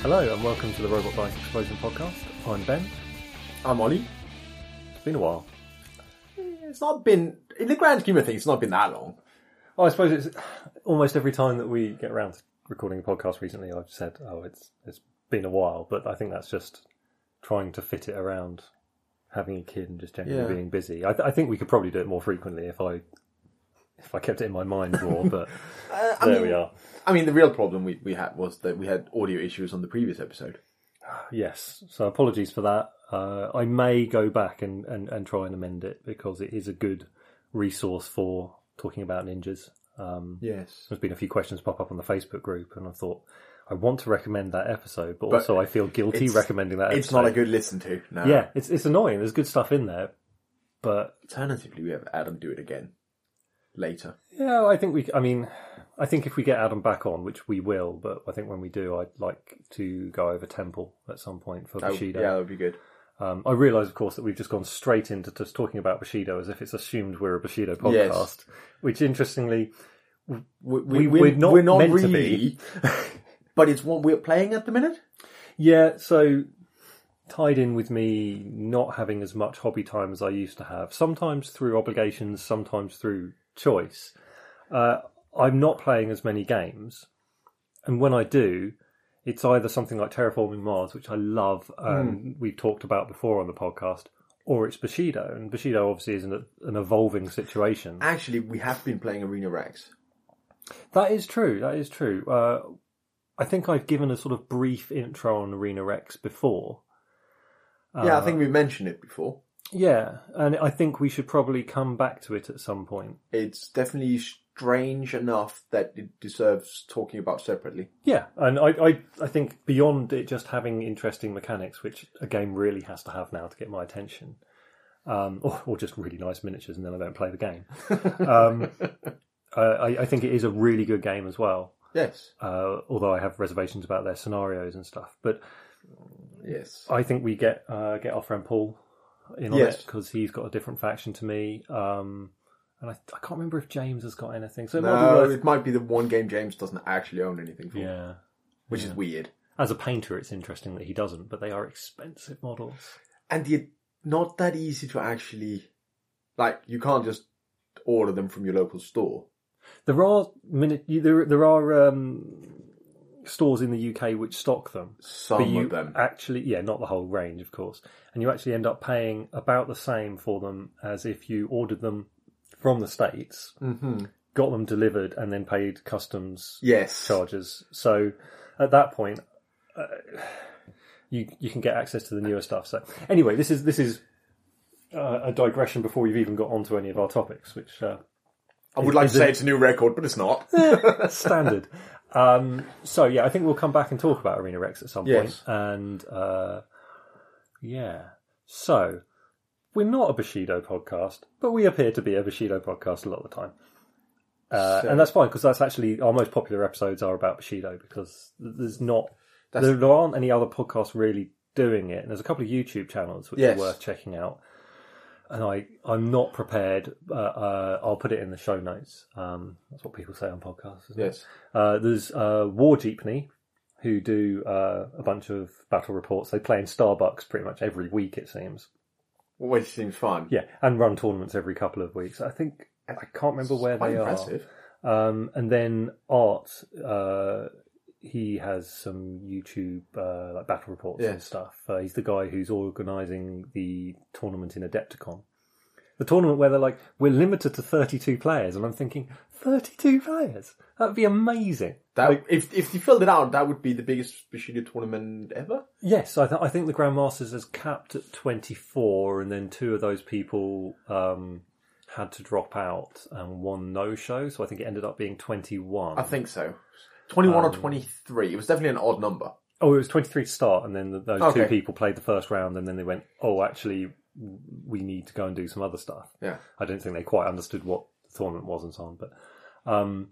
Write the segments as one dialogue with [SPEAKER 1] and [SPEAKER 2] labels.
[SPEAKER 1] Hello and welcome to the Robot Bike Explosion podcast. I'm Ben.
[SPEAKER 2] I'm Ollie.
[SPEAKER 1] It's been a while.
[SPEAKER 2] It's not been, in the grand scheme of things, it's not been that long.
[SPEAKER 1] Oh, I suppose it's almost every time that we get around to recording a podcast recently, I've said, "Oh, it's it's been a while," but I think that's just trying to fit it around having a kid and just generally
[SPEAKER 2] Yeah.
[SPEAKER 1] being busy. I, th- I think we could probably do it more frequently if I if I kept it in my mind more. But
[SPEAKER 2] Uh, I
[SPEAKER 1] there
[SPEAKER 2] mean-
[SPEAKER 1] we are.
[SPEAKER 2] I mean, the real problem we, we had was that we had audio issues on the previous episode.
[SPEAKER 1] Yes. So apologies for that. Uh, I may go back and, and, and try and amend it because it is a good resource for talking about ninjas. Um,
[SPEAKER 2] Yes.
[SPEAKER 1] There's been a few questions pop up on the Facebook group, and I thought I want to recommend that episode, but,
[SPEAKER 2] But
[SPEAKER 1] also I feel guilty
[SPEAKER 2] it's-
[SPEAKER 1] recommending that.
[SPEAKER 2] It's
[SPEAKER 1] episode.
[SPEAKER 2] not a good listen to, no.
[SPEAKER 1] Yeah, it's it's annoying. There's good stuff in there, but
[SPEAKER 2] Alternatively, we have Adam do it again later.
[SPEAKER 1] yeah, I think we. I mean, I think if we get Adam back on, which we will, but I think when we do, I'd like to go over Temple at some point for
[SPEAKER 2] That would-
[SPEAKER 1] Bushido.
[SPEAKER 2] Oh, yeah, that would be good.
[SPEAKER 1] Um, I realise, of course, that we've just gone straight into just talking about Bushido as if it's assumed we're a Bushido podcast,
[SPEAKER 2] Yes.
[SPEAKER 1] which interestingly,
[SPEAKER 2] We,
[SPEAKER 1] We- we're not meant to be.
[SPEAKER 2] but it's what we're playing at the minute.
[SPEAKER 1] Yeah, so tied in with me not having as much hobby time as I used to have, sometimes through obligations, sometimes through choice, uh, I'm not playing as many games. And when I do, it's either something like Terraforming Mars, which I love, and we've talked about before on the podcast, or it's Bushido. And Bushido obviously is an, an evolving situation.
[SPEAKER 2] Actually, we have been playing Arena Rex.
[SPEAKER 1] That is true. That is true. Uh, I think I've given a sort of brief intro on Arena Rex before.
[SPEAKER 2] yeah,
[SPEAKER 1] Uh.
[SPEAKER 2] I think we mentioned it before.
[SPEAKER 1] Yeah, and I think we should probably come back to it at some point.
[SPEAKER 2] It's definitely strange enough that it deserves talking about separately.
[SPEAKER 1] Yeah, and I, I, I think beyond it just having interesting mechanics, which a game really has to have now to get my attention, um, or, or just really nice miniatures, and then I don't play the game. um, uh, I, I think it is a really good game as well,
[SPEAKER 2] Yes.
[SPEAKER 1] uh, although I have reservations about their scenarios and stuff. But
[SPEAKER 2] Yes.
[SPEAKER 1] I think we get uh, get our friend Paul in on
[SPEAKER 2] Yes.
[SPEAKER 1] it because he's got a different faction to me. Um, and I, I can't remember if James has got anything, so it might be
[SPEAKER 2] No,
[SPEAKER 1] worth
[SPEAKER 2] it might be the one game James doesn't actually own anything for,
[SPEAKER 1] Yeah.
[SPEAKER 2] which is weird.
[SPEAKER 1] As a painter, it's interesting that he doesn't, but they are expensive models.
[SPEAKER 2] And they're not that easy to actually, like, you can't just order them from your local store.
[SPEAKER 1] There are mini- you- there there are um, stores in the UK which stock them,
[SPEAKER 2] Some
[SPEAKER 1] you Uh,
[SPEAKER 2] of them.
[SPEAKER 1] actually yeah, not the whole range, of course, and you actually end up paying about the same for them as if you ordered them from the states,
[SPEAKER 2] Mhm.
[SPEAKER 1] got them delivered, and then paid customs
[SPEAKER 2] Yes.
[SPEAKER 1] charges. So at that point, uh, you you can get access to the newer stuff. So anyway, this is this is uh, a digression before we've even got onto any of our topics, which uh,
[SPEAKER 2] I would like to say it's a new record, but it's not.
[SPEAKER 1] standard. Um, so yeah, I think we'll come back and talk about Arena Rex at some point.
[SPEAKER 2] Yes.
[SPEAKER 1] And uh, yeah, so we're not a Bushido podcast, but we appear to be a Bushido podcast a lot of the time. Uh,
[SPEAKER 2] So-
[SPEAKER 1] and that's fine because that's actually our most popular episodes are about Bushido because there's not
[SPEAKER 2] That's-
[SPEAKER 1] there, there aren't any other podcasts really doing it. And there's a couple of YouTube channels which
[SPEAKER 2] Yes.
[SPEAKER 1] are worth checking out. And I, I'm not prepared. Uh, uh, I'll put it in the show notes. Um, that's what people say on podcasts. Isn't it?
[SPEAKER 2] yes.
[SPEAKER 1] Uh, there's uh, War Jeepney, who do uh, a bunch of battle reports. They play in Starbucks pretty much every week, it seems.
[SPEAKER 2] Which seems fun.
[SPEAKER 1] Yeah, and run tournaments every couple of weeks. I think I can't remember where
[SPEAKER 2] Quite
[SPEAKER 1] they
[SPEAKER 2] impressive.
[SPEAKER 1] are. Um, and then Art, uh, he has some YouTube uh, like battle reports and
[SPEAKER 2] Yes.
[SPEAKER 1] stuff. Uh, he's the guy who's organising the tournament in Adepticon. The tournament where they're like, we're limited to 32 players, and I'm thinking, 32 players? That'd be amazing.
[SPEAKER 2] That, if, if you filled it out, that would be the biggest Bushido tournament ever.
[SPEAKER 1] Yes, I, th- I think the Grandmasters is capped at 24, and then two of those people um, had to drop out and one no show, so I think it ended up being 21.
[SPEAKER 2] I think so. 21
[SPEAKER 1] Um,
[SPEAKER 2] or 23. It was definitely an odd number.
[SPEAKER 1] Oh, it was 23 to start, and then th those two
[SPEAKER 2] Okay.
[SPEAKER 1] people played the first round, and then they went, oh, actually, we need to go and do some other stuff.
[SPEAKER 2] Yeah.
[SPEAKER 1] I don't think they quite understood what the tournament was and so on. But um,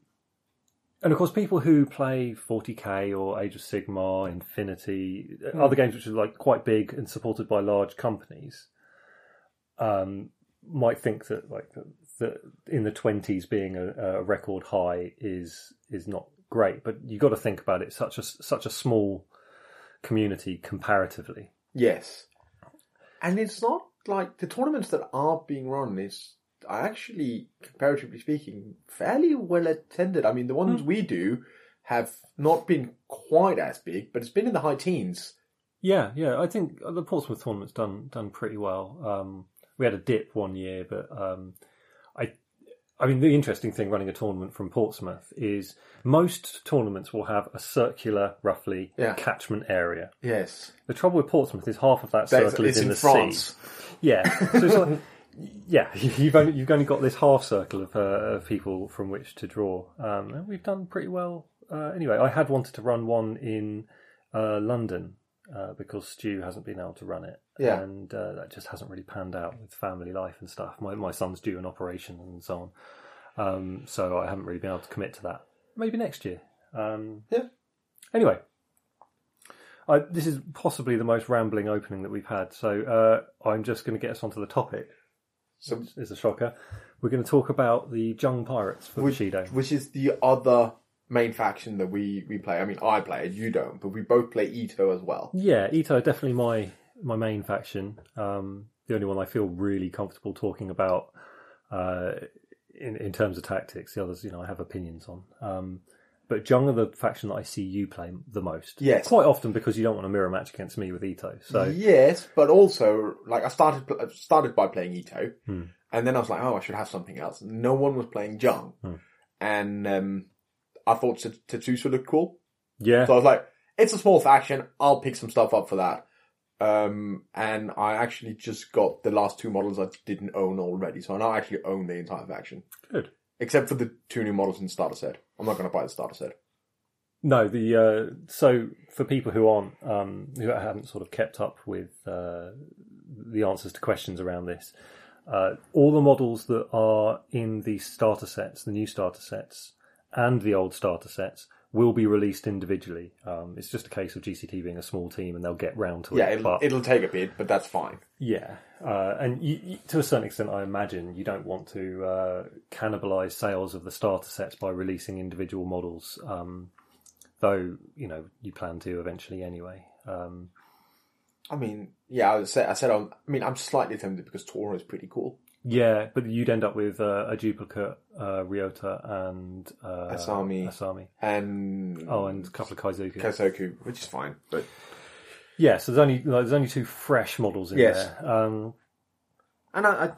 [SPEAKER 1] and of course, people who play 40k or Age of Sigmar, Infinity, other games which are like quite big and supported by large companies, um, might think that like that- that in the 20s being a, a record high is is not great. But you got to think about it. Such a such a small community comparatively.
[SPEAKER 2] Yes. And it's not like the tournaments that are being run is are actually, comparatively speaking, fairly well attended. I mean, the
[SPEAKER 1] Hmm.
[SPEAKER 2] ones we do have not been quite as big, but it's been in the high teens.
[SPEAKER 1] Yeah, yeah. I think the Portsmouth tournament's done done pretty well. Um, we had a dip one year, but um, I, I mean, the interesting thing running a tournament from Portsmouth is most tournaments will have a circular, roughly
[SPEAKER 2] Yeah.
[SPEAKER 1] catchment area.
[SPEAKER 2] Yes.
[SPEAKER 1] The trouble with Portsmouth is half of that
[SPEAKER 2] That's-
[SPEAKER 1] circle is
[SPEAKER 2] it's
[SPEAKER 1] in,
[SPEAKER 2] in
[SPEAKER 1] the sea.
[SPEAKER 2] France.
[SPEAKER 1] Yeah. So it's like, yeah, you've only, you've only got this half circle of, uh, of people from which to draw. Um, and we've done pretty well. Uh, anyway, I had wanted to run one in uh, London uh, because Stu hasn't been able to run it.
[SPEAKER 2] Yeah.
[SPEAKER 1] And uh, that just hasn't really panned out with family life and stuff. My, my son's due an operation and so on. Um, so I haven't really been able to commit to that. Maybe next year. Um,
[SPEAKER 2] Yeah.
[SPEAKER 1] Anyway, I, this is possibly the most rambling opening that we've had, so uh, I'm just going to get us onto the topic.
[SPEAKER 2] So-
[SPEAKER 1] which is a shocker. We're going to talk about the Jung Pirates for
[SPEAKER 2] Which,
[SPEAKER 1] Bushido.
[SPEAKER 2] which is the other main faction that we, we play. I mean, I play it, you don't, but we both play Ito as well.
[SPEAKER 1] Yeah, Ito are definitely my my main faction. Um, the only one I feel really comfortable talking about uh, in in terms of tactics. The others, you know, I have opinions on. Um, but Jung are the faction that I see you play the most.
[SPEAKER 2] Yes.
[SPEAKER 1] quite often because you don't want a mirror match against me with Ito. So
[SPEAKER 2] Yes, but also like I started I started by playing Ito,
[SPEAKER 1] Hmm.
[SPEAKER 2] and then I was like, oh, I should have something else. No one was playing Jung,
[SPEAKER 1] Hmm.
[SPEAKER 2] and um, I thought Tat- Tatsusa looked cool,
[SPEAKER 1] yeah,
[SPEAKER 2] so I was like, it's a small faction. I'll pick some stuff up for that. Um, and I actually just got the last two models I didn't own already, so I now actually own the entire faction,
[SPEAKER 1] good.
[SPEAKER 2] except for the two new models in the starter set. I'm not going to buy the starter set.
[SPEAKER 1] No, the uh, so for people who aren't um, who haven't sort of kept up with uh, the answers to questions around this, uh, all the models that are in the starter sets, the new starter sets, and the old starter sets will be released individually. Um, it's just a case of GCT being a small team, and they'll get round to
[SPEAKER 2] Yeah,
[SPEAKER 1] it.
[SPEAKER 2] it'll,
[SPEAKER 1] but-
[SPEAKER 2] it'll take a bit, but that's fine.
[SPEAKER 1] yeah, uh, and you, you, to a certain extent, I imagine you don't want to uh, cannibalise sales of the starter sets by releasing individual models, um, though you know you plan to eventually anyway. Um,
[SPEAKER 2] I mean, yeah, I would say I said I'm, I mean I'm slightly tempted because Toro is pretty cool.
[SPEAKER 1] yeah, but you'd end up with uh, a duplicate uh, Ryota and uh,
[SPEAKER 2] Asami.
[SPEAKER 1] Asami.
[SPEAKER 2] and
[SPEAKER 1] Oh, and a couple of Kaizoku.
[SPEAKER 2] Kasoku, which is fine. But
[SPEAKER 1] yeah, so there's only like, there's only two fresh models in
[SPEAKER 2] Yes.
[SPEAKER 1] there. Um,
[SPEAKER 2] and I, I,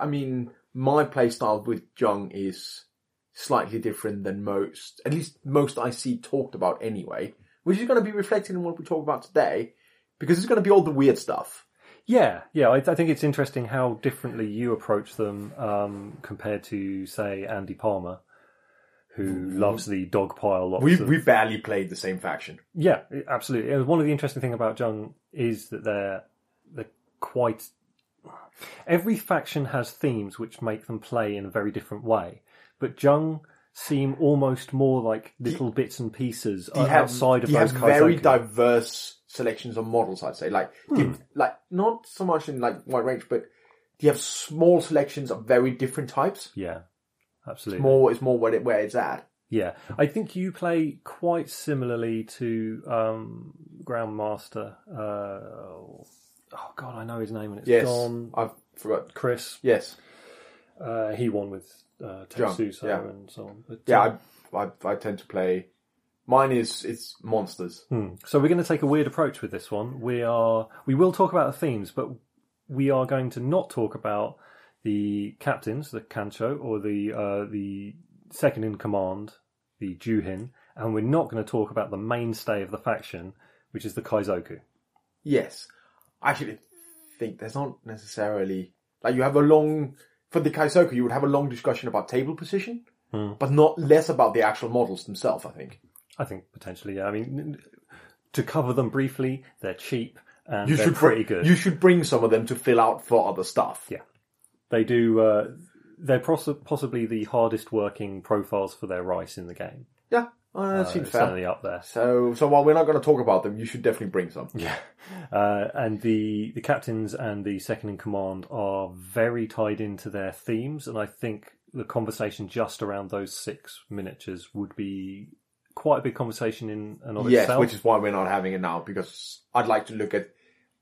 [SPEAKER 2] I mean, my playstyle with Jung is slightly different than most, at least most I see talked about anyway, which is going to be reflected in what we talk about today, because it's going to be all the weird stuff.
[SPEAKER 1] Yeah, yeah. I, I think it's interesting how differently you approach them um, compared to, say, Andy Palmer, who loves the dog pile lots.
[SPEAKER 2] Mm-hmm. We
[SPEAKER 1] of-
[SPEAKER 2] we barely played the same faction.
[SPEAKER 1] yeah, e, absolutely. And one of the interesting things about Jung is that they're they're quite. Every faction has themes which make them play in a very different way, but Jung seem almost more like little bits and pieces uh,
[SPEAKER 2] You have-
[SPEAKER 1] outside of
[SPEAKER 2] you
[SPEAKER 1] those.
[SPEAKER 2] have very
[SPEAKER 1] Kaizoku.
[SPEAKER 2] diverse selections of models. I'd say, like, you-
[SPEAKER 1] Hmm.
[SPEAKER 2] like not so much in like wide range, but you have small selections of very different types.
[SPEAKER 1] yeah, absolutely.
[SPEAKER 2] More is more where it where it's at.
[SPEAKER 1] Yeah, I think you play quite similarly to um, Grandmaster. Uh, oh God, I know his name, and it's
[SPEAKER 2] Yes,
[SPEAKER 1] gone.
[SPEAKER 2] I forgot.
[SPEAKER 1] Chris.
[SPEAKER 2] Yes,
[SPEAKER 1] Uh, he won with uh,
[SPEAKER 2] John,
[SPEAKER 1] Tetsuso
[SPEAKER 2] yeah.
[SPEAKER 1] and so on. But,
[SPEAKER 2] yeah,
[SPEAKER 1] uh,
[SPEAKER 2] I, I I tend to play. Mine is it's monsters.
[SPEAKER 1] hmm. So we're going to take a weird approach with this one. We are we will talk about the themes, but we are going to not talk about the captains, the Kancho, or the uh, the second in command, the Juhin, and we're not going to talk about the mainstay of the faction, which is the Kaizoku.
[SPEAKER 2] Yes, I actually think there's not necessarily like you have a long for the Kaisoku. You would have a long discussion about table position,
[SPEAKER 1] Hmm.
[SPEAKER 2] but not less about the actual models themselves. I think.
[SPEAKER 1] I think potentially. Yeah. I mean, n- to cover them briefly, they're cheap and
[SPEAKER 2] you
[SPEAKER 1] they're
[SPEAKER 2] should
[SPEAKER 1] pretty
[SPEAKER 2] bring,
[SPEAKER 1] good.
[SPEAKER 2] You should bring some of them to fill out for other stuff.
[SPEAKER 1] Yeah. They do. Uh, they're poss- possibly the hardest working profiles for their rice in the game.
[SPEAKER 2] yeah, uh, that
[SPEAKER 1] Uh,
[SPEAKER 2] seems fair.
[SPEAKER 1] certainly up there.
[SPEAKER 2] So, so while we're not going to talk about them, you should definitely bring some.
[SPEAKER 1] Yeah. Uh, and the the captains and the second in command are very tied into their themes, and I think the conversation just around those six miniatures would be quite a big conversation in and of
[SPEAKER 2] yes,
[SPEAKER 1] itself.
[SPEAKER 2] which is why we're not having it now because I'd like to look at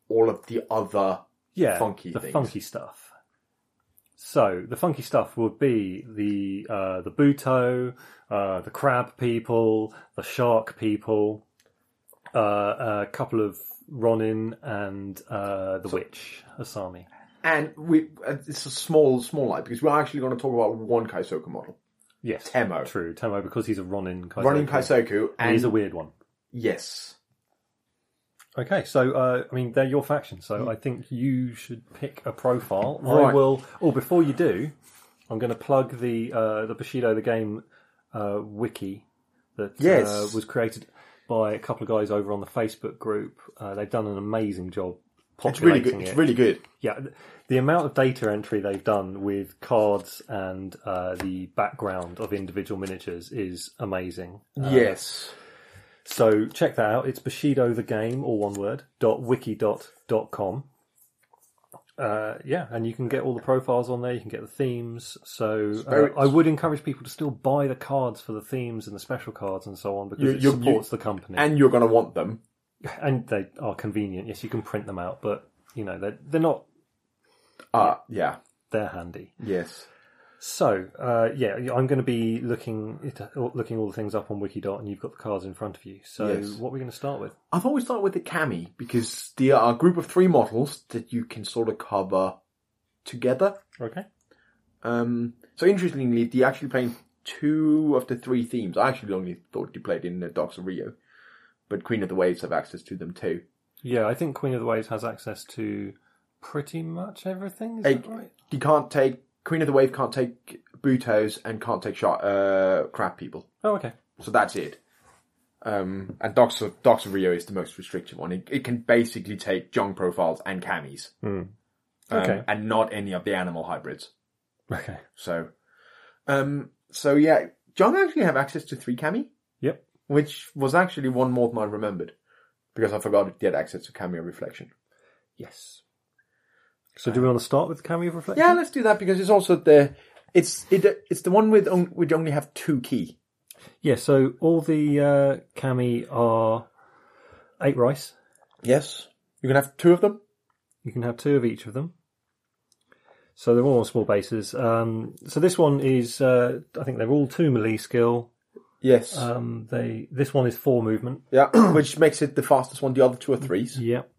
[SPEAKER 2] all of the other.
[SPEAKER 1] yeah,
[SPEAKER 2] funky
[SPEAKER 1] the
[SPEAKER 2] things.
[SPEAKER 1] funky stuff. So the funky stuff would be the uh, the buto, uh, the crab people, the shark people, uh, a couple of Ronin and uh, the witch Asami.
[SPEAKER 2] And we, and it's a small, small light because we're actually going to talk about one Kaisoku model,
[SPEAKER 1] Yes,
[SPEAKER 2] Temo.
[SPEAKER 1] Oh, True, Temo because he's a Ronin. Kaizoku.
[SPEAKER 2] running Kaisoku, and
[SPEAKER 1] he's a weird one.
[SPEAKER 2] yes,
[SPEAKER 1] Okay, so uh, I mean they're your faction, so I think you should pick a profile. I
[SPEAKER 2] Right.
[SPEAKER 1] will. Or before you do, I'm going to plug the uh, the Bushido the game uh, wiki that uh,
[SPEAKER 2] Yes.
[SPEAKER 1] was created by a couple of guys over on the Facebook group. Uh, they've done an amazing job.
[SPEAKER 2] it's really
[SPEAKER 1] Populating It.
[SPEAKER 2] good. It's really good.
[SPEAKER 1] yeah. th- The amount of data entry they've done with cards and uh, the background of individual miniatures is amazing.
[SPEAKER 2] yes,
[SPEAKER 1] So check that out. It's Bushido the game, all one word, dot wiki dot dot com. Uh, yeah, and you can get all the profiles on there. You can get the themes. So uh,
[SPEAKER 2] very-
[SPEAKER 1] I would encourage people to still buy the cards for the themes and the special cards and so on because
[SPEAKER 2] You-
[SPEAKER 1] it
[SPEAKER 2] you-
[SPEAKER 1] supports the company and,
[SPEAKER 2] and you're going to want them.
[SPEAKER 1] they are convenient. Yes, you can print them out, but you know they're they're not
[SPEAKER 2] Uh yeah,
[SPEAKER 1] they're handy.
[SPEAKER 2] yes.
[SPEAKER 1] So uh, yeah, I'm going to be looking it- looking all the things up on Wiki dot, and you've got the cards in front of you. So
[SPEAKER 2] Yes.
[SPEAKER 1] what are we going to start with?
[SPEAKER 2] I've always started with the Cami because there are a group of three models that you can sort of cover together.
[SPEAKER 1] Okay.
[SPEAKER 2] Um, so interestingly, they're actually playing two of the three themes. I actually only thought they played in the Dogs of Rio, but Queen of the Waves have access to them too.
[SPEAKER 1] Yeah, I think Queen of the Waves has access to pretty much everything. Is
[SPEAKER 2] Like-
[SPEAKER 1] that right?
[SPEAKER 2] You can't take Queen of the Wave can't take Butos and can't take shot uh crab people.
[SPEAKER 1] Oh, okay.
[SPEAKER 2] So that's it. Um, and Dogs of, Dogs of Rio is the most restrictive one. It, it can basically take Jong profiles and Camis.
[SPEAKER 1] Hmm,
[SPEAKER 2] Um,
[SPEAKER 1] Okay.
[SPEAKER 2] and not any of the animal hybrids.
[SPEAKER 1] Okay.
[SPEAKER 2] So, um, so yeah, John actually have access to three Cami.
[SPEAKER 1] Yep.
[SPEAKER 2] Which was actually one more than I remembered because I forgot it did access to Cameo Reflection.
[SPEAKER 1] Yes. So, do we want to start with the cameo reflection?
[SPEAKER 2] Yeah, let's do that because it's also the it's it it's the one with on, which only have two key.
[SPEAKER 1] Yeah. So all the uh, cami are eight rice.
[SPEAKER 2] Yes, you can have two of them.
[SPEAKER 1] You can have two of each of them. So they're all on small bases. Um, so this one is, uh, I think they're all two melee skill.
[SPEAKER 2] Yes.
[SPEAKER 1] Um, they this one is four movement.
[SPEAKER 2] Uh, yeah, which makes it the fastest one. The other two are threes.
[SPEAKER 1] Yep.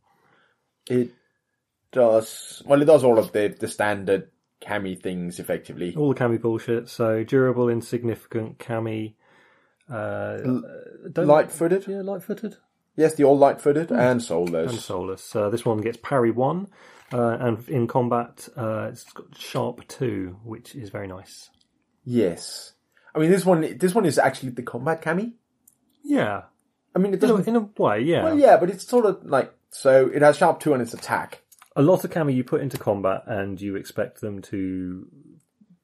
[SPEAKER 2] It does well. It does all of the the standard Cami things effectively.
[SPEAKER 1] All the cami bullshit. So durable, insignificant cami. Uh, don't-
[SPEAKER 2] Light-footed.
[SPEAKER 1] Yeah, light-footed.
[SPEAKER 2] Yes, the all light-footed and soulless.
[SPEAKER 1] and soulless. Uh, this one gets parry one, uh, and in combat, uh, it's got sharp two, which is very nice.
[SPEAKER 2] Yes. I mean, this one, this one is actually the combat cami.
[SPEAKER 1] Yeah,
[SPEAKER 2] I mean, it
[SPEAKER 1] in a,
[SPEAKER 2] doesn't.
[SPEAKER 1] in a way, yeah.
[SPEAKER 2] Well, yeah, but it's sort of like so. It has sharp two on its attack.
[SPEAKER 1] A lot of kami you put into combat, and you expect them to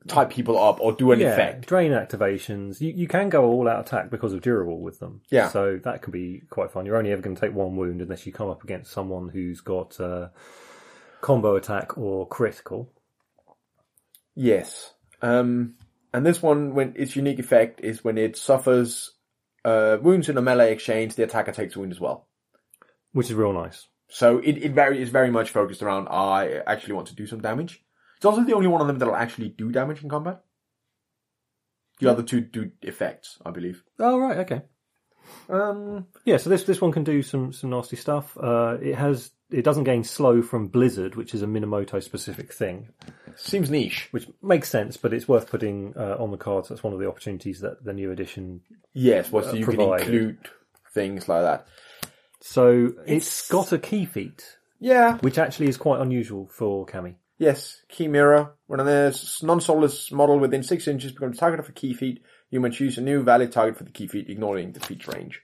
[SPEAKER 2] Tie people up or do an
[SPEAKER 1] yeah,
[SPEAKER 2] effect.
[SPEAKER 1] drain activations. You, you can go all out attack because of durable with them.
[SPEAKER 2] Yeah.
[SPEAKER 1] so that can be quite fun. You're only ever going to take one wound unless you come up against someone who's got uh, combo attack or critical.
[SPEAKER 2] Yes. Um, and this one, when its unique effect is when it suffers uh, wounds in a melee exchange, the attacker takes a wound as well.
[SPEAKER 1] Which is real nice.
[SPEAKER 2] So it it very is very much focused around. I actually want to do some damage. It's also the only one of them that'll actually do damage in combat. The other two do effects, I believe.
[SPEAKER 1] Oh right, okay.
[SPEAKER 2] Um,
[SPEAKER 1] Yeah, so this this one can do some some nasty stuff. Uh, it has it doesn't gain slow from Blizzard, which is a Minamoto specific thing,
[SPEAKER 2] seems niche.
[SPEAKER 1] which makes sense, but it's worth putting uh, on the cards. That's one of the opportunities that the new edition.
[SPEAKER 2] Yes,
[SPEAKER 1] Uh,
[SPEAKER 2] well, so you
[SPEAKER 1] provided.
[SPEAKER 2] can include things like that.
[SPEAKER 1] So it's got a key feat,
[SPEAKER 2] Yeah.
[SPEAKER 1] which actually is quite unusual for Kami.
[SPEAKER 2] Yes, key mirror. When a non-soulless model within six inches becomes target of a key feat, you may choose a new valid target for the key feat, ignoring the feat range.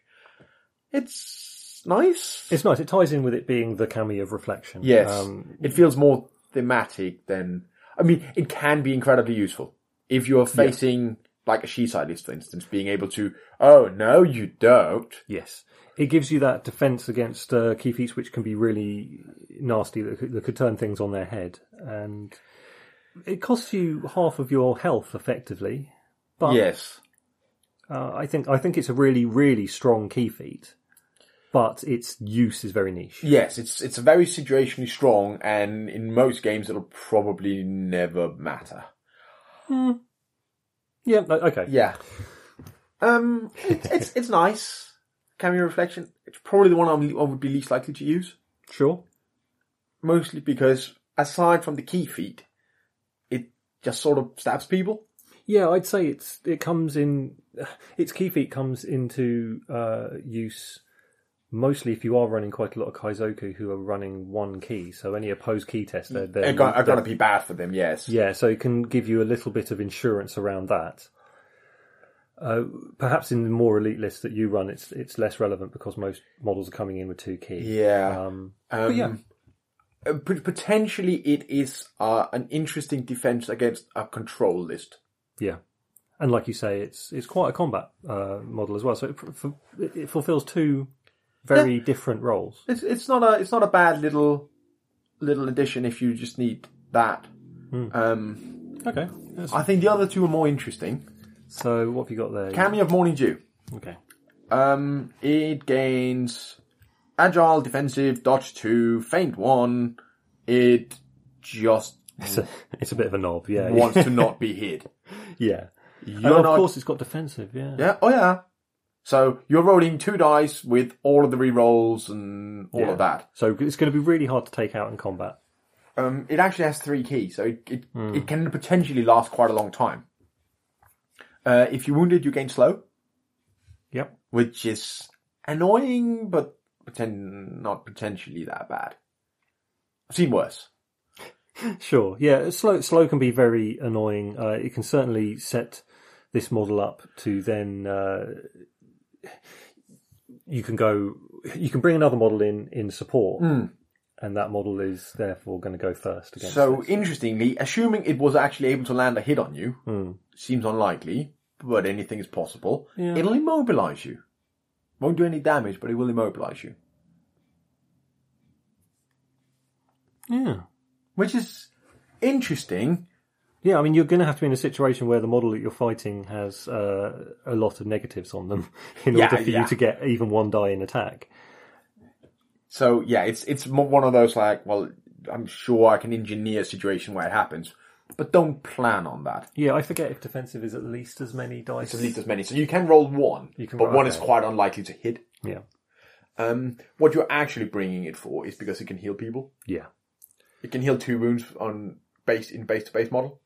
[SPEAKER 2] It's nice.
[SPEAKER 1] It's nice. It ties in with it being the Kami of reflection.
[SPEAKER 2] yes,
[SPEAKER 1] Um,
[SPEAKER 2] it feels more thematic than. I mean, it can be incredibly useful if you're facing like a she side list, for instance. Being able to, oh no, you don't.
[SPEAKER 1] yes. It gives you that defense against uh, key feats, which can be really nasty. That could, that could turn things on their head, and it costs you half of your health effectively. But
[SPEAKER 2] Yes,
[SPEAKER 1] Uh, I think I think it's a really really strong key feat, but its use is very niche.
[SPEAKER 2] Yes, it's it's very situationally strong, and in most games it'll probably never matter.
[SPEAKER 1] Yeah. no, Okay.
[SPEAKER 2] Yeah. Um, it's it's, it's nice. Cameo reflection. It's probably the one I'm, I would be least likely to use,
[SPEAKER 1] Sure.
[SPEAKER 2] mostly because aside from the key feat, it just sort of stabs people.
[SPEAKER 1] Yeah, I'd say it's it comes in its key feat comes into uh, use mostly if you are running quite a lot of Kaizoku who are running one key. So any opposed key test, they're, they're
[SPEAKER 2] I've got, I've got to be bad for them. Yes.
[SPEAKER 1] Yeah, so it can give you a little bit of insurance around that. Uh, perhaps in the more elite list that you run, it's it's less relevant because most models are coming in with two keys.
[SPEAKER 2] Yeah.
[SPEAKER 1] Um,
[SPEAKER 2] Um,
[SPEAKER 1] yeah.
[SPEAKER 2] uh, pot- Potentially, it is uh, an interesting defense against a control list.
[SPEAKER 1] yeah, and like you say, it's it's quite a combat uh, model as well. So it, f- f- it fulfills two very different roles.
[SPEAKER 2] It's it's not a it's not a bad little little addition if you just need that. Um,
[SPEAKER 1] Okay.
[SPEAKER 2] I think the other two are more interesting.
[SPEAKER 1] So what have you got there?
[SPEAKER 2] Cameo of Morning Dew.
[SPEAKER 1] okay.
[SPEAKER 2] Um, it gains agile, defensive, dodge two, feint one. It just
[SPEAKER 1] It's a, it's a bit of a knob. Yeah.
[SPEAKER 2] wants to not be hit.
[SPEAKER 1] yeah. And
[SPEAKER 2] You're
[SPEAKER 1] of
[SPEAKER 2] not-
[SPEAKER 1] course, it's got defensive. Yeah.
[SPEAKER 2] Yeah, oh yeah. So you're rolling two dice with all of the rerolls and all
[SPEAKER 1] Yeah.
[SPEAKER 2] of that.
[SPEAKER 1] So it's going to be really hard to take out in combat.
[SPEAKER 2] Um, it actually has three keys, so it it, it can potentially last quite a long time. Uh, if you're wounded, you gain slow,
[SPEAKER 1] Yep.
[SPEAKER 2] which is annoying, but pretend not potentially that bad. I've seen worse.
[SPEAKER 1] Sure. Yeah. Slow. Slow can be very annoying. Uh, it can certainly set this model up to then. Uh, you can go. You can bring another model in in support,
[SPEAKER 2] Hmm.
[SPEAKER 1] and that model is therefore going to go first against.
[SPEAKER 2] So
[SPEAKER 1] this.
[SPEAKER 2] interestingly, assuming it was actually able to land a hit on you,
[SPEAKER 1] Hmm.
[SPEAKER 2] seems unlikely, but anything is possible.
[SPEAKER 1] Yeah.
[SPEAKER 2] It'll immobilize you. Won't do any damage, but it will immobilize you.
[SPEAKER 1] yeah.
[SPEAKER 2] Which is interesting.
[SPEAKER 1] Yeah, I mean, you're going to have to be in a situation where the model that you're fighting has uh, a lot of negatives on them in
[SPEAKER 2] Yeah,
[SPEAKER 1] order for
[SPEAKER 2] yeah.
[SPEAKER 1] you to get even one die in attack.
[SPEAKER 2] So yeah, it's it's mo- one of those like, well, I'm sure I can engineer a situation where it happens, but don't plan on that.
[SPEAKER 1] Yeah, I forget if defensive is at least as many dice.
[SPEAKER 2] At least as many. So you can roll one,
[SPEAKER 1] You can
[SPEAKER 2] but
[SPEAKER 1] roll-
[SPEAKER 2] one is
[SPEAKER 1] okay.
[SPEAKER 2] quite unlikely to hit.
[SPEAKER 1] Yeah,
[SPEAKER 2] Um, what you're actually bringing it for is because it can heal people.
[SPEAKER 1] yeah,
[SPEAKER 2] It can heal two wounds on base in base to base model.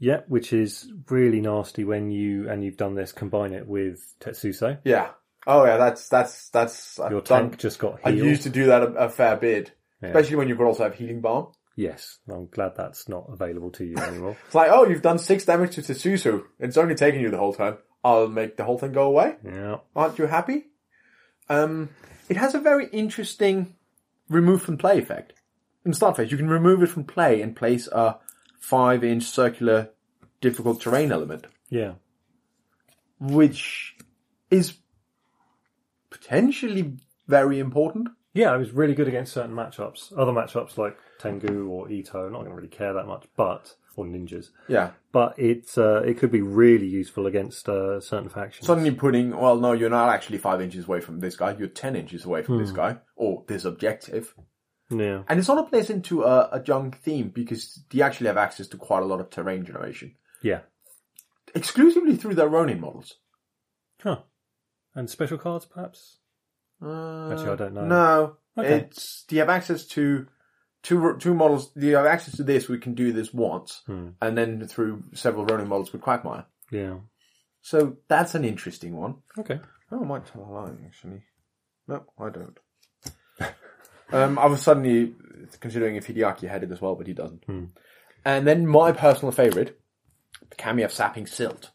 [SPEAKER 1] yeah, which is really nasty when you and you've done this. Combine it with Tetsuso.
[SPEAKER 2] Yeah. Oh yeah, that's that's that's. I've
[SPEAKER 1] Your
[SPEAKER 2] done-
[SPEAKER 1] tank just got
[SPEAKER 2] I
[SPEAKER 1] healed.
[SPEAKER 2] used to do that a, a fair bit, especially when you could also have healing balm.
[SPEAKER 1] Yes, I'm glad that's not available to you anymore.
[SPEAKER 2] It's like, oh, you've done six damage to Tetsusu. It's only taking you the whole time. I'll make the whole thing go away.
[SPEAKER 1] yeah,
[SPEAKER 2] Aren't you happy? Um, it has a very interesting remove from play effect. In the start phase, you can remove it from play and place a five-inch circular difficult terrain element,
[SPEAKER 1] yeah,
[SPEAKER 2] which is potentially very important.
[SPEAKER 1] yeah. I was really good against certain matchups. Other matchups like Tengu or Ito, I'm not going to really care that much, but or ninjas.
[SPEAKER 2] Yeah.
[SPEAKER 1] but it uh, it could be really useful against uh, certain factions.
[SPEAKER 2] suddenly putting, well, no, you're not actually five inches away from this guy. You're ten inches away from
[SPEAKER 1] Hmm.
[SPEAKER 2] this guy or this objective.
[SPEAKER 1] yeah,
[SPEAKER 2] And it sort of plays into a, a junk theme because they actually have access to quite a lot of terrain generation
[SPEAKER 1] yeah,
[SPEAKER 2] exclusively through their Ronin models.
[SPEAKER 1] huh? And special cards, perhaps.
[SPEAKER 2] Uh,
[SPEAKER 1] Actually, I don't know.
[SPEAKER 2] No,
[SPEAKER 1] Okay.
[SPEAKER 2] it's do you have access to two ro- two models? Do you have access to this? We can do this once,
[SPEAKER 1] Hmm.
[SPEAKER 2] and then through several Ronin models with Quagmire.
[SPEAKER 1] Yeah.
[SPEAKER 2] So that's an interesting one.
[SPEAKER 1] Okay.
[SPEAKER 2] Oh, I might tell a lie actually. No, I don't. um, I was suddenly considering if Hideaki had it as well, but he doesn't.
[SPEAKER 1] Hmm.
[SPEAKER 2] And then my personal favorite, the cameo of Sapping Silt,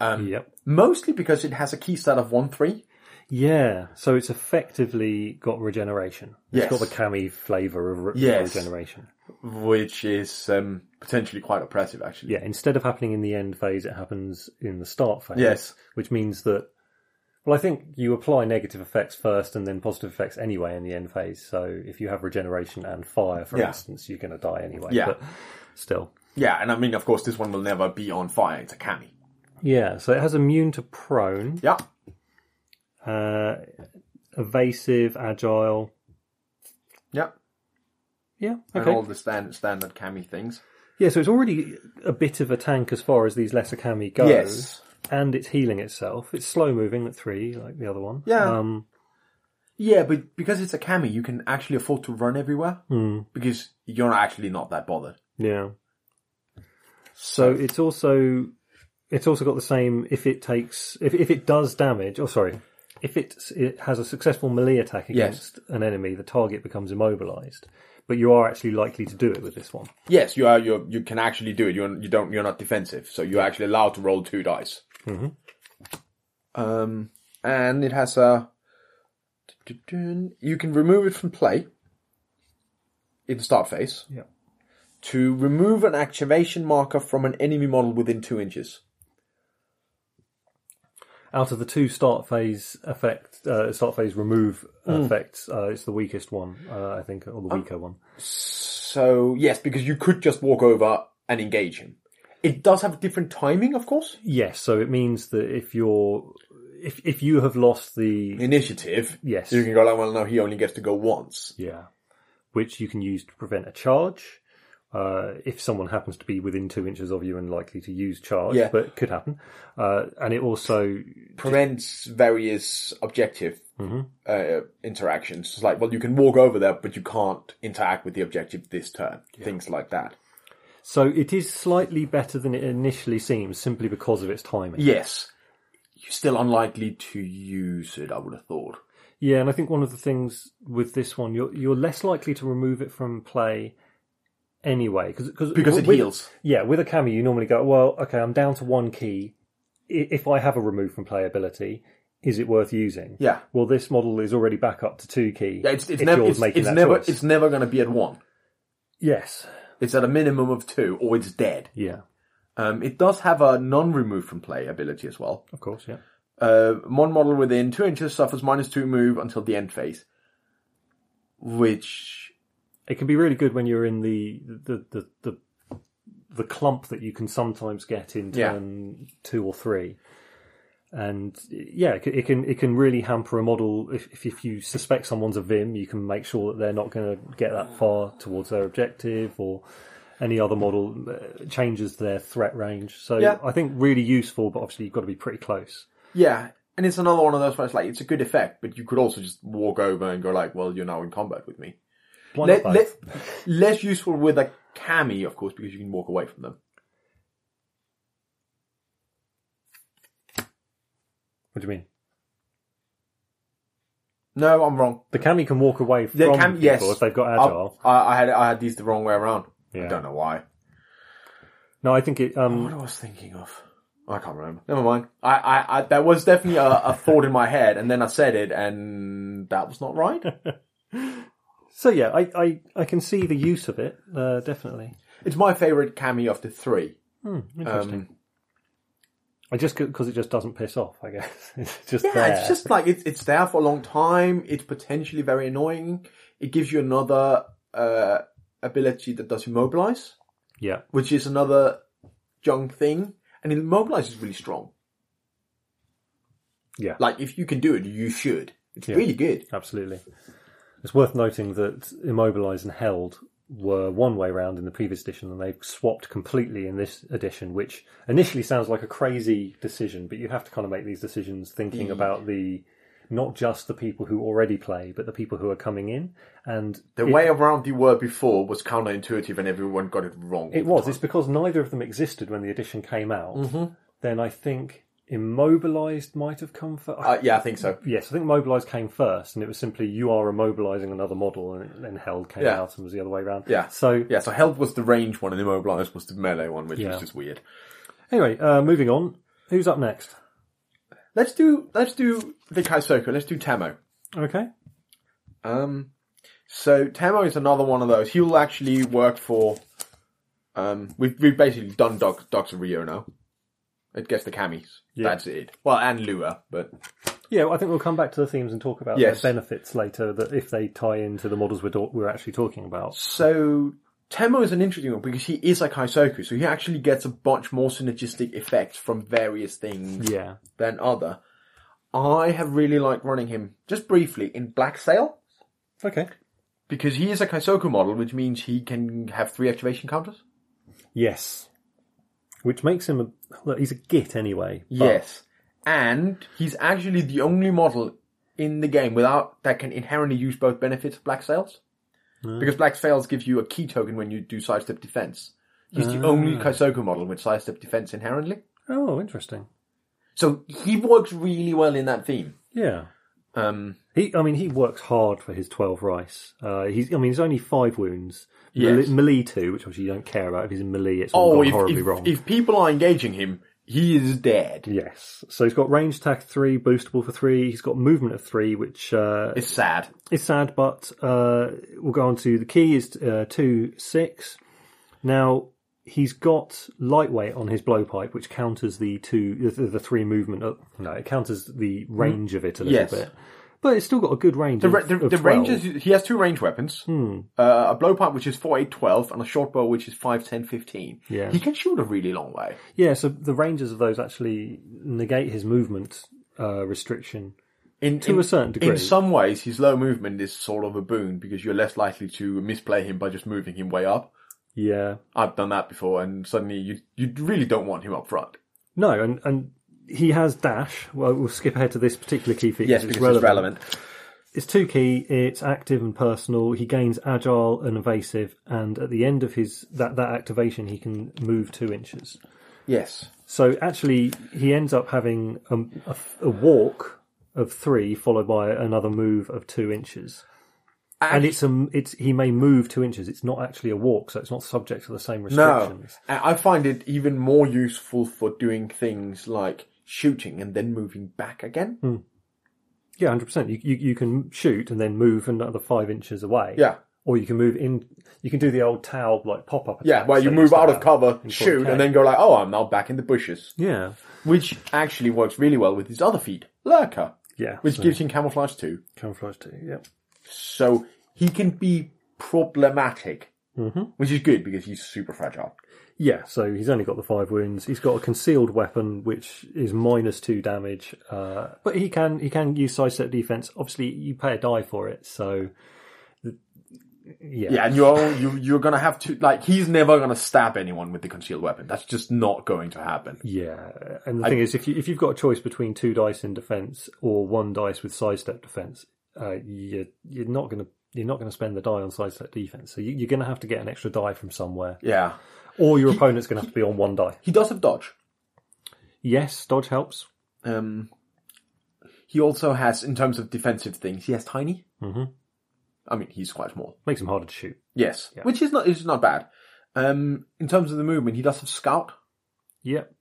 [SPEAKER 2] Um,
[SPEAKER 1] yep.
[SPEAKER 2] mostly because it has a key stat of one three.
[SPEAKER 1] Yeah. So it's effectively got regeneration. It's
[SPEAKER 2] Yes.
[SPEAKER 1] got the Kami flavour of re-
[SPEAKER 2] Yes.
[SPEAKER 1] regeneration.
[SPEAKER 2] which is um, potentially quite oppressive, actually.
[SPEAKER 1] Yeah. Instead of happening in the end phase, it happens in the start phase.
[SPEAKER 2] Yes.
[SPEAKER 1] Which means that. Well, I think you apply negative effects first and then positive effects anyway in the end phase. So if you have regeneration and fire, for
[SPEAKER 2] Yeah.
[SPEAKER 1] instance, you're going to die anyway.
[SPEAKER 2] Yeah.
[SPEAKER 1] But still.
[SPEAKER 2] Yeah, and I mean, of course, this one will never be on fire. It's a cami.
[SPEAKER 1] Yeah, so it has immune to prone,
[SPEAKER 2] Yeah.
[SPEAKER 1] uh, evasive, agile.
[SPEAKER 2] Yeah.
[SPEAKER 1] Yeah,
[SPEAKER 2] And all
[SPEAKER 1] okay.
[SPEAKER 2] the stand, standard cami things.
[SPEAKER 1] Yeah, so it's already a bit of a tank as far as these lesser kami go. And it's healing itself. It's slow moving at three, like the other one.
[SPEAKER 2] Yeah.
[SPEAKER 1] Um,
[SPEAKER 2] Yeah, but because it's a cami, you can actually afford to run everywhere
[SPEAKER 1] hmm,
[SPEAKER 2] because you're actually not that bothered.
[SPEAKER 1] yeah. So it's also it's also got the same if it takes if if it does damage. Oh, sorry. If it it has a successful melee attack
[SPEAKER 2] Yes.
[SPEAKER 1] against an enemy, the target becomes immobilized. But you are actually likely to do it with this one.
[SPEAKER 2] Yes, you are. You you can actually do it. You you don't. You're not defensive, so you're actually allowed to roll two dice.
[SPEAKER 1] Mhm.
[SPEAKER 2] Um, and it has a. You can remove it from play. In the start phase,
[SPEAKER 1] Yeah.
[SPEAKER 2] to remove an activation marker from an enemy model within two inches.
[SPEAKER 1] Out of the two start phase effect, uh, start phase remove
[SPEAKER 2] Hmm.
[SPEAKER 1] effects, uh, it's the weakest one, uh, I think, or the weaker one.
[SPEAKER 2] So yes, because you could just walk over and engage him. It does have different timing, of course.
[SPEAKER 1] Yes, so it means that if you're if if you have lost the
[SPEAKER 2] Initiative.
[SPEAKER 1] Yes.
[SPEAKER 2] You can go like, well, no, he only gets to go once.
[SPEAKER 1] Yeah. Which you can use to prevent a charge. Uh, if someone happens to be within two inches of you and likely to use charge,
[SPEAKER 2] Yeah.
[SPEAKER 1] but could happen. Uh, and it also,
[SPEAKER 2] prevents various objective uh, interactions. It's like, well, you can walk over there, but you can't interact with the objective this turn. Things like that.
[SPEAKER 1] so it is slightly better than it initially seems simply because of its timing.
[SPEAKER 2] Yes. You're still unlikely to use it, I would have thought.
[SPEAKER 1] Yeah, and I think one of the things with this one, you're you're less likely to remove it from play anyway cause, cause,
[SPEAKER 2] Because it
[SPEAKER 1] with-
[SPEAKER 2] heals.
[SPEAKER 1] Yeah, with a cameo, you normally go, well, okay, I'm down to one key. I- If I have a remove from play ability, is it worth using?
[SPEAKER 2] Yeah.
[SPEAKER 1] Well, this model is already back up to two key.
[SPEAKER 2] Yeah, it's, it's, never,
[SPEAKER 1] yours
[SPEAKER 2] it's,
[SPEAKER 1] making
[SPEAKER 2] it's
[SPEAKER 1] that
[SPEAKER 2] never,
[SPEAKER 1] choice.
[SPEAKER 2] it's never going to be at one.
[SPEAKER 1] Yes.
[SPEAKER 2] It's at a minimum of two, or it's dead.
[SPEAKER 1] Yeah.
[SPEAKER 2] Um, it does have a non-remove from play ability as well.
[SPEAKER 1] Of course. Yeah.
[SPEAKER 2] Uh, one model within two inches suffers minus two move until the end phase. Which
[SPEAKER 1] It can be really good when you're in the the the the, the clump that you can sometimes get in
[SPEAKER 2] Yeah.
[SPEAKER 1] turn two or three. And yeah, it c- it can it can really hamper a model if if- if you suspect someone's a vim, you can make sure that they're not going to get that far towards their objective or any other model uh, changes their threat range. So
[SPEAKER 2] Yeah.
[SPEAKER 1] I think really useful, but obviously you've got to be pretty close.
[SPEAKER 2] Yeah, and it's another one of those where it's like it's a good effect, but you could also just walk over and go like, "Well, you're now in combat with me."
[SPEAKER 1] Why
[SPEAKER 2] Le-
[SPEAKER 1] not both?
[SPEAKER 2] le- less useful with a cami, of course, because you can walk away from them.
[SPEAKER 1] what do you mean?
[SPEAKER 2] No, I'm wrong.
[SPEAKER 1] The cami can walk away from
[SPEAKER 2] The cam-
[SPEAKER 1] people
[SPEAKER 2] yes.
[SPEAKER 1] if they've got
[SPEAKER 2] I,
[SPEAKER 1] agile.
[SPEAKER 2] I, I had I had these the wrong way around.
[SPEAKER 1] Yeah.
[SPEAKER 2] I don't know why.
[SPEAKER 1] No, I think it. Um,
[SPEAKER 2] Oh, What I was thinking of. I can't remember. Never mind. I, I, I that was definitely a, a thought in my head, and then I said it, and that was not right.
[SPEAKER 1] So yeah, I, I, I can see the use of it uh, definitely.
[SPEAKER 2] It's my favorite cami of the three. Um,
[SPEAKER 1] Interesting. I just because it just doesn't piss off. I guess it's just
[SPEAKER 2] Yeah,
[SPEAKER 1] there.
[SPEAKER 2] it's just like it's it's there for a long time. It's potentially very annoying. It gives you another uh, ability that does immobilize,
[SPEAKER 1] yeah,
[SPEAKER 2] which is another junk thing. And immobilize is really strong.
[SPEAKER 1] Yeah.
[SPEAKER 2] like if you can do it, you should. It's
[SPEAKER 1] Yeah.
[SPEAKER 2] really good.
[SPEAKER 1] absolutely. It's worth noting that immobilise and held were one way round in the previous edition, and they've swapped completely in this edition, which initially sounds like a crazy decision, but you have to kind of make these decisions thinking
[SPEAKER 2] Mm.
[SPEAKER 1] about the not just the people who already play, but the people who are coming in. And
[SPEAKER 2] The
[SPEAKER 1] it-
[SPEAKER 2] way around the word before was counterintuitive, and everyone got it wrong.
[SPEAKER 1] It was. It's because neither of them existed when the edition came out.
[SPEAKER 2] Mm-hmm.
[SPEAKER 1] Then I think immobilized might have come first.
[SPEAKER 2] Uh, yeah, I think so.
[SPEAKER 1] yes, I think mobilized came first, and it was simply you are immobilizing another model, and then held came
[SPEAKER 2] Yeah.
[SPEAKER 1] out and was the other way around.
[SPEAKER 2] Yeah.
[SPEAKER 1] So
[SPEAKER 2] Yeah, so help was the range one, and immobilize was the melee one, which
[SPEAKER 1] Yeah.
[SPEAKER 2] was just weird.
[SPEAKER 1] anyway, uh, moving on. Who's up next?
[SPEAKER 2] Let's do let's do the Kaisoko. Let's do Tamo.
[SPEAKER 1] Okay.
[SPEAKER 2] Um, so Tamo is another one of those. He will actually work for. Um, we've we've basically done Doc Doctor Rio now. It gets the camis.
[SPEAKER 1] Yeah.
[SPEAKER 2] That's it. Well, and Lua, but
[SPEAKER 1] Yeah, well, I think we'll come back to the themes and talk about
[SPEAKER 2] Yes.
[SPEAKER 1] their benefits later. That if they tie into the models we're do- we're actually talking about.
[SPEAKER 2] so Temo is an interesting one because he is like Hisoku, so he actually gets a bunch more synergistic effects from various things
[SPEAKER 1] Yeah.
[SPEAKER 2] than other. I have really liked running him just briefly in Black Sail
[SPEAKER 1] Okay.
[SPEAKER 2] because he is a Kaisoku model, which means he can have three activation counters.
[SPEAKER 1] Yes. Which makes him a. Look, he's a git anyway. but-
[SPEAKER 2] Yes, and he's actually the only model in the game without that can inherently use both benefits of Black Sails, because Black Sails gives you a key token when you do sidestep defense. He's the only Kaisoku model with sidestep defense inherently,
[SPEAKER 1] Oh, interesting.
[SPEAKER 2] so he works really well in that theme.
[SPEAKER 1] Yeah.
[SPEAKER 2] Um,
[SPEAKER 1] He, I mean, he works hard for his twelve rice. Uh, he's, I mean, he's only five wounds.
[SPEAKER 2] Yes.
[SPEAKER 1] Melee, melee two, which obviously you don't care about. If he's in melee, it's all
[SPEAKER 2] oh,
[SPEAKER 1] gone
[SPEAKER 2] if,
[SPEAKER 1] horribly
[SPEAKER 2] if,
[SPEAKER 1] wrong.
[SPEAKER 2] if people are engaging him, he is dead.
[SPEAKER 1] yes. So he's got range attack three, boostable for three. He's got movement of three, which uh,
[SPEAKER 2] It's sad.
[SPEAKER 1] is sad, but uh, we'll go on to the key is uh, two six. Now he's got lightweight on his blowpipe, which counters the two the, the three movement. Uh, no, it counters the range of it a little
[SPEAKER 2] Hmm. Yes.
[SPEAKER 1] bit, but it's still got a good range.
[SPEAKER 2] The,
[SPEAKER 1] of,
[SPEAKER 2] ra- the,
[SPEAKER 1] of Hmm.
[SPEAKER 2] the
[SPEAKER 1] 12.
[SPEAKER 2] ranges, he has two range weapons. Uh, a blowpipe which is 4, 8, 12, and a short bow which is 5, 10, 15.
[SPEAKER 1] Yeah.
[SPEAKER 2] He can shoot a really long way.
[SPEAKER 1] Yeah, so the ranges of those actually negate his movement uh, restriction.
[SPEAKER 2] In,
[SPEAKER 1] To
[SPEAKER 2] in-
[SPEAKER 1] a certain degree.
[SPEAKER 2] In some ways, his low movement is sort of a boon because you're less likely to misplay him by just moving him way up.
[SPEAKER 1] Yeah.
[SPEAKER 2] I've done that before and suddenly you, you really don't want him up front.
[SPEAKER 1] No, and, and he has dash. Well, we'll skip ahead to this particular key feature
[SPEAKER 2] Yes,
[SPEAKER 1] because
[SPEAKER 2] because
[SPEAKER 1] it's relevant.
[SPEAKER 2] it's relevant.
[SPEAKER 1] It's two key. It's active and personal. He gains agile and evasive, and at the end of his that that activation, he can move two inches.
[SPEAKER 2] Yes.
[SPEAKER 1] So actually, he ends up having a, a, a walk of three, followed by another move of two inches. And it's um, it's he may move two inches. It's not actually a walk, so it's not subject to the same
[SPEAKER 2] No,
[SPEAKER 1] restrictions.
[SPEAKER 2] I I find it even more useful for doing things like shooting and then moving back again.
[SPEAKER 1] Yeah, hundred percent. You, you you can shoot and then move another five inches away.
[SPEAKER 2] Yeah,
[SPEAKER 1] Or you can move in. You can do the old towel like pop up.
[SPEAKER 2] yeah. Well, you move out of cover, shoot,
[SPEAKER 1] 40K.
[SPEAKER 2] and then go like, "Oh, I'm now back in the bushes,"
[SPEAKER 1] Yeah,
[SPEAKER 2] which actually works really well with his other feat, lurker,
[SPEAKER 1] yeah.
[SPEAKER 2] which
[SPEAKER 1] so
[SPEAKER 2] gives him camouflage too.
[SPEAKER 1] camouflage too. Yeah.
[SPEAKER 2] So he can be problematic, which is good because he's super fragile.
[SPEAKER 1] Yeah, so he's only got the five wounds. He's got a concealed weapon, which is minus two damage. Uh, but he can he can use sidestep defense. Obviously, you pay a die for it, so
[SPEAKER 2] Yeah, and you're you, you're gonna have to like he's never gonna stab anyone with the concealed weapon. That's just not going to happen.
[SPEAKER 1] yeah. And the thing is, if you if you've got a choice between two dice in defense or one dice with sidestep defense, uh, you you're not gonna you're not gonna spend the die on sidestep defense. So you, you're gonna have to get an extra die from somewhere,
[SPEAKER 2] Yeah,
[SPEAKER 1] or your opponent's gonna have to be on one die.
[SPEAKER 2] he does have dodge.
[SPEAKER 1] Yes, dodge helps.
[SPEAKER 2] Um, he also has, in terms of defensive things, he has tiny.
[SPEAKER 1] Mhm.
[SPEAKER 2] I mean, he's quite small.
[SPEAKER 1] Makes him harder to shoot.
[SPEAKER 2] Yes,
[SPEAKER 1] Yeah.
[SPEAKER 2] which is not is not bad. Um, in terms of the movement, he does have scout
[SPEAKER 1] Yep.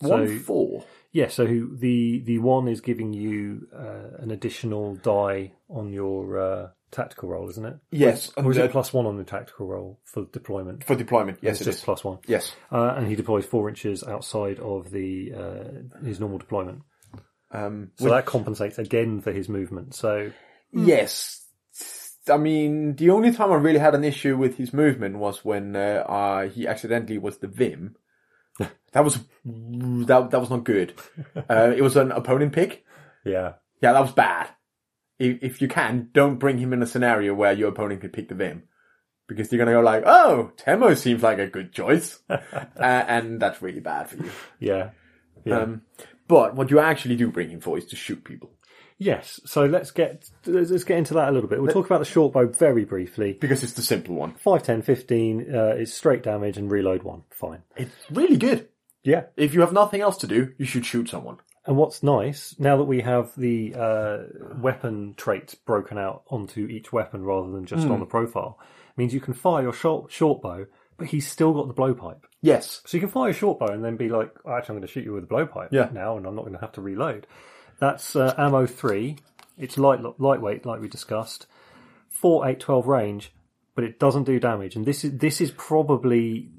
[SPEAKER 2] one four.
[SPEAKER 1] Yeah, so who- the the one is giving you uh, an additional die on your uh, tactical roll, isn't it?
[SPEAKER 2] Yes,
[SPEAKER 1] Or is
[SPEAKER 2] and,
[SPEAKER 1] it
[SPEAKER 2] uh,
[SPEAKER 1] plus one on the tactical roll for deployment?
[SPEAKER 2] for deployment. Yes,
[SPEAKER 1] it's
[SPEAKER 2] it
[SPEAKER 1] just
[SPEAKER 2] is.
[SPEAKER 1] plus one,
[SPEAKER 2] Yes,
[SPEAKER 1] uh, and he deploys four inches outside of the uh, his normal deployment,
[SPEAKER 2] um,
[SPEAKER 1] so that compensates again for his movement. So
[SPEAKER 2] yes. I mean, the only time I really had an issue with his movement was when uh, uh, he accidentally was the Vim. that was that that was not good. Uh, it was an opponent pick.
[SPEAKER 1] yeah,
[SPEAKER 2] Yeah, that was bad. If, if you can, don't bring him in a scenario where your opponent could pick the Vim. Because you're gonna go like, oh, Temo seems like a good choice. uh, and that's really bad for you.
[SPEAKER 1] yeah, yeah.
[SPEAKER 2] Um, but what you actually do bring him for is to shoot people.
[SPEAKER 1] yes. So let's get let's let's get into that a little bit. We'll talk about the short bow very briefly.
[SPEAKER 2] Because it's the simple one.
[SPEAKER 1] 5, 10, 15 uh, is straight damage and reload one. Fine.
[SPEAKER 2] It's really good.
[SPEAKER 1] Yeah.
[SPEAKER 2] If you have nothing else to do, you should shoot someone.
[SPEAKER 1] And what's nice now that we have the uh, weapon traits broken out onto each weapon rather than just on the profile, means you can fire your short, short bow, but he's still got the blowpipe.
[SPEAKER 2] Yes.
[SPEAKER 1] So you can fire your short bow and then be like, "Oh, actually, I'm going to shoot you with a blowpipe
[SPEAKER 2] Yeah.
[SPEAKER 1] now, and I'm not going to have to reload. That's uh, ammo three. It's light, lightweight, like we discussed. Four, eight, twelve range, but it doesn't do damage. And this is this is probably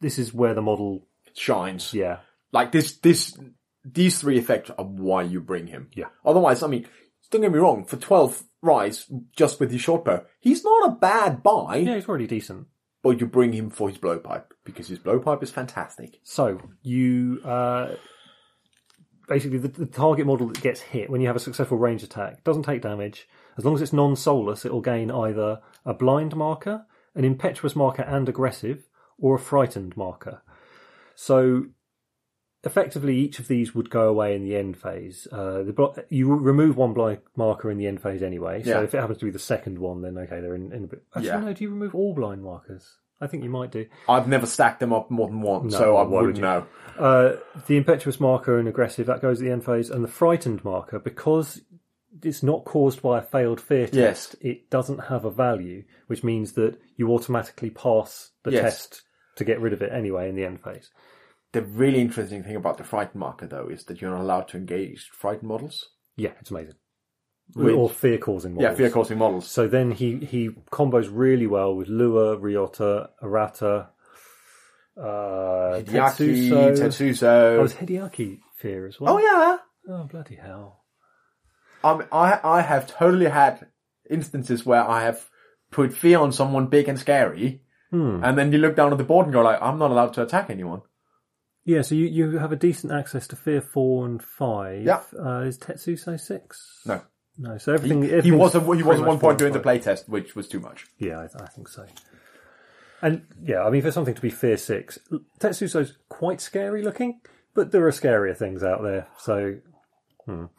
[SPEAKER 1] this is where the model,
[SPEAKER 2] Shines.
[SPEAKER 1] yeah,
[SPEAKER 2] Like this, this, these three effects are why you bring him.
[SPEAKER 1] Yeah.
[SPEAKER 2] Otherwise, I mean, don't get me wrong, for 12 rise, just with his short bow, he's not a bad buy.
[SPEAKER 1] yeah, he's already decent.
[SPEAKER 2] or you bring him for his blowpipe because his blowpipe is fantastic.
[SPEAKER 1] So you uh, basically the, the target model that gets hit when you have a successful range attack doesn't take damage. As long as it's non-soulless, it'll gain either a blind marker, an impetuous marker and aggressive, or a frightened marker. So effectively, each of these would go away in the end phase. Uh, the blo- you remove one blind marker in the end phase anyway. So
[SPEAKER 2] Yeah.
[SPEAKER 1] if it happens to be the second one, then okay, they're in, in a bit. Actually,
[SPEAKER 2] Yeah.
[SPEAKER 1] no, do you remove all blind markers? I think you might do.
[SPEAKER 2] I've never stacked them up more than once,
[SPEAKER 1] No,
[SPEAKER 2] so I
[SPEAKER 1] why would
[SPEAKER 2] wouldn't
[SPEAKER 1] you?
[SPEAKER 2] know.
[SPEAKER 1] Uh, the impetuous marker and aggressive that goes at the end phase, and the frightened marker because it's not caused by a failed fear test.
[SPEAKER 2] Yes.
[SPEAKER 1] It doesn't have a value, which means that you automatically pass the
[SPEAKER 2] Yes.
[SPEAKER 1] test to get rid of it anyway in the end phase.
[SPEAKER 2] The really interesting thing about the frightened marker, though, is that you're not allowed to engage frightened models.
[SPEAKER 1] Yeah, it's amazing.
[SPEAKER 2] Which-
[SPEAKER 1] or fear causing models.
[SPEAKER 2] Yeah, fear causing models.
[SPEAKER 1] So then he he combos really well with Lua, Ryota, Arata, uh,
[SPEAKER 2] Yaki,
[SPEAKER 1] Tetsuso.
[SPEAKER 2] Tetsuzo.
[SPEAKER 1] Oh, was Hideaki fear as well.
[SPEAKER 2] Oh yeah.
[SPEAKER 1] Oh bloody hell!
[SPEAKER 2] I mean, I I have totally had instances where I have put fear on someone big and scary,
[SPEAKER 1] Hmm.
[SPEAKER 2] and then you look down at the board and go like, I'm not allowed to attack anyone.
[SPEAKER 1] Yeah, so you, you have a decent access to Fear Four and Five.
[SPEAKER 2] Yeah.
[SPEAKER 1] Uh, is Tetsuso six?
[SPEAKER 2] No.
[SPEAKER 1] No. So
[SPEAKER 2] He,
[SPEAKER 1] everything
[SPEAKER 2] he was a, he
[SPEAKER 1] pretty
[SPEAKER 2] was at
[SPEAKER 1] much four
[SPEAKER 2] one point
[SPEAKER 1] and
[SPEAKER 2] doing the
[SPEAKER 1] five.
[SPEAKER 2] playtest, which was too much.
[SPEAKER 1] Yeah, I, I think so. And yeah, I mean, for something to be Fear Six, Tetsuso's quite scary looking, but there are scarier things out there. So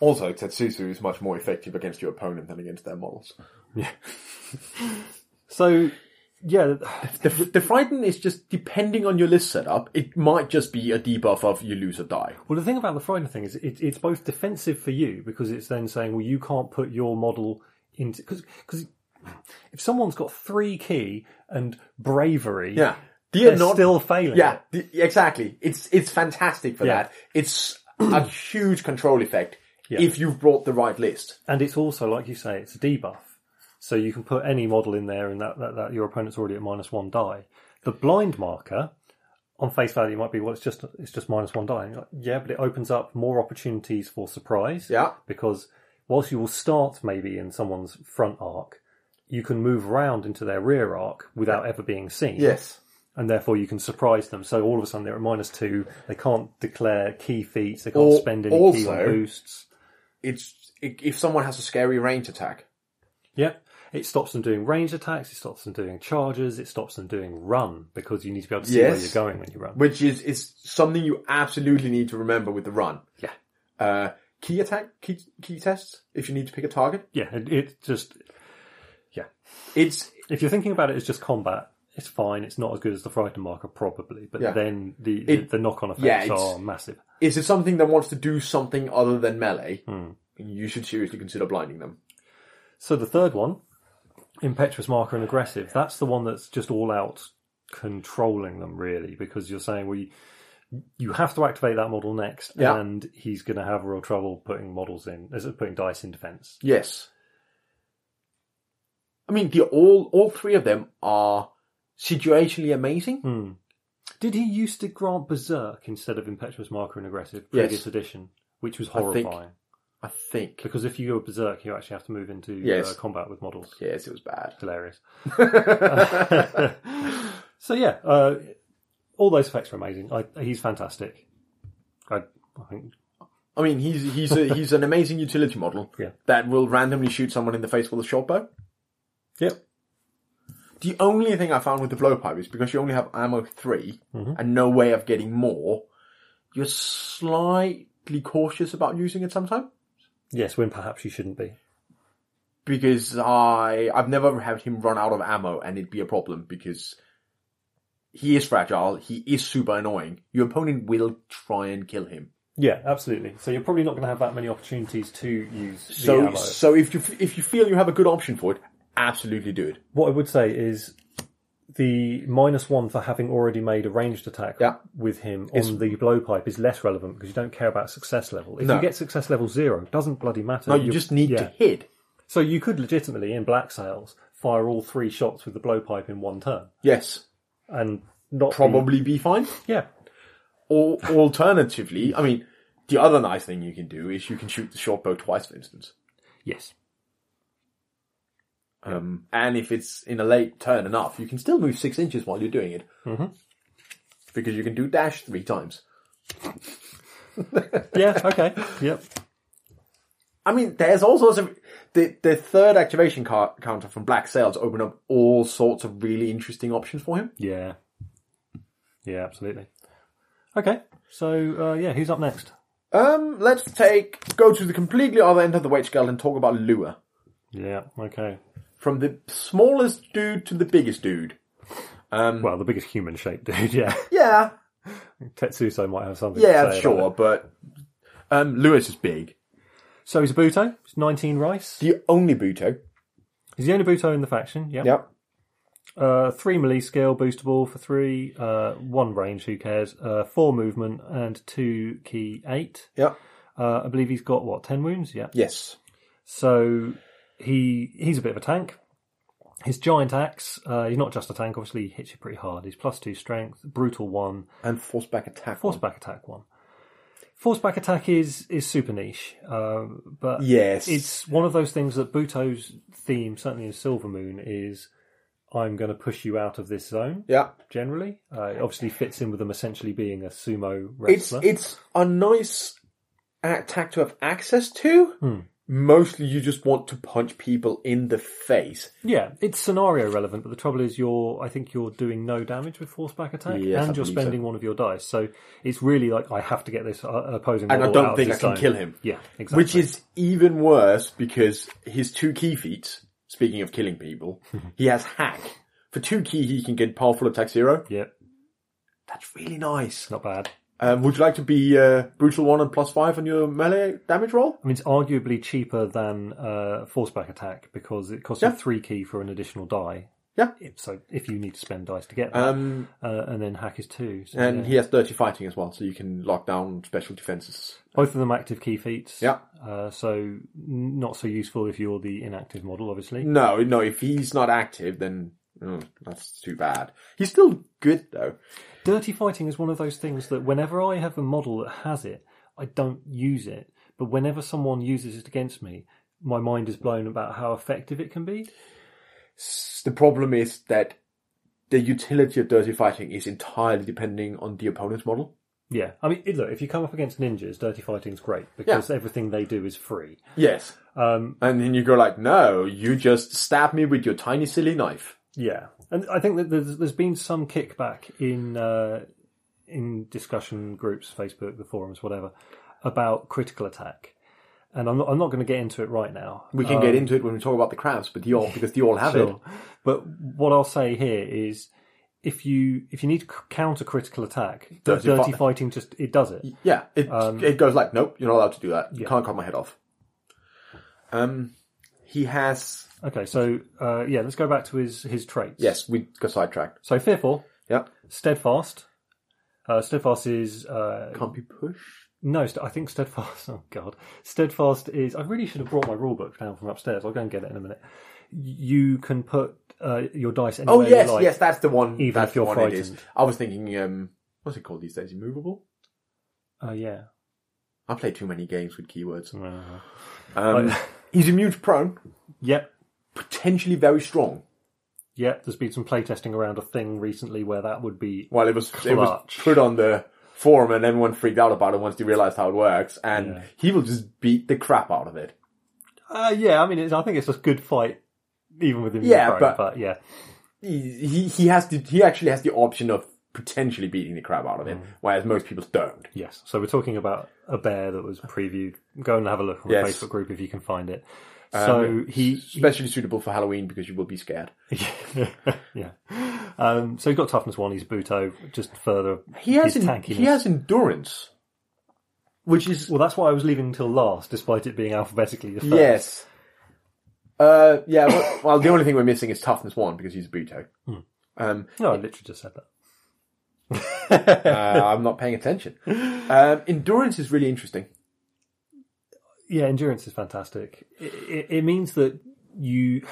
[SPEAKER 2] Also, Tetsuzu is much more effective against your opponent than against their models.
[SPEAKER 1] so yeah,
[SPEAKER 2] The, the frighten is just depending on your list setup. It might just be a debuff of you lose or die.
[SPEAKER 1] Well, the thing about the Friday thing is it, it's both defensive for you because it's then saying, well, you can't put your model into because if someone's got three key and bravery,
[SPEAKER 2] Yeah,
[SPEAKER 1] they're
[SPEAKER 2] Dear not
[SPEAKER 1] still failing.
[SPEAKER 2] Yeah,
[SPEAKER 1] it.
[SPEAKER 2] th- exactly. It's it's fantastic for
[SPEAKER 1] Yeah.
[SPEAKER 2] that. It's a huge control effect
[SPEAKER 1] Yeah.
[SPEAKER 2] if you've brought the right list.
[SPEAKER 1] and it's also like you say, it's a debuff, so you can put any model in there, and that, that, that your opponent's already at minus one die. The blind marker. On face value, might be well. It's just it's just minus one die. And you're like, yeah, but it opens up more opportunities for surprise.
[SPEAKER 2] Yeah.
[SPEAKER 1] because whilst you will start maybe in someone's front arc, you can move around into their rear arc without ever being seen.
[SPEAKER 2] Yes.
[SPEAKER 1] And therefore you can surprise them. So all of a sudden they're at minus two, they can't declare key feats, they can't
[SPEAKER 2] Or-
[SPEAKER 1] spend any key
[SPEAKER 2] also-
[SPEAKER 1] on boosts.
[SPEAKER 2] It's i if someone has a scary range attack.
[SPEAKER 1] Yep. It stops them doing range attacks, it stops them doing charges, it stops them doing run because you need to be able to see where
[SPEAKER 2] Yes.
[SPEAKER 1] you're going when you run.
[SPEAKER 2] which is is something you absolutely need to remember with the run.
[SPEAKER 1] Yeah.
[SPEAKER 2] Uh, key attack, key key tests. If you need to pick a target,
[SPEAKER 1] Yeah, it, it just
[SPEAKER 2] it's
[SPEAKER 1] if you're thinking about it as just combat, it's fine, it's not as good as the frightened marker probably, but
[SPEAKER 2] Yeah.
[SPEAKER 1] then the,
[SPEAKER 2] It-
[SPEAKER 1] the knock on effects
[SPEAKER 2] yeah, it's-
[SPEAKER 1] are massive.
[SPEAKER 2] is it something that wants to do something other than melee?
[SPEAKER 1] Hmm.
[SPEAKER 2] You should seriously consider blinding them.
[SPEAKER 1] So the third one, impetuous marker and aggressive, that's the one that's just all out controlling them really, because you're saying well, you, you have to activate that model next,
[SPEAKER 2] Yeah.
[SPEAKER 1] and he's going to have real trouble putting models in, as putting dice in defense.
[SPEAKER 2] Yes. I mean, the all all three of them are situationally amazing.
[SPEAKER 1] Hmm. Did he used to grant berserk instead of impetuous marker and aggressive previous
[SPEAKER 2] Yes.
[SPEAKER 1] edition, which was
[SPEAKER 2] I think-
[SPEAKER 1] horrifying?
[SPEAKER 2] I think.
[SPEAKER 1] Because if you go berserk, you actually have to move into
[SPEAKER 2] Yes.
[SPEAKER 1] uh, combat with models.
[SPEAKER 2] Yes, it was bad.
[SPEAKER 1] Hilarious. So yeah, uh, all those effects are amazing. I, he's fantastic. I, I think
[SPEAKER 2] I mean, he's he's a, he's an amazing utility model
[SPEAKER 1] Yeah.
[SPEAKER 2] that will randomly shoot someone in the face with a short bow.
[SPEAKER 1] Yep.
[SPEAKER 2] The only thing I found with the blowpipe is because you only have ammo 3
[SPEAKER 1] Mhm.
[SPEAKER 2] and no way of getting more, you're slightly cautious about using it sometimes.
[SPEAKER 1] Yes, when perhaps you shouldn't be.
[SPEAKER 2] Because I I've never had him run out of ammo and it'd be a problem because he is fragile, he is super annoying. Your opponent will try and kill him.
[SPEAKER 1] Yeah, absolutely. So you're probably not going to have that many opportunities to use the
[SPEAKER 2] So
[SPEAKER 1] ammo.
[SPEAKER 2] so if you if you feel you have a good option for it, absolutely do it.
[SPEAKER 1] What I would say is the minus one for having already made a ranged attack
[SPEAKER 2] Yeah.
[SPEAKER 1] with him on the blowpipe is less relevant because you don't care about success level. If
[SPEAKER 2] No.
[SPEAKER 1] you get success level zero, it doesn't bloody matter.
[SPEAKER 2] No, you just need
[SPEAKER 1] yeah.
[SPEAKER 2] to hit.
[SPEAKER 1] So you could legitimately in black sails fire all three shots with the blowpipe in one turn
[SPEAKER 2] Yes.
[SPEAKER 1] and not be-
[SPEAKER 2] Probably be fine.
[SPEAKER 1] yeah.
[SPEAKER 2] Or alternatively, I mean, the other nice thing you can do is you can shoot the short bow twice, for instance.
[SPEAKER 1] Yes.
[SPEAKER 2] Um, and if it's in a late turn enough, you can still move six inches while you're doing it. Because you can do dash three times.
[SPEAKER 1] Yeah. Okay. yep.
[SPEAKER 2] I mean, there's all sorts of the the third activation car- counter from Black Sails open up all sorts of really interesting options for him.
[SPEAKER 1] Yeah. Yeah. Absolutely. Okay. So uh, yeah, who's up next?
[SPEAKER 2] Um, let's take go to the completely other end of the weight scale and talk about Lua.
[SPEAKER 1] Yeah. Okay.
[SPEAKER 2] From the smallest dude to the biggest dude. Um,
[SPEAKER 1] Well, the biggest human-shaped dude. Yeah.
[SPEAKER 2] Yeah,
[SPEAKER 1] Tetsuso might have something. to
[SPEAKER 2] yeah,
[SPEAKER 1] say about
[SPEAKER 2] sure,
[SPEAKER 1] it.
[SPEAKER 2] but um, Lewis is big.
[SPEAKER 1] So he's a Buto. He's 19 rice.
[SPEAKER 2] The only Buto.
[SPEAKER 1] He's the only Buto in the faction. Yeah.
[SPEAKER 2] Yep.
[SPEAKER 1] Uh, three melee skill, booster ball for three, uh, one range, who cares, uh, four movement, and two key eight.
[SPEAKER 2] Yep.
[SPEAKER 1] Uh, I believe he's got, what, 10 wounds? Yeah.
[SPEAKER 2] Yes.
[SPEAKER 1] So he he's a bit of a tank. His giant axe, uh, he's not just a tank, obviously, he hits you pretty hard. He's plus two strength, brutal one,
[SPEAKER 2] And force back attack.
[SPEAKER 1] force back attack one. Force back attack is, is super niche, um, but
[SPEAKER 2] Yes.
[SPEAKER 1] it's one of those things that Buto's theme, certainly in Silver Moon, is I'm going to push you out of this zone
[SPEAKER 2] yeah.
[SPEAKER 1] generally. Uh, it obviously fits in with them essentially being a sumo
[SPEAKER 2] It's
[SPEAKER 1] wrestler.
[SPEAKER 2] it's a nice attack to have access to.
[SPEAKER 1] Hmm.
[SPEAKER 2] Mostly, you just want to punch people in the face.
[SPEAKER 1] yeah, it's scenario relevant, but the trouble is you're I think you're doing no damage with force back attack,
[SPEAKER 2] Yes, I
[SPEAKER 1] and you're
[SPEAKER 2] believe so.
[SPEAKER 1] spending one of your dice. So it's really like I have to get this uh, opposing.
[SPEAKER 2] And I
[SPEAKER 1] model
[SPEAKER 2] don't
[SPEAKER 1] out of
[SPEAKER 2] think
[SPEAKER 1] this
[SPEAKER 2] I can
[SPEAKER 1] zone.
[SPEAKER 2] kill him.
[SPEAKER 1] Yeah, exactly.
[SPEAKER 2] Which is even worse because his two key feats, speaking of killing people, he has hack. For two key, he can get powerful attack zero.
[SPEAKER 1] yep,
[SPEAKER 2] That's really nice.
[SPEAKER 1] not bad.
[SPEAKER 2] Um, would you like to be uh, brutal one and plus five on your melee damage roll?
[SPEAKER 1] I mean, it's arguably cheaper than uh, force back attack because it costs
[SPEAKER 2] Yeah.
[SPEAKER 1] you three key for an additional die.
[SPEAKER 2] Yeah.
[SPEAKER 1] If, so if you need to spend dice to get that,
[SPEAKER 2] Um,
[SPEAKER 1] uh, and then hack is two. So
[SPEAKER 2] and
[SPEAKER 1] yeah.
[SPEAKER 2] he has dirty fighting as well, so you can lock down special defenses.
[SPEAKER 1] Both of them active key feats.
[SPEAKER 2] Yeah.
[SPEAKER 1] Uh, so n- not so useful if you're the inactive model, obviously.
[SPEAKER 2] No, no. If he's not active, then mm, that's too bad. He's still good though.
[SPEAKER 1] Dirty fighting is one of those things that whenever I have a model that has it, I don't use it. But whenever someone uses it against me, my mind is blown about how effective it can be.
[SPEAKER 2] S- The problem is that the utility of dirty fighting is entirely depending on the opponent's model.
[SPEAKER 1] Yeah. I mean, it- look, if you come up against ninjas, dirty fighting's great because everything they do is free.
[SPEAKER 2] Yes.
[SPEAKER 1] Um,
[SPEAKER 2] And then you go like, no, you just stab me with your tiny silly knife.
[SPEAKER 1] yeah. And I think that there's, there's been some kickback in, uh, in discussion groups, Facebook, the forums, whatever, about critical attack. And I'm not, I'm not going to get into it right now.
[SPEAKER 2] We can get into it when we talk about the crabs, but the all because the all have it.
[SPEAKER 1] Um, Sure. But what I'll say here is, if you if you need to c- counter critical attack, dirty,
[SPEAKER 2] Dirty fi-
[SPEAKER 1] fighting just it does it.
[SPEAKER 2] Yeah, it it goes like, nope, you're not allowed to do that. You
[SPEAKER 1] Um, Yeah.
[SPEAKER 2] can't cut my head off. Um, he has
[SPEAKER 1] Okay, so uh, yeah, let's go back to his his traits.
[SPEAKER 2] yes, we got sidetracked.
[SPEAKER 1] So fearful,
[SPEAKER 2] Yep,
[SPEAKER 1] steadfast. Uh, steadfast is uh,
[SPEAKER 2] can't be pushed.
[SPEAKER 1] no, st- I think steadfast. Oh god, steadfast is. I really should have brought my rule book down from upstairs. I'll go and get it in a minute. You can put uh, your dice anywhere
[SPEAKER 2] Oh yes,
[SPEAKER 1] you like.
[SPEAKER 2] yes, that's the one.
[SPEAKER 1] even
[SPEAKER 2] that's
[SPEAKER 1] if you're
[SPEAKER 2] the one it is.
[SPEAKER 1] frightened.
[SPEAKER 2] I was thinking, um, what's it called these days? Immovable.
[SPEAKER 1] Uh, yeah.
[SPEAKER 2] I play too many games with keywords.
[SPEAKER 1] Uh,
[SPEAKER 2] Um, he's immune to prone,
[SPEAKER 1] yep.
[SPEAKER 2] potentially very strong.
[SPEAKER 1] Yep, there's been some playtesting around a thing recently where that would be
[SPEAKER 2] Well, it was it was
[SPEAKER 1] Clutch.
[SPEAKER 2] put on the forum, and everyone freaked out about it once they realized how it works. And he will just beat the crap out of it.
[SPEAKER 1] Uh, yeah, I mean, it's, I think it's a good fight, even with him.
[SPEAKER 2] Yeah,
[SPEAKER 1] Ukraine,
[SPEAKER 2] but-
[SPEAKER 1] yeah,
[SPEAKER 2] he he- he has the, he actually has the option of potentially beating the crap out of it, whereas most people don't.
[SPEAKER 1] yes. So we're talking about a bear that was previewed. Go and have a look on
[SPEAKER 2] Yes. Um,
[SPEAKER 1] the Facebook group if you can find it. So he,
[SPEAKER 2] Especially suitable for Halloween because you will be scared.
[SPEAKER 1] yeah. Um, so he's got toughness one. He's Buto, just further.
[SPEAKER 2] He has
[SPEAKER 1] his
[SPEAKER 2] en-
[SPEAKER 1] tankiness.
[SPEAKER 2] he has endurance, which is
[SPEAKER 1] Well, that's why I was leaving till last, despite it being alphabetically the first.
[SPEAKER 2] yes. Uh, yeah. Well, well, the only thing we're missing is toughness one because he's Buto. Um,
[SPEAKER 1] No, I literally just said that.
[SPEAKER 2] uh, I'm not paying attention. Um, endurance is really interesting.
[SPEAKER 1] Yeah, endurance is fantastic. It, it, it means that you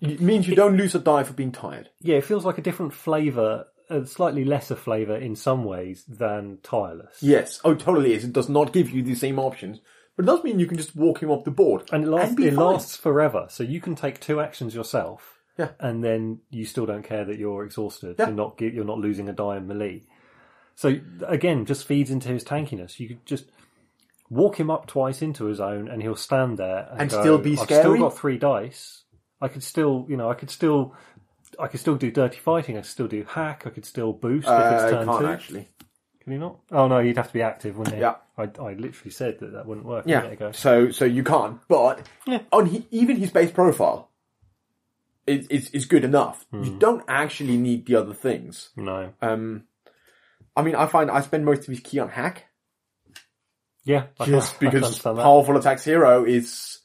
[SPEAKER 2] It means you don't lose a die for being tired.
[SPEAKER 1] yeah, it feels like a different flavour, a slightly lesser flavour in some ways than tireless.
[SPEAKER 2] Yes. Oh, totally is. It does not give you the same options, But it does mean you can just walk him off the board.
[SPEAKER 1] And it lasts,
[SPEAKER 2] be
[SPEAKER 1] it
[SPEAKER 2] fine.
[SPEAKER 1] lasts forever. So you can take two actions yourself.
[SPEAKER 2] Yeah.
[SPEAKER 1] And then you still don't care that you're exhausted.
[SPEAKER 2] Yeah.
[SPEAKER 1] You're not ge- you're not losing a die in melee. So again, just feeds into his tankiness. You could just walk him up twice into his own, and he'll stand there and,
[SPEAKER 2] And
[SPEAKER 1] go,
[SPEAKER 2] still be
[SPEAKER 1] I've still
[SPEAKER 2] scary?"
[SPEAKER 1] got three dice. I could still, you know, I could still, I could still do dirty fighting. I could still do hack. I could still boost if
[SPEAKER 2] Uh,
[SPEAKER 1] it's
[SPEAKER 2] I
[SPEAKER 1] turn
[SPEAKER 2] can't
[SPEAKER 1] two.
[SPEAKER 2] actually.
[SPEAKER 1] Can you not? Oh no, you'd have to be active, wouldn't you?
[SPEAKER 2] Yeah.
[SPEAKER 1] I, I literally said that that wouldn't work. A minute
[SPEAKER 2] Yeah.
[SPEAKER 1] ago.
[SPEAKER 2] So so you can't, but
[SPEAKER 1] Yeah.
[SPEAKER 2] on he, even his base profile is is, is good enough.
[SPEAKER 1] Hmm.
[SPEAKER 2] You don't actually need the other things.
[SPEAKER 1] No.
[SPEAKER 2] Um, I mean, I find I spend most of his key on hack
[SPEAKER 1] Yeah. I
[SPEAKER 2] just
[SPEAKER 1] can- I can
[SPEAKER 2] because
[SPEAKER 1] understand that.
[SPEAKER 2] powerful attacks hero is,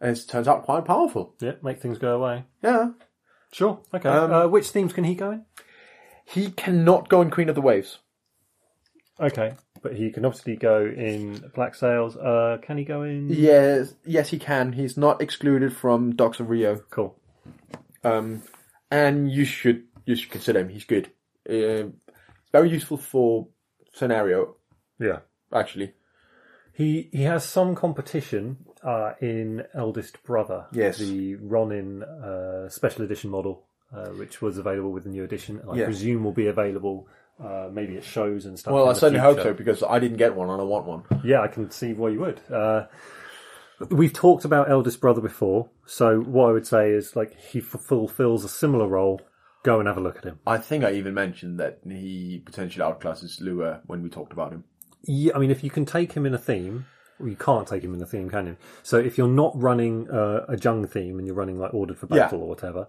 [SPEAKER 2] as turns out, quite powerful.
[SPEAKER 1] Yeah, make things go away.
[SPEAKER 2] Yeah.
[SPEAKER 1] Sure. Okay.
[SPEAKER 2] Um,
[SPEAKER 1] uh, which themes can he go in?
[SPEAKER 2] He cannot go in Queen of the Waves.
[SPEAKER 1] Okay, but he can obviously go in Black Sails. Uh, can he go in?
[SPEAKER 2] Yes, yes, he can. He's not excluded from Docks of Rio.
[SPEAKER 1] Cool.
[SPEAKER 2] Um, and you should you should consider him. He's good. Uh, it's very useful for scenario
[SPEAKER 1] Yeah.
[SPEAKER 2] actually.
[SPEAKER 1] He he has some competition uh, in Eldest Brother.
[SPEAKER 2] Yes.
[SPEAKER 1] The Ronin uh, special edition model, uh, which was available with the new edition, and I
[SPEAKER 2] Yeah.
[SPEAKER 1] presume will be available. Uh, maybe at shows and stuff.
[SPEAKER 2] Well,
[SPEAKER 1] in
[SPEAKER 2] I
[SPEAKER 1] the
[SPEAKER 2] certainly hope so
[SPEAKER 1] future.
[SPEAKER 2] because I didn't get one and I want one.
[SPEAKER 1] Yeah, I can see why you would. Uh, we've talked about eldest brother before, so what I would say is like he f- fulfills a similar role. Go and have a look at him.
[SPEAKER 2] I think I even mentioned that he potentially outclasses Lua when we talked about him.
[SPEAKER 1] Yeah, I mean, if you can take him in a theme, well, you can't take him in a theme, can you? So if you're not running uh, a Jung theme and you're running like Ordered for
[SPEAKER 2] Yeah.
[SPEAKER 1] Battle or whatever,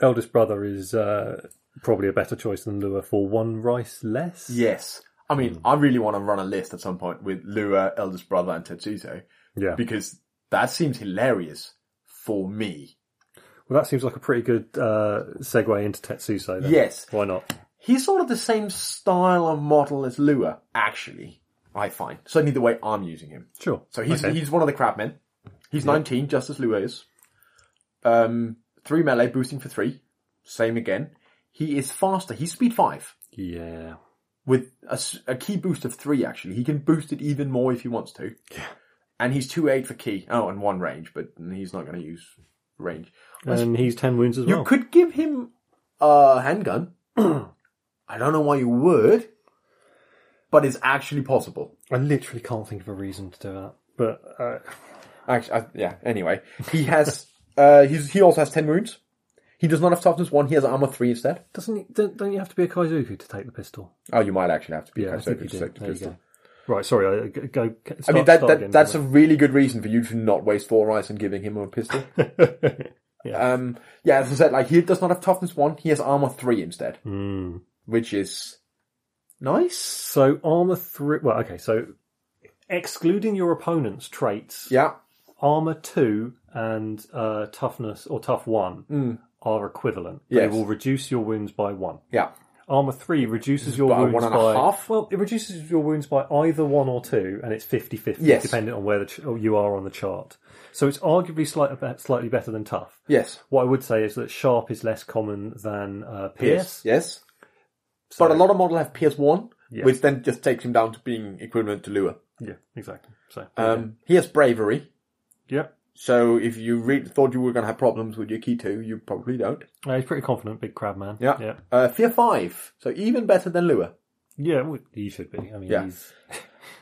[SPEAKER 1] eldest brother is uh, probably a better choice than Lua for one rice less.
[SPEAKER 2] Yes. Hmm. I mean, I really want to run a list at some point with Lua, eldest brother, and Tetsuzo
[SPEAKER 1] yeah.
[SPEAKER 2] because that seems hilarious for me.
[SPEAKER 1] Well, that seems like a pretty good uh, segue into Tetsuso. Then.
[SPEAKER 2] Yes.
[SPEAKER 1] Why not?
[SPEAKER 2] He's sort of the same style and model as Lua, actually. I find certainly the way I'm using him.
[SPEAKER 1] Sure.
[SPEAKER 2] So he's
[SPEAKER 1] Okay.
[SPEAKER 2] he's one of the crabmen. He's 19, just as Lua is. Um, three melee boosting for three. Same again. He is faster. He's speed five
[SPEAKER 1] yeah.
[SPEAKER 2] with a, s- a key boost of three. Actually, he can boost it even more if he wants to. Yeah. And he's two eight for key. Oh, and one range, but he's not going to use range.
[SPEAKER 1] And he's 10 wounds as
[SPEAKER 2] You
[SPEAKER 1] well.
[SPEAKER 2] could give him a handgun. I don't know why you would, but it's actually possible.
[SPEAKER 1] I literally can't think of a reason to do that. But uh,
[SPEAKER 2] Actually, I, uh, yeah. Anyway, he has. uh, he's, he also has ten wounds. He does not have toughness one. He has armor three instead.
[SPEAKER 1] doesn't he, don't, don't you have to be a Kaizuku to take the pistol?
[SPEAKER 2] Oh, you might actually have to be
[SPEAKER 1] Yeah, I
[SPEAKER 2] Kaizoku
[SPEAKER 1] think
[SPEAKER 2] to
[SPEAKER 1] you do.
[SPEAKER 2] take the
[SPEAKER 1] There you
[SPEAKER 2] pistol.
[SPEAKER 1] go. Right, sorry. I, go, go- start,
[SPEAKER 2] I mean, that,
[SPEAKER 1] start
[SPEAKER 2] that
[SPEAKER 1] again,
[SPEAKER 2] that's a really good reason for you to not waste four rice and giving him a pistol. Um, yeah, as I said, like he does not have toughness one. He has armor three instead, which is Hmm. nice.
[SPEAKER 1] Hmm. So armor three. Well, okay. So excluding your opponent's traits,
[SPEAKER 2] Yeah,
[SPEAKER 1] armor two and uh, toughness or tough one are equivalent. They
[SPEAKER 2] Hmm. Yes.
[SPEAKER 1] will reduce your wounds by one.
[SPEAKER 2] yeah.
[SPEAKER 1] Armor three reduces your
[SPEAKER 2] By
[SPEAKER 1] wounds
[SPEAKER 2] one and a
[SPEAKER 1] by
[SPEAKER 2] half?
[SPEAKER 1] Well, it reduces your wounds by either one or two, and it's 50-50,
[SPEAKER 2] Yes.
[SPEAKER 1] depending on where the ch- oh, you are on the chart. So it's arguably slight, slightly better than tough.
[SPEAKER 2] Yes.
[SPEAKER 1] What I would say is that sharp is less common than uh, pierce.
[SPEAKER 2] Yes.
[SPEAKER 1] So-
[SPEAKER 2] But a lot of models have PS one,
[SPEAKER 1] Yeah.
[SPEAKER 2] which then just takes him down to being equivalent to Lua.
[SPEAKER 1] yeah, exactly. So
[SPEAKER 2] Um, he has bravery,
[SPEAKER 1] yeah,
[SPEAKER 2] so if you re- thought you were going to have problems with your key two, you probably don't.
[SPEAKER 1] Uh, he's pretty confident, big crab man.
[SPEAKER 2] Yeah.
[SPEAKER 1] yeah,
[SPEAKER 2] Uh, fear five, so even better than Lua.
[SPEAKER 1] yeah. Well, he should be. I mean,
[SPEAKER 2] Yeah.
[SPEAKER 1] he's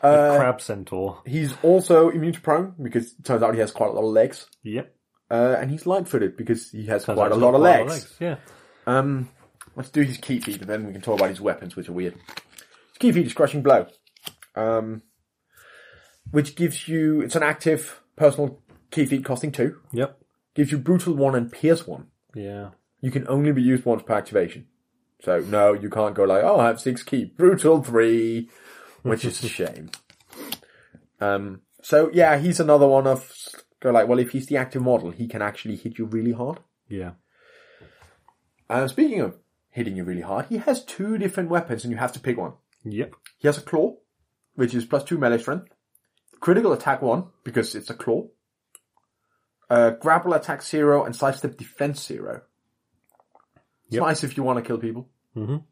[SPEAKER 1] a
[SPEAKER 2] Uh,
[SPEAKER 1] crab centaur.
[SPEAKER 2] He's also immune to prone because it turns out he has quite a lot of legs,
[SPEAKER 1] Yep,
[SPEAKER 2] uh, and he's light-footed because he has
[SPEAKER 1] Turns
[SPEAKER 2] quite
[SPEAKER 1] out
[SPEAKER 2] a
[SPEAKER 1] he's
[SPEAKER 2] lot
[SPEAKER 1] got
[SPEAKER 2] of
[SPEAKER 1] quite a
[SPEAKER 2] legs.
[SPEAKER 1] Yeah,
[SPEAKER 2] Um, let's do his key feat, and then we can talk about his weapons, which are weird. His key feat is crushing blow, um, which gives you it's an active personal key feat costing two.
[SPEAKER 1] yep,
[SPEAKER 2] Gives you brutal one and pierce one.
[SPEAKER 1] yeah.
[SPEAKER 2] You can only be used once per activation. So no, you can't go like, oh, I have six key, brutal three, which is a shame. Um, so yeah, he's another one of go like, well, if he's the active model, he can actually hit you really hard.
[SPEAKER 1] Yeah.
[SPEAKER 2] Uh, speaking of hitting you really hard, he has two different weapons, and you have to pick one.
[SPEAKER 1] Yep.
[SPEAKER 2] He has a claw, which is plus two melee strength. Critical attack one because it's a claw. Uh, grapple attack zero and sidestep defense zero. It's
[SPEAKER 1] Yep.
[SPEAKER 2] nice if you want to kill people.
[SPEAKER 1] Mhm.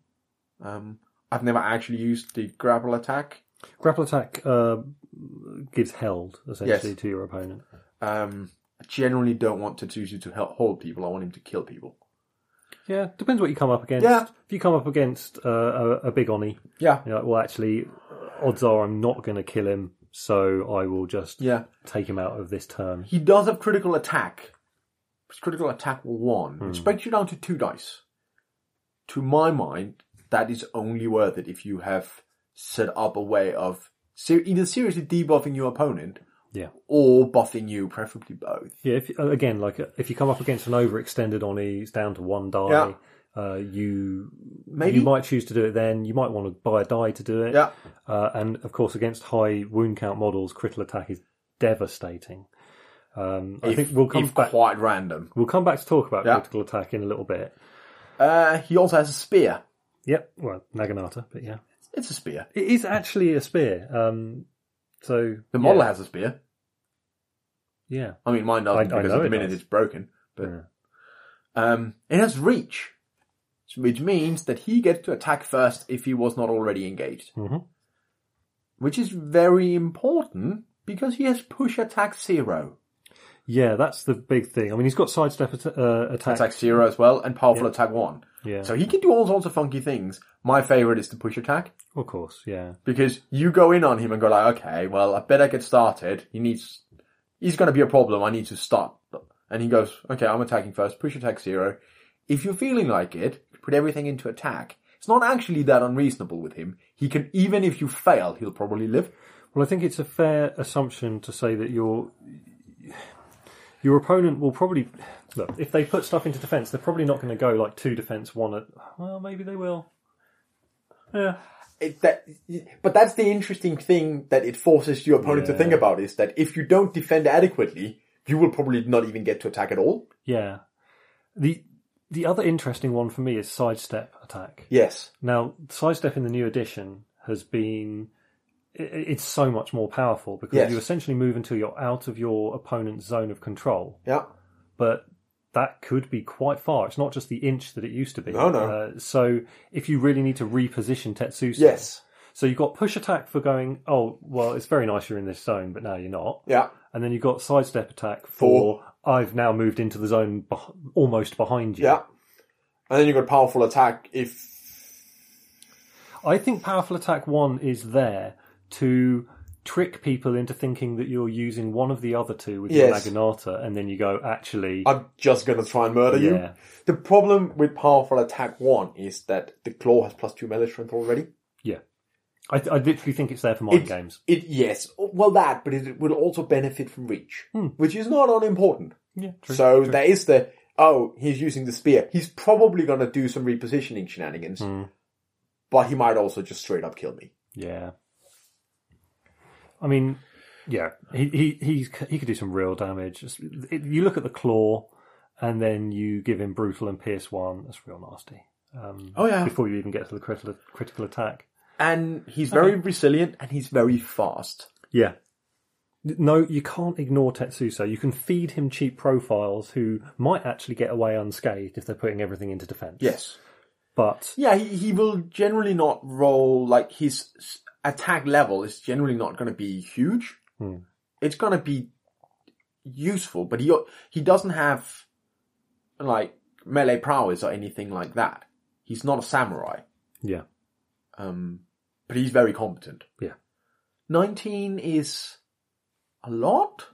[SPEAKER 2] Um, I've never actually used the grapple attack.
[SPEAKER 1] Grapple attack uh, gives held essentially
[SPEAKER 2] Yes.
[SPEAKER 1] to your opponent.
[SPEAKER 2] Um, I generally don't want Tetsuzu to help hold people. I want him to kill people.
[SPEAKER 1] Yeah, depends what you come up against.
[SPEAKER 2] Yeah.
[SPEAKER 1] If you come up against uh, a, a big Oni,
[SPEAKER 2] Yeah,
[SPEAKER 1] you're like, well, actually, odds are I'm not going to kill him, so I will just
[SPEAKER 2] yeah.
[SPEAKER 1] take him out of this turn.
[SPEAKER 2] He does have critical attack. It's critical attack one,
[SPEAKER 1] Hmm.
[SPEAKER 2] which breaks you down to two dice. To my mind, that is only worth it if you have set up a way of ser- either seriously debuffing your opponent,
[SPEAKER 1] Yeah.
[SPEAKER 2] or buffing you, preferably both.
[SPEAKER 1] Yeah, if, uh, again, like uh, if you come up against an overextended Oni, it's down to one die.
[SPEAKER 2] Yeah.
[SPEAKER 1] Uh, you
[SPEAKER 2] Maybe.
[SPEAKER 1] you might choose to do it then. You might want to buy a die to do it.
[SPEAKER 2] Yeah.
[SPEAKER 1] Uh, and of course, against high wound count models, critical attack is devastating. Um, I
[SPEAKER 2] If-
[SPEAKER 1] think we'll come
[SPEAKER 2] if
[SPEAKER 1] back.
[SPEAKER 2] quite random.
[SPEAKER 1] We'll come back to talk about
[SPEAKER 2] Yeah.
[SPEAKER 1] critical attack in a little bit.
[SPEAKER 2] Uh, he also has a spear.
[SPEAKER 1] Yep. Well, Naginata, but yeah.
[SPEAKER 2] It's a spear.
[SPEAKER 1] It is actually a spear. Um, so
[SPEAKER 2] The model
[SPEAKER 1] yeah,
[SPEAKER 2] has a spear.
[SPEAKER 1] yeah,
[SPEAKER 2] I mean, mine doesn't
[SPEAKER 1] I- I
[SPEAKER 2] because
[SPEAKER 1] know
[SPEAKER 2] at the
[SPEAKER 1] it
[SPEAKER 2] minute
[SPEAKER 1] does.
[SPEAKER 2] it's broken. But
[SPEAKER 1] yeah.
[SPEAKER 2] um, it has reach, which means that he gets to attack first if he was not already engaged,
[SPEAKER 1] Mhm.
[SPEAKER 2] which is very important because he has push attack zero,
[SPEAKER 1] yeah. That's the big thing. I mean, he's got sidestep at- uh, attack.
[SPEAKER 2] attack zero as well, and powerful attack one.
[SPEAKER 1] Yeah,
[SPEAKER 2] So he can do all sorts of funky things. My favorite is the push attack
[SPEAKER 1] of course. Yeah,
[SPEAKER 2] because you go in on him and go like, okay, well, I better get started. He needs, he's going to be a problem. I need to start. And he goes, okay, I'm attacking first. Push attack zero. If you're feeling like it, put everything into attack. It's not actually that unreasonable with him. He can, even if you fail, he'll probably live.
[SPEAKER 1] Well, I think it's a fair assumption to say that your your opponent will probably look if they put stuff into defence, they're probably not going to go like two defence, one at. Well, maybe they will. Yeah,
[SPEAKER 2] It, that, but that's the interesting thing that it forces your opponent to
[SPEAKER 1] Yeah.
[SPEAKER 2] think about is that if you don't defend adequately, you will probably not even get to attack at all.
[SPEAKER 1] yeah. The the other interesting one for me is sidestep attack.
[SPEAKER 2] Yes.
[SPEAKER 1] Now, sidestep in the new edition has been i- it's so much more powerful because
[SPEAKER 2] Yes.
[SPEAKER 1] you essentially move until you're out of your opponent's zone of control.
[SPEAKER 2] Yeah.
[SPEAKER 1] But that could be quite far. It's not just the inch that it used to be.
[SPEAKER 2] No, no.
[SPEAKER 1] Uh, so if you really need to reposition Tetsusa,
[SPEAKER 2] Yes.
[SPEAKER 1] So you've got push attack for going. Oh, well, it's very nice you're in this zone, but now you're not.
[SPEAKER 2] Yeah.
[SPEAKER 1] And then you've got sidestep attack for I've now moved into the zone beh almost behind you.
[SPEAKER 2] Yeah. And then you've got powerful attack if
[SPEAKER 1] I think Powerful Attack 1 is there to trick people into thinking that you're using one of the other two with
[SPEAKER 2] Yes.
[SPEAKER 1] your Naginata, and then you go, actually,
[SPEAKER 2] I'm just gonna try and murder you.
[SPEAKER 1] yeah.
[SPEAKER 2] The problem with powerful attack one is that the claw has plus two melee strength already.
[SPEAKER 1] I, th- I literally think it's there for mind
[SPEAKER 2] It's-
[SPEAKER 1] games.
[SPEAKER 2] It yes, well that, but it will also benefit from reach, which is not unimportant.
[SPEAKER 1] Yeah, Hmm. true.
[SPEAKER 2] so there is the oh, he's using the spear. He's probably gonna do some repositioning shenanigans,
[SPEAKER 1] Hmm.
[SPEAKER 2] but he might also just straight up kill me.
[SPEAKER 1] yeah. I mean, yeah, he, he, he's, he could do some real damage. It's- It, you look at the claw, and then you give him Brutal and Pierce 1. That's real nasty. Um,
[SPEAKER 2] Oh, yeah.
[SPEAKER 1] Before you even get to the critical, critical attack.
[SPEAKER 2] And he's very resilient and he's very fast.
[SPEAKER 1] Yeah. No, you can't ignore Tetsuso. You can feed him cheap profiles who might actually get away unscathed if they're putting everything into defense.
[SPEAKER 2] Yes.
[SPEAKER 1] But
[SPEAKER 2] Yeah, he, he will generally not roll like his s- attack level is generally not going to be huge.
[SPEAKER 1] Hmm.
[SPEAKER 2] It's going to be useful, but he he doesn't have like melee prowess or anything like that. He's not a samurai,
[SPEAKER 1] yeah.
[SPEAKER 2] um, but he's very competent.
[SPEAKER 1] Yeah.
[SPEAKER 2] nineteen is a lot,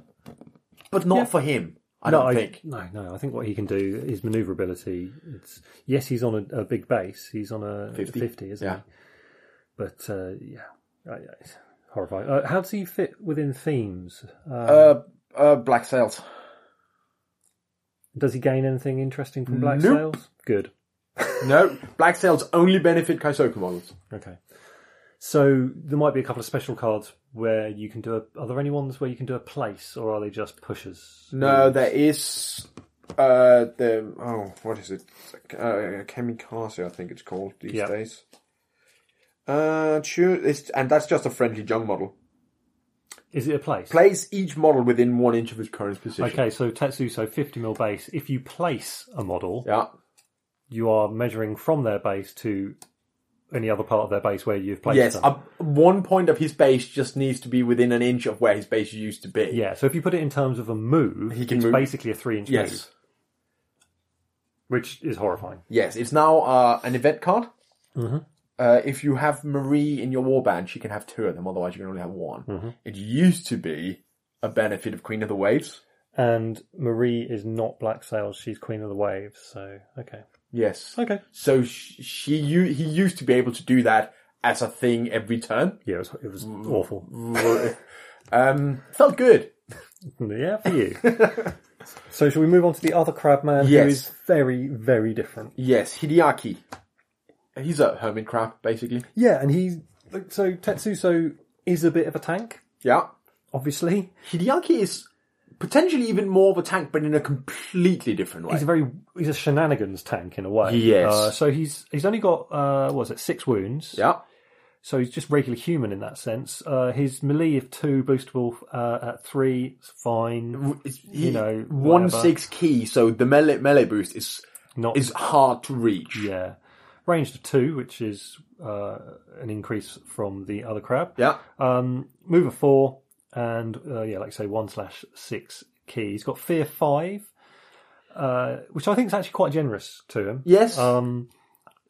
[SPEAKER 2] but not for him. I
[SPEAKER 1] no,
[SPEAKER 2] don't
[SPEAKER 1] I,
[SPEAKER 2] think.
[SPEAKER 1] no, no. I think what he can do is maneuverability. It's yes, he's on a, a big base. He's on a
[SPEAKER 2] 50.
[SPEAKER 1] 50, isn't
[SPEAKER 2] Yeah.
[SPEAKER 1] he? But uh, yeah, I, I, it's horrifying. Uh, how does he fit within themes? Uh,
[SPEAKER 2] Uh, uh, black sails.
[SPEAKER 1] does he gain anything interesting from Black
[SPEAKER 2] nope.
[SPEAKER 1] Sails? Good.
[SPEAKER 2] no, black sails only benefit Kaisoku models.
[SPEAKER 1] Okay. So there might be a couple of special cards where you can do a. Are there any ones where you can do a place, or are they just pushes?
[SPEAKER 2] No, there is uh the oh what is it? Uh, Kamikaze, I think it's called these
[SPEAKER 1] Yeah.
[SPEAKER 2] days. Uh, choose it's, and that's just a friendly junk model.
[SPEAKER 1] Is it a place?
[SPEAKER 2] Place each model within one inch of its current position.
[SPEAKER 1] Okay, so Tetsuso 50 mil base. If you place a model,
[SPEAKER 2] Yeah.
[SPEAKER 1] you are measuring from their base to any other part of their base where you've played.
[SPEAKER 2] Yes,
[SPEAKER 1] them.
[SPEAKER 2] uh, one point of his base just needs to be within an inch of where his base used to be.
[SPEAKER 1] yeah. So if you put it in terms of a move,
[SPEAKER 2] He can
[SPEAKER 1] it's
[SPEAKER 2] move-
[SPEAKER 1] basically a three-inch move,
[SPEAKER 2] Yes.
[SPEAKER 1] which is horrifying.
[SPEAKER 2] Yes. It's now uh, an event card.
[SPEAKER 1] Mm-hmm.
[SPEAKER 2] Uh, if you have Marie in your warband, she can have two of them. Otherwise, you can only have one.
[SPEAKER 1] Mm-hmm.
[SPEAKER 2] It used to be a benefit of Queen of the Waves.
[SPEAKER 1] And Marie is not Black Sails; she's Queen of the Waves. So okay,
[SPEAKER 2] Yes.
[SPEAKER 1] okay.
[SPEAKER 2] So she, she u- he used to be able to do that as a thing every turn.
[SPEAKER 1] Yeah, it was, it was
[SPEAKER 2] Mm.
[SPEAKER 1] awful.
[SPEAKER 2] um, felt good.
[SPEAKER 1] Yeah, for you. so, shall we move on to the other crabman,
[SPEAKER 2] Yes.
[SPEAKER 1] who is very, very different?
[SPEAKER 2] Yes, Hideaki. He's a hermit crab, basically.
[SPEAKER 1] Yeah, and he's like, so Tetsuso is a bit of a tank,
[SPEAKER 2] Yeah.
[SPEAKER 1] obviously.
[SPEAKER 2] Hideaki is potentially even more of a tank, but in a completely different way.
[SPEAKER 1] He's a very he's a shenanigans tank in a way.
[SPEAKER 2] Yes.
[SPEAKER 1] Uh, so he's he's only got uh, what was it six wounds?
[SPEAKER 2] yeah.
[SPEAKER 1] So he's just regular human in that sense. Uh, his melee of two, boostable uh, at three, is fine.
[SPEAKER 2] It's- he-
[SPEAKER 1] You know,
[SPEAKER 2] one
[SPEAKER 1] whatever.
[SPEAKER 2] six key, so the melee, melee boost is
[SPEAKER 1] Not
[SPEAKER 2] is hard to reach.
[SPEAKER 1] yeah. Range to two, which is uh, an increase from the other crab.
[SPEAKER 2] Yeah.
[SPEAKER 1] Um, move a four, and uh, yeah, like I say, one slash six key. He's got fear five, uh, which I think is actually quite generous to him.
[SPEAKER 2] Yes.
[SPEAKER 1] Um,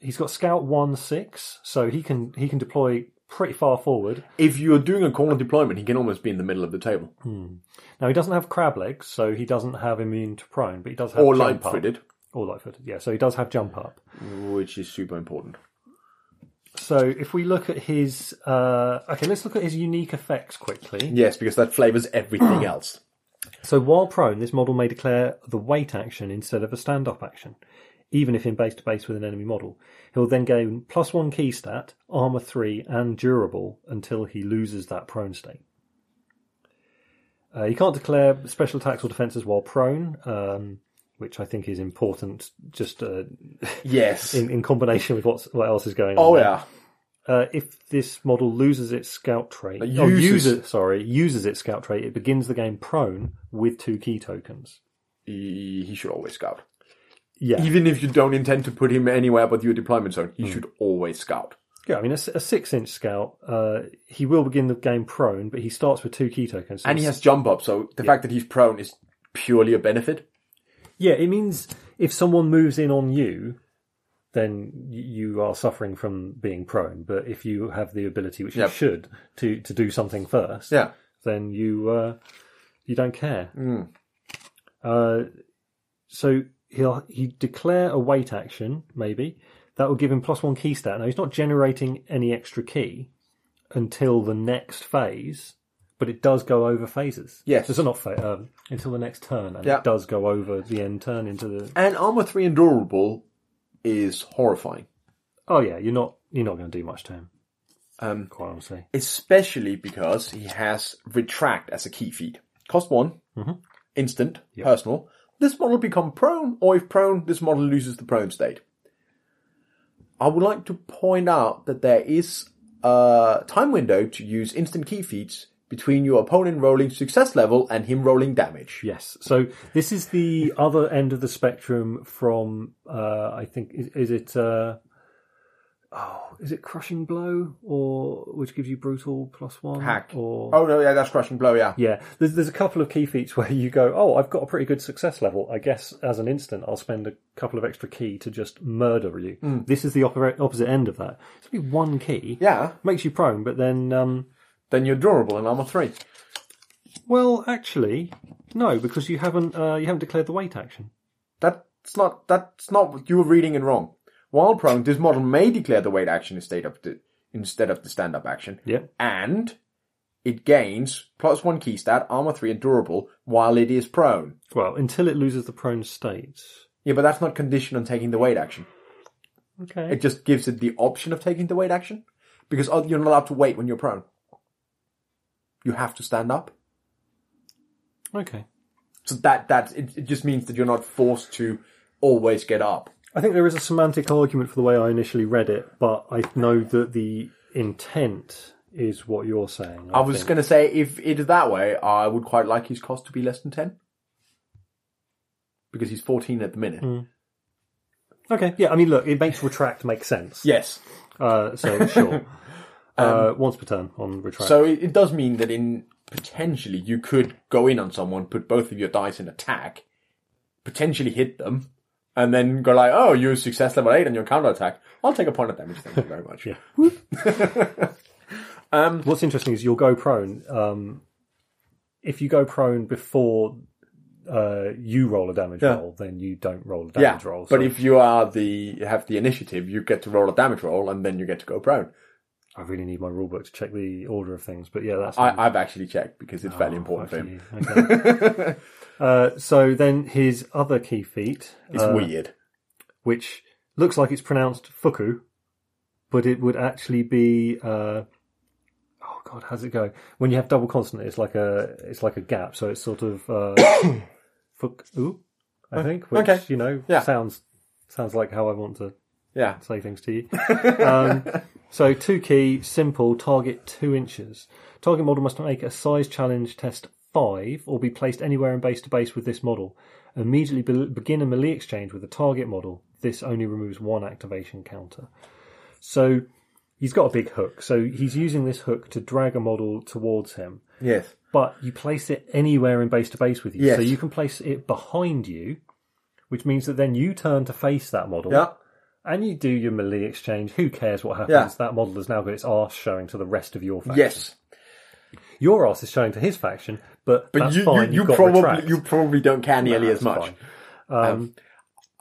[SPEAKER 1] he's got scout one six, so he can he can deploy pretty far forward.
[SPEAKER 2] if you're doing a corner deployment, he can almost be in the middle of the table
[SPEAKER 1] Now he doesn't have crab legs, so he doesn't have immune to prone, but he does have
[SPEAKER 2] or light
[SPEAKER 1] jump up.
[SPEAKER 2] footed,
[SPEAKER 1] Or light footed, yeah. So he does have jump up.
[SPEAKER 2] which is super important.
[SPEAKER 1] So if we look at his uh, okay, let's look at his unique effects quickly.
[SPEAKER 2] Yes, because that flavors everything else.
[SPEAKER 1] So while prone, this model may declare the wait action instead of a stand up action, even if in base to base with an enemy model. He'll then gain plus one key stat, armor three, and durable until he loses that prone state. Uh, he can't declare special attacks or defenses while prone, um, which I think is important just uh,
[SPEAKER 2] Yes.
[SPEAKER 1] in, in combination with what's, what else is going on.
[SPEAKER 2] oh
[SPEAKER 1] there.
[SPEAKER 2] yeah.
[SPEAKER 1] Uh, if this model loses its scout trait,
[SPEAKER 2] Uh,
[SPEAKER 1] oh,
[SPEAKER 2] uses-
[SPEAKER 1] uses- sorry, uses its scout trait, it begins the game prone with two key tokens.
[SPEAKER 2] He, he should always scout.
[SPEAKER 1] Yeah,
[SPEAKER 2] Even if you don't intend to put him anywhere but your deployment zone, he should always scout.
[SPEAKER 1] yeah. I mean, a, s- a six-inch scout, uh, he will begin the game prone, but he starts with two key tokens. So
[SPEAKER 2] And he
[SPEAKER 1] it's-
[SPEAKER 2] has jump up, so the fact that he's prone is purely a benefit.
[SPEAKER 1] yeah. It means if someone moves in on you, then y- you are suffering from being prone. But if you have the ability, which
[SPEAKER 2] Yep.
[SPEAKER 1] you should, to to do something first,
[SPEAKER 2] Yeah.
[SPEAKER 1] then you uh, you don't care.
[SPEAKER 2] Mm.
[SPEAKER 1] Uh, so he'll he declare a wait action, maybe that will give him plus one key stat. Now he's not generating any extra key until the next phase, but it does go over phases.
[SPEAKER 2] Yes.
[SPEAKER 1] so it's not fa- um, until the next turn, and
[SPEAKER 2] Yeah.
[SPEAKER 1] it does go over the end turn into the.
[SPEAKER 2] And armor three and durable is horrifying.
[SPEAKER 1] Oh yeah, you're not you're not going to do much to him,
[SPEAKER 2] Um,
[SPEAKER 1] quite honestly.
[SPEAKER 2] especially because he has retract as a key feat. Cost one, instant, personal. This model become prone, or if prone, this model loses the prone state. I would like to point out that there is a time window to use instant key feats between your opponent rolling success level and him rolling damage.
[SPEAKER 1] Yes. So this is the other end of the spectrum from, uh, I think, is, is it, uh, oh, is it Crushing Blow or which gives you Brutal plus one?
[SPEAKER 2] Hack.
[SPEAKER 1] Or,
[SPEAKER 2] Oh no, yeah, that's crushing blow, yeah.
[SPEAKER 1] yeah. There's, there's a couple of key feats where you go, oh, I've got a pretty good success level. I guess as an instant, I'll spend a couple of extra key to just murder you. This is the opera- opposite end of that. It's only one key.
[SPEAKER 2] Yeah,
[SPEAKER 1] Makes you prone, but then, um,
[SPEAKER 2] then you're durable in armor three.
[SPEAKER 1] well, actually, no, because you haven't, uh, you haven't declared the wait action.
[SPEAKER 2] That's not that's not what you were reading it wrong. While prone, this model may declare the weight action instead of the instead of the stand up action,
[SPEAKER 1] Yeah.
[SPEAKER 2] and it gains plus one key stat, armor three, and durable while it is prone.
[SPEAKER 1] Well, until it loses the prone state.
[SPEAKER 2] Yeah, but that's not conditioned on taking the weight action.
[SPEAKER 1] Okay.
[SPEAKER 2] It just gives it the option of taking the weight action because oh, you're not allowed to wait when you're prone. You have to stand up.
[SPEAKER 1] Okay.
[SPEAKER 2] So that that it, it just means that you're not forced to always get up.
[SPEAKER 1] I think there is a semantic argument for the way I initially read it, but I know that the intent is what you're saying.
[SPEAKER 2] I was going to say if it is that way, I would quite like his cost to be less than ten because he's
[SPEAKER 1] Hmm.
[SPEAKER 2] fourteen at the minute.
[SPEAKER 1] Okay. Yeah. I mean, look, it makes retract make sense.
[SPEAKER 2] Yes,
[SPEAKER 1] Uh, so sure, uh, once per turn on retract.
[SPEAKER 2] Um, So it, it does mean that in potentially you could go in on someone, put both of your dice in attack, potentially hit them, and then go like, oh, you success level eight on your counter attack. I'll take a point of damage. Thank you very much.
[SPEAKER 1] Yeah. What's interesting is you'll go prone. Um, if you go prone before uh, you roll a damage roll, then you don't roll a
[SPEAKER 2] Yeah,
[SPEAKER 1] damage roll.
[SPEAKER 2] but
[SPEAKER 1] so
[SPEAKER 2] if you are the have the initiative, you get to roll a damage roll, and then you get to go prone.
[SPEAKER 1] I really need my rule book to check the order of things. But yeah, that's
[SPEAKER 2] I, I've actually checked because it's
[SPEAKER 1] Oh,
[SPEAKER 2] fairly important for him.
[SPEAKER 1] Okay. uh, so then his other key feat,
[SPEAKER 2] It's
[SPEAKER 1] uh,
[SPEAKER 2] weird.
[SPEAKER 1] which looks like it's pronounced fuku, but it would actually be. Uh, oh God, how's it go? When you have double consonant, it's like a it's like a gap, so it's sort of uh, fuku, I think. Which
[SPEAKER 2] Oh, okay.
[SPEAKER 1] you know
[SPEAKER 2] Yeah.
[SPEAKER 1] sounds sounds like how I want to
[SPEAKER 2] Yeah,
[SPEAKER 1] say things to you. um, so two key, simple, target two inches. Target model must make a size challenge test five or be placed anywhere in base to base with this model. Immediately be- begin a melee exchange with the target model. This only removes one activation counter. So he's got a big hook. So he's using this hook to drag a model towards him.
[SPEAKER 2] yes,
[SPEAKER 1] But you place it anywhere in base to base with you.
[SPEAKER 2] Yes.
[SPEAKER 1] So you can place it behind you, which means that then you turn to face that model
[SPEAKER 2] yeah,
[SPEAKER 1] and you do your melee exchange. Who cares what happens?
[SPEAKER 2] Yeah.
[SPEAKER 1] That model has now got its arse showing to the rest of your faction.
[SPEAKER 2] yes.
[SPEAKER 1] your arse is showing to his faction, but
[SPEAKER 2] But
[SPEAKER 1] that's
[SPEAKER 2] you,
[SPEAKER 1] fine.
[SPEAKER 2] you,
[SPEAKER 1] You've
[SPEAKER 2] you
[SPEAKER 1] got
[SPEAKER 2] probably
[SPEAKER 1] retract.
[SPEAKER 2] you probably don't care nearly
[SPEAKER 1] That's
[SPEAKER 2] as much.
[SPEAKER 1] fine. Um,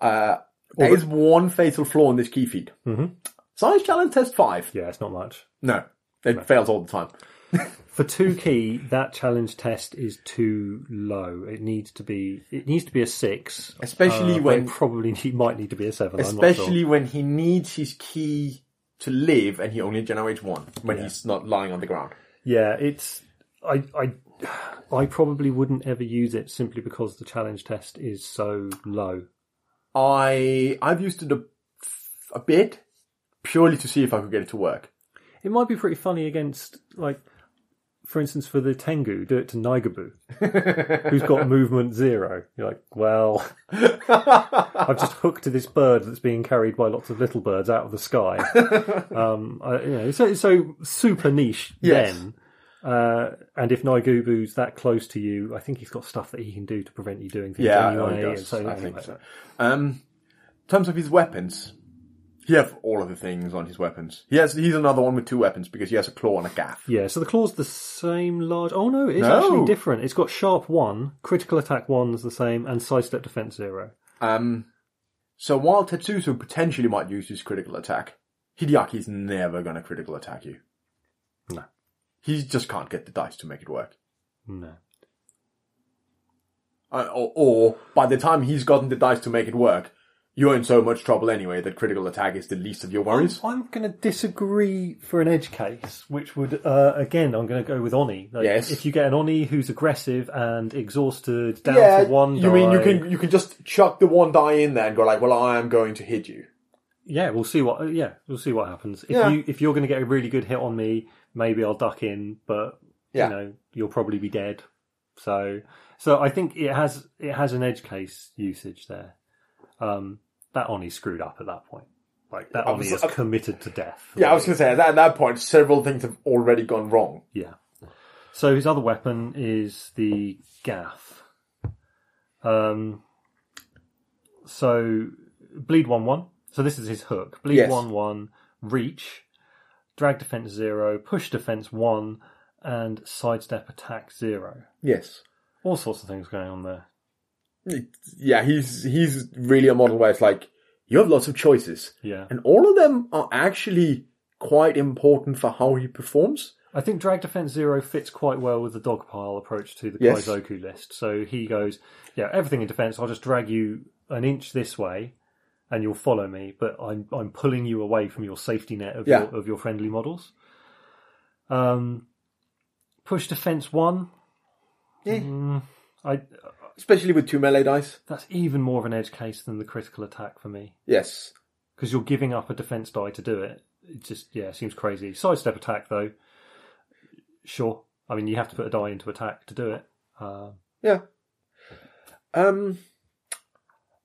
[SPEAKER 2] Uh, there is one fatal flaw in this key feed.
[SPEAKER 1] Mhm.
[SPEAKER 2] Size challenge test five.
[SPEAKER 1] yeah, it's not much.
[SPEAKER 2] No, it fails all the time.
[SPEAKER 1] For two key, that challenge test is too low. It needs to be it needs to be a six,
[SPEAKER 2] Especially
[SPEAKER 1] uh, but
[SPEAKER 2] when-
[SPEAKER 1] it probably need, might need to be a seven. I'm not
[SPEAKER 2] Especially
[SPEAKER 1] sure.
[SPEAKER 2] when he needs his key to live, and he only generates one when he's not lying on the ground.
[SPEAKER 1] yeah, it's I I. I probably wouldn't ever use it simply because the challenge test is so low.
[SPEAKER 2] I I've used it a, a bit purely to see if I could get it to work.
[SPEAKER 1] It might be pretty funny against, like, for instance, for the Tengu, do it to Naigabu, who's got movement zero. You're like, well, I've just hooked to this bird that's being carried by lots of little birds out of the sky. um, I, you know, so, so super niche
[SPEAKER 2] Yes.
[SPEAKER 1] then. Uh, and if Naigubu's that close to you, I think he's got stuff that he can do to prevent you doing things
[SPEAKER 2] Yeah, oh,
[SPEAKER 1] anyway.
[SPEAKER 2] he does.
[SPEAKER 1] and so,
[SPEAKER 2] I
[SPEAKER 1] anyway.
[SPEAKER 2] think so. Um, in terms of his weapons, he have all of the things on his weapons. He has he's another one with two weapons because he has a claw and a gaff.
[SPEAKER 1] Yeah, so the claw's the same large. Oh no, it's
[SPEAKER 2] No.
[SPEAKER 1] actually different. It's got sharp one, critical attack one's the same, and sidestep defense zero.
[SPEAKER 2] Um, so while Tetsuzu potentially might use his critical attack, Hideaki's never going to critical attack you.
[SPEAKER 1] No.
[SPEAKER 2] He just can't get the dice to make it work.
[SPEAKER 1] No.
[SPEAKER 2] Uh, or, or by the time he's gotten the dice to make it work, you're in so much trouble anyway that critical attack is the least of your worries.
[SPEAKER 1] I'm going to disagree for an edge case, which would, uh, again, I'm going to go with Oni. Like,
[SPEAKER 2] Yes.
[SPEAKER 1] If you get an Oni who's aggressive and exhausted, down
[SPEAKER 2] yeah,
[SPEAKER 1] to one
[SPEAKER 2] you mean you
[SPEAKER 1] die-
[SPEAKER 2] can you can just chuck the one die in there and go like, well, I am going to hit you.
[SPEAKER 1] Yeah, we'll see what. uh, Yeah, we'll see what happens. If
[SPEAKER 2] Yeah.
[SPEAKER 1] you if you're going to get a really good hit on me, maybe I'll duck in, but
[SPEAKER 2] Yeah.
[SPEAKER 1] you know you'll probably be dead. So so I think it has it has an edge case usage there. Um, that Oni screwed up at that point. Like that Oni
[SPEAKER 2] was-
[SPEAKER 1] is
[SPEAKER 2] I-
[SPEAKER 1] committed to death.
[SPEAKER 2] Yeah, I was going to say at that, at that point, several things have already gone wrong.
[SPEAKER 1] Yeah. So his other weapon is the gaff. Um. So bleed one one. So this is his hook. Bleed
[SPEAKER 2] Yes.
[SPEAKER 1] one one. Reach. Drag defense zero. Push defense one. And sidestep attack zero.
[SPEAKER 2] Yes.
[SPEAKER 1] All sorts of things going on there.
[SPEAKER 2] Yeah, he's he's really a model where it's like you have lots of choices,
[SPEAKER 1] Yeah.
[SPEAKER 2] and all of them are actually quite important for how he performs.
[SPEAKER 1] I think drag defense zero fits quite well with the dog pile approach to the
[SPEAKER 2] Yes.
[SPEAKER 1] Kaizoku list. So he goes, yeah, everything in defense. I'll just drag you an inch this way, and you'll follow me. But I'm I'm pulling you away from your safety net of
[SPEAKER 2] Yeah.
[SPEAKER 1] your of your friendly models. Um, push defense one.
[SPEAKER 2] Yeah.
[SPEAKER 1] Mm, I
[SPEAKER 2] Especially with two melee dice.
[SPEAKER 1] that's even more of an edge case than the critical attack for me
[SPEAKER 2] Yes.
[SPEAKER 1] because you're giving up a defense die to do it. It just yeah seems crazy. Sidestep attack though, sure. I mean you have to put a die into attack to do it. Uh,
[SPEAKER 2] Yeah. Um.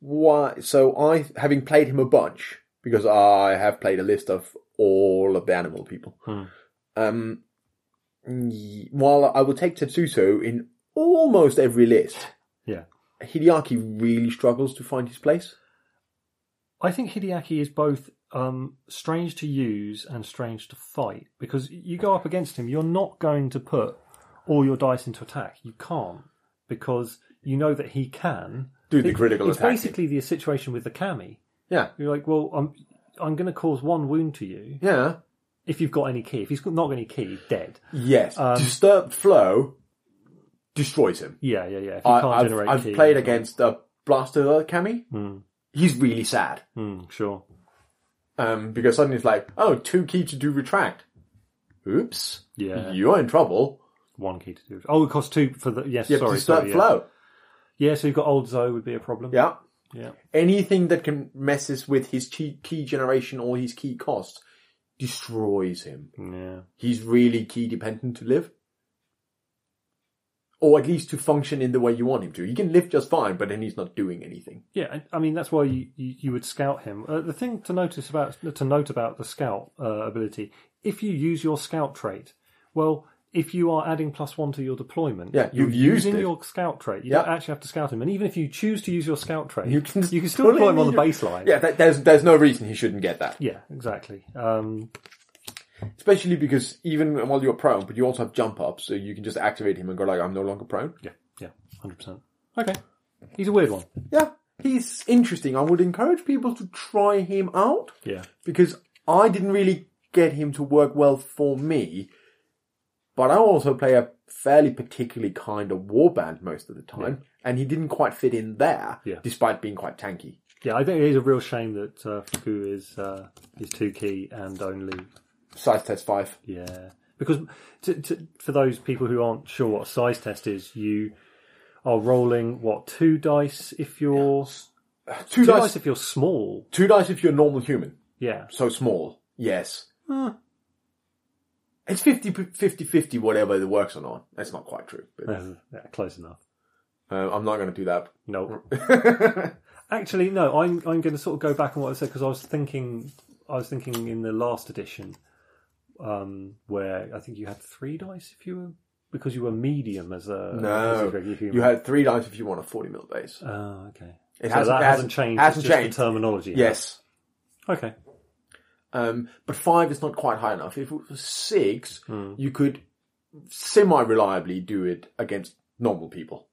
[SPEAKER 2] Why? So I, having played him a bunch, because I have played a list of all of the animal people.
[SPEAKER 1] Hmm.
[SPEAKER 2] Um, y- while I would take Tetsuto in almost every list,
[SPEAKER 1] Yeah.
[SPEAKER 2] Hideaki really struggles to find his place.
[SPEAKER 1] I think Hideaki is both um, strange to use and strange to fight because you go up against him, you're not going to put all your dice into attack. You can't because you know that he can.
[SPEAKER 2] Do the
[SPEAKER 1] It-
[SPEAKER 2] critical
[SPEAKER 1] It's
[SPEAKER 2] attack.
[SPEAKER 1] basically the situation with the kami.
[SPEAKER 2] Yeah,
[SPEAKER 1] You're like, well, I'm I'm going to cause one wound to you
[SPEAKER 2] yeah,
[SPEAKER 1] if you've got any key. If he's got- not got any key, dead.
[SPEAKER 2] yes.
[SPEAKER 1] Um,
[SPEAKER 2] Disturbed flow destroys him.
[SPEAKER 1] Yeah, yeah, yeah. If you
[SPEAKER 2] I,
[SPEAKER 1] can't
[SPEAKER 2] I've,
[SPEAKER 1] generate
[SPEAKER 2] I've
[SPEAKER 1] key,
[SPEAKER 2] played against a blaster Kami.
[SPEAKER 1] Hmm.
[SPEAKER 2] He's really sad
[SPEAKER 1] Hmm, sure.
[SPEAKER 2] um, because suddenly it's like, oh, two key to do retract. Oops,
[SPEAKER 1] Yeah.
[SPEAKER 2] you're in trouble.
[SPEAKER 1] One key to do. Oh, it costs two for the. Yes,
[SPEAKER 2] You have
[SPEAKER 1] sorry.
[SPEAKER 2] disturbed
[SPEAKER 1] sorry yeah.
[SPEAKER 2] flow.
[SPEAKER 1] yeah, so you've got old Zoe would be a problem.
[SPEAKER 2] Yeah.
[SPEAKER 1] Yeah.
[SPEAKER 2] Anything that can messes with his key, key generation or his key cost destroys him.
[SPEAKER 1] Yeah.
[SPEAKER 2] He's really key dependent to live. Or at least to function in the way you want him to. He can live just fine, but then he's not doing anything.
[SPEAKER 1] Yeah, and- I mean that's why you, you, you would scout him. Uh, the thing to notice about to note about the scout uh, ability, if you use your scout trait, well, if you are adding plus one to your deployment,
[SPEAKER 2] Yeah,
[SPEAKER 1] you're
[SPEAKER 2] you've used
[SPEAKER 1] using
[SPEAKER 2] it.
[SPEAKER 1] your scout trait. You
[SPEAKER 2] Yeah.
[SPEAKER 1] don't actually have to scout him, and even if you choose to use your scout trait,
[SPEAKER 2] You can
[SPEAKER 1] still deploy him on the
[SPEAKER 2] totally-
[SPEAKER 1] baseline.
[SPEAKER 2] Yeah, that, there's there's no reason he shouldn't get that.
[SPEAKER 1] yeah, exactly. Um,
[SPEAKER 2] Especially because even while you're prone, but you also have jump up, so you can just activate him and go like, I'm no longer prone.
[SPEAKER 1] yeah, yeah, hundred percent. Okay, he's a weird one.
[SPEAKER 2] Yeah, he's interesting. I would encourage people to try him out.
[SPEAKER 1] Yeah,
[SPEAKER 2] because I didn't really get him to work well for me. But I also play a fairly particularly kind of warband most of the time, and he didn't quite fit in there,
[SPEAKER 1] Yeah.
[SPEAKER 2] despite being quite tanky.
[SPEAKER 1] yeah. I think it is a real shame that uh, Fuku is uh, is two key and only
[SPEAKER 2] Size test five.
[SPEAKER 1] Yeah, because to, to, for those people who aren't sure what a size test is, you are rolling what two dice if you're
[SPEAKER 2] Two,
[SPEAKER 1] two
[SPEAKER 2] dice.
[SPEAKER 1] dice if you're small.
[SPEAKER 2] two dice if you're a normal human.
[SPEAKER 1] Yeah,
[SPEAKER 2] So small. Yes. It's 50, 50, 50, whatever it works or not. That's not quite true. But,
[SPEAKER 1] Uh, yeah, close enough.
[SPEAKER 2] uh, I'm not going to do that.
[SPEAKER 1] No, actually, no. I'm I'm going to sort of go back on what I said because I was thinking I was thinking in the last edition um, where I think you had three dice if you were because you were medium as a as a
[SPEAKER 2] no.
[SPEAKER 1] regular human.
[SPEAKER 2] You had three dice if you want a 40 mil base.
[SPEAKER 1] oh, okay.
[SPEAKER 2] It
[SPEAKER 1] so that hasn't changed.
[SPEAKER 2] Hasn't
[SPEAKER 1] it's just
[SPEAKER 2] changed.
[SPEAKER 1] the terminology.
[SPEAKER 2] Yes.
[SPEAKER 1] Okay.
[SPEAKER 2] Um, but five is not quite high enough. If it was six,
[SPEAKER 1] Hmm.
[SPEAKER 2] you could semi reliably do it against normal people.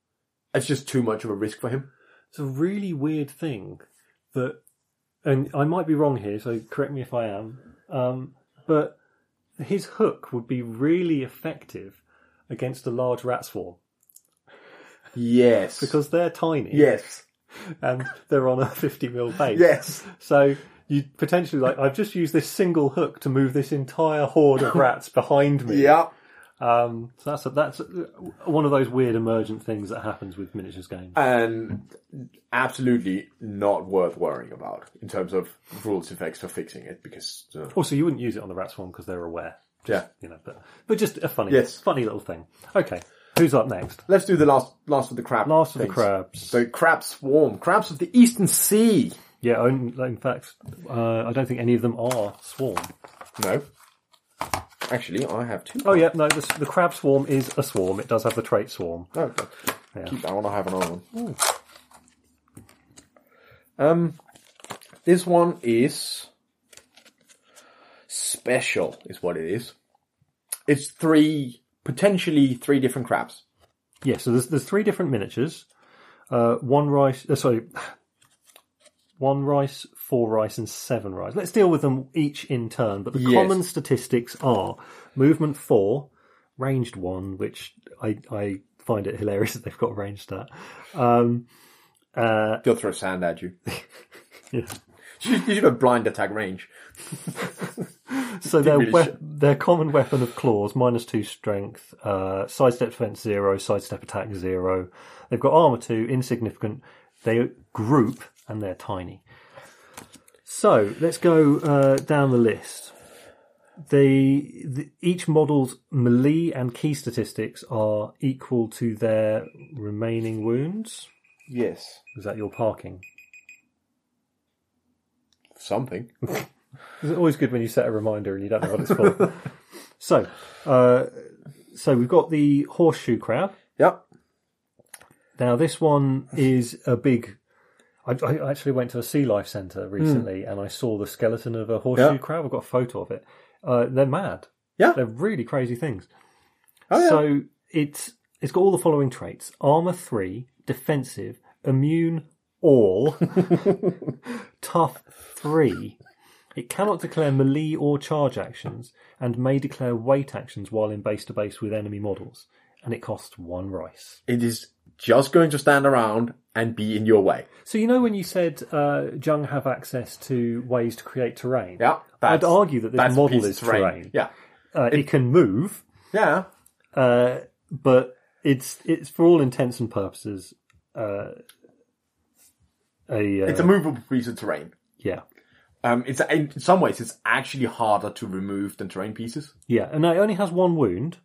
[SPEAKER 2] It's just too much of a risk for him.
[SPEAKER 1] it's a really weird thing that, and I might be wrong here, so correct me if I am, um, but his hook would be really effective against a large rat swarm
[SPEAKER 2] Yes.
[SPEAKER 1] because they're tiny
[SPEAKER 2] yes.
[SPEAKER 1] and they're on a 50 mil base.
[SPEAKER 2] Yes.
[SPEAKER 1] So you potentially like, I've just used this single hook to move this entire horde of rats behind me.
[SPEAKER 2] Yeah.
[SPEAKER 1] Um, so that's a, that's a, one of those weird emergent things that happens with miniatures games.
[SPEAKER 2] And Um, absolutely not worth worrying about in terms of rules effects for fixing it because uh,
[SPEAKER 1] Also, you wouldn't use it on the rat swarm because they're aware.
[SPEAKER 2] yeah.
[SPEAKER 1] you know, but but just a funny,
[SPEAKER 2] Yes.
[SPEAKER 1] funny little thing. Okay, who's up next?
[SPEAKER 2] Let's do the last last of the crab.
[SPEAKER 1] Last of the
[SPEAKER 2] things.
[SPEAKER 1] crabs.
[SPEAKER 2] So crab swarm, crabs of the eastern sea.
[SPEAKER 1] Yeah, in, in fact, uh, I don't think any of them are swarm.
[SPEAKER 2] No. Actually, I have two.
[SPEAKER 1] Oh yeah, no, the, the crab swarm is a swarm. It does have the trait swarm.
[SPEAKER 2] No, no.
[SPEAKER 1] Yeah.
[SPEAKER 2] keep that one. I have another one. Um, this one is special, is what it is. It's three potentially three different crabs.
[SPEAKER 1] Yeah, so there's there's three different miniatures. Uh, one rice, uh, sorry, one rice, four rice, and seven rice. Let's deal with them each in turn. But the
[SPEAKER 2] Yes.
[SPEAKER 1] common statistics are movement four, ranged one, which I I find it hilarious that they've got a ranged stat. Um, uh,
[SPEAKER 2] They'll throw sand at you.
[SPEAKER 1] yeah.
[SPEAKER 2] you should have blind attack range.
[SPEAKER 1] So their
[SPEAKER 2] really
[SPEAKER 1] wep-
[SPEAKER 2] shit.
[SPEAKER 1] their common weapon of claws minus two strength, uh, sidestep defense zero, sidestep attack zero. They've got armor two, insignificant. They group and they're tiny. So let's go uh, down the list. The, the each model's melee and key statistics are equal to their remaining wounds.
[SPEAKER 2] Yes,
[SPEAKER 1] Is that your parking?
[SPEAKER 2] something.
[SPEAKER 1] It's always good when you set a reminder and you don't know what it's for. so, uh, so we've got the horseshoe crab.
[SPEAKER 2] Yep.
[SPEAKER 1] Now, this one is a big. I, I actually went to a sea life centre recently and I saw the skeleton of a horseshoe
[SPEAKER 2] Hmm. Yeah.
[SPEAKER 1] crab. I've got a photo of it. Uh, they're mad.
[SPEAKER 2] Yeah.
[SPEAKER 1] They're really crazy things.
[SPEAKER 2] Oh, yeah.
[SPEAKER 1] So it's it's got all the following traits: armor three, defensive, immune all, tough three. It cannot declare melee or charge actions, and may declare weight actions while in base to base with enemy models. And it costs one rice.
[SPEAKER 2] It is just going to stand around and be in your way.
[SPEAKER 1] So you know when you said uh, Jung have access to ways to create terrain.
[SPEAKER 2] Yeah.
[SPEAKER 1] I'd
[SPEAKER 2] that's-
[SPEAKER 1] argue that
[SPEAKER 2] that's
[SPEAKER 1] this
[SPEAKER 2] a
[SPEAKER 1] model
[SPEAKER 2] piece
[SPEAKER 1] is
[SPEAKER 2] of terrain.
[SPEAKER 1] terrain.
[SPEAKER 2] Yeah.
[SPEAKER 1] Uh, it can move,
[SPEAKER 2] Yeah.
[SPEAKER 1] uh, but it's it's for all intents and purposes uh, a, uh,
[SPEAKER 2] It's a movable piece of terrain.
[SPEAKER 1] yeah
[SPEAKER 2] Um, it's in some ways it's actually harder to remove than terrain pieces.
[SPEAKER 1] yeah, and it only has one wound.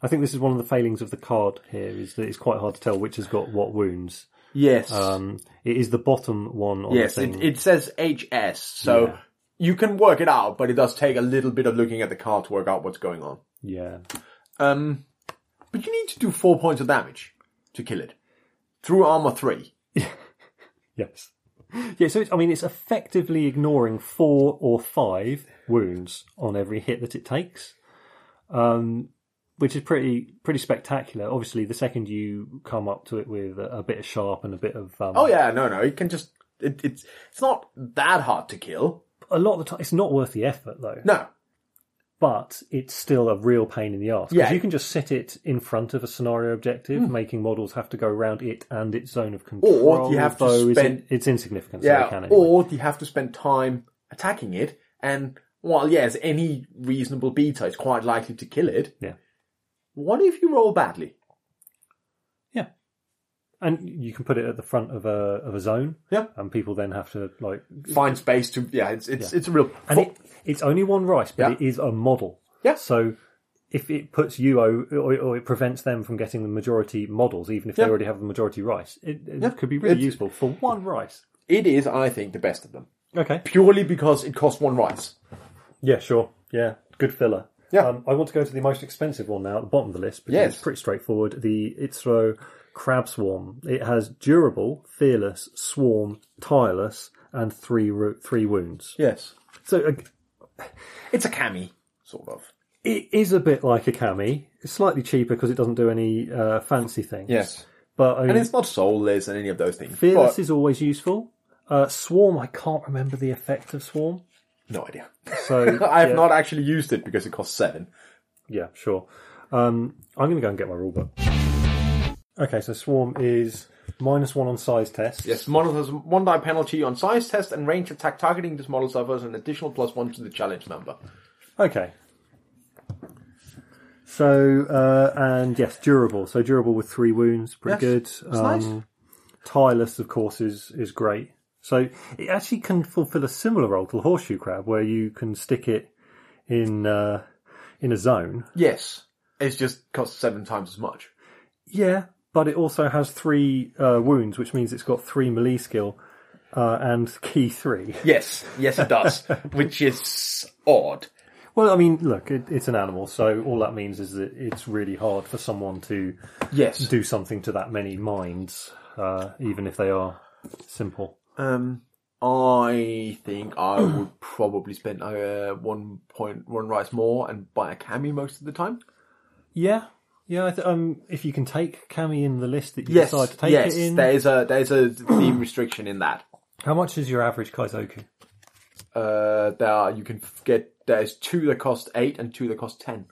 [SPEAKER 1] I think this is one of the failings of the card here is that it's quite hard to tell which has got what wounds.
[SPEAKER 2] Yes.
[SPEAKER 1] Um, it is the bottom one on
[SPEAKER 2] yes.
[SPEAKER 1] the thing.
[SPEAKER 2] It, it says HS, so
[SPEAKER 1] Yeah.
[SPEAKER 2] you can work it out, but it does take a little bit of looking at the card to work out what's going on.
[SPEAKER 1] yeah,
[SPEAKER 2] Um, but you need to do four points of damage to kill it through armor three.
[SPEAKER 1] yes, yeah. So it's, I mean, it's effectively ignoring four or five wounds on every hit that it takes. Um, which is pretty pretty spectacular. Obviously, the second you come up to it with a, a bit of sharp and a bit of um,
[SPEAKER 2] Oh yeah, no, no, it can just it, it's it's not that hard to kill.
[SPEAKER 1] a lot of the time it's not worth the effort though
[SPEAKER 2] No,
[SPEAKER 1] but it's still a real pain in the ass
[SPEAKER 2] Yeah. Hmm.
[SPEAKER 1] you can just sit it in front of a scenario objective making models have to go around it and its zone of control
[SPEAKER 2] Or you have to
[SPEAKER 1] though is
[SPEAKER 2] spend-
[SPEAKER 1] it- it's insignificant so
[SPEAKER 2] yeah,
[SPEAKER 1] they can anyway.
[SPEAKER 2] or you have to spend time attacking it, and while yes, any reasonable beta is quite likely to kill it.
[SPEAKER 1] Yeah.
[SPEAKER 2] What if you roll badly?
[SPEAKER 1] and you can put it at the front of a of a zone
[SPEAKER 2] Yeah.
[SPEAKER 1] and people then have to like
[SPEAKER 2] Find space to yeah, it's it's it's a real
[SPEAKER 1] and it, it's only one rice but
[SPEAKER 2] Yeah.
[SPEAKER 1] it is a model
[SPEAKER 2] Yeah.
[SPEAKER 1] so if it puts you o- or, or it prevents them from getting the majority models even if
[SPEAKER 2] Yeah.
[SPEAKER 1] they already have the majority rice it, it
[SPEAKER 2] Yeah.
[SPEAKER 1] could be really
[SPEAKER 2] It's-
[SPEAKER 1] useful for one rice
[SPEAKER 2] it is I think the best of them
[SPEAKER 1] okay
[SPEAKER 2] purely because it costs one rice.
[SPEAKER 1] Yeah, sure. Yeah, good filler.
[SPEAKER 2] Yeah.
[SPEAKER 1] Um, I want to go to the most expensive one now at the bottom of the list because
[SPEAKER 2] Yes.
[SPEAKER 1] it's pretty straightforward. The Itzro Crab Swarm. It has durable, fearless, swarm, tireless, and three ro- three wounds.
[SPEAKER 2] Yes,
[SPEAKER 1] So uh,
[SPEAKER 2] it's a cami sort of.
[SPEAKER 1] it is a bit like a cami. It's slightly cheaper because it doesn't do any uh, fancy things.
[SPEAKER 2] Yes,
[SPEAKER 1] but I
[SPEAKER 2] and
[SPEAKER 1] mean,
[SPEAKER 2] it's not soulless and any of those things.
[SPEAKER 1] fearless
[SPEAKER 2] but-
[SPEAKER 1] is always useful. Uh, swarm, I can't remember the effect of swarm.
[SPEAKER 2] no idea.
[SPEAKER 1] So
[SPEAKER 2] I have
[SPEAKER 1] yeah.
[SPEAKER 2] not actually used it because it costs seven.
[SPEAKER 1] Yeah, sure. Um, I'm going to go and get my rulebook. Okay, so swarm is minus one on size tests.
[SPEAKER 2] Yes, model has one die penalty on size test and range attack targeting. This model suffers an additional plus one to the challenge number.
[SPEAKER 1] Okay. So uh, and yes, durable. So durable with three wounds, pretty
[SPEAKER 2] Yes,
[SPEAKER 1] good.
[SPEAKER 2] it's nice.
[SPEAKER 1] Tireless, of course, is is great. So it actually can fulfil a similar role to the horseshoe crab, where you can stick it in uh, in a zone.
[SPEAKER 2] Yes, it's just costs seven times as much.
[SPEAKER 1] Yeah, but it also has three uh, wounds, which means it's got three melee skill uh, and key three.
[SPEAKER 2] Yes, yes, it does, which is odd.
[SPEAKER 1] Well, I mean, look, it, it's an animal, so all that means is that it's really hard for someone to
[SPEAKER 2] Yes,
[SPEAKER 1] do something to that many minds, uh, even if they are simple.
[SPEAKER 2] um, I think I would probably spend uh, one point one rice more and buy a cami most of the time.
[SPEAKER 1] Yeah, yeah. I th- um, if you can take Cammy in the list that you
[SPEAKER 2] Yes,
[SPEAKER 1] decide to take
[SPEAKER 2] yes,
[SPEAKER 1] it in,
[SPEAKER 2] there is a there is a theme restriction in that.
[SPEAKER 1] how much is your average Kaizoku?
[SPEAKER 2] Uh, there are, you can get there's two that cost eight and two that cost ten.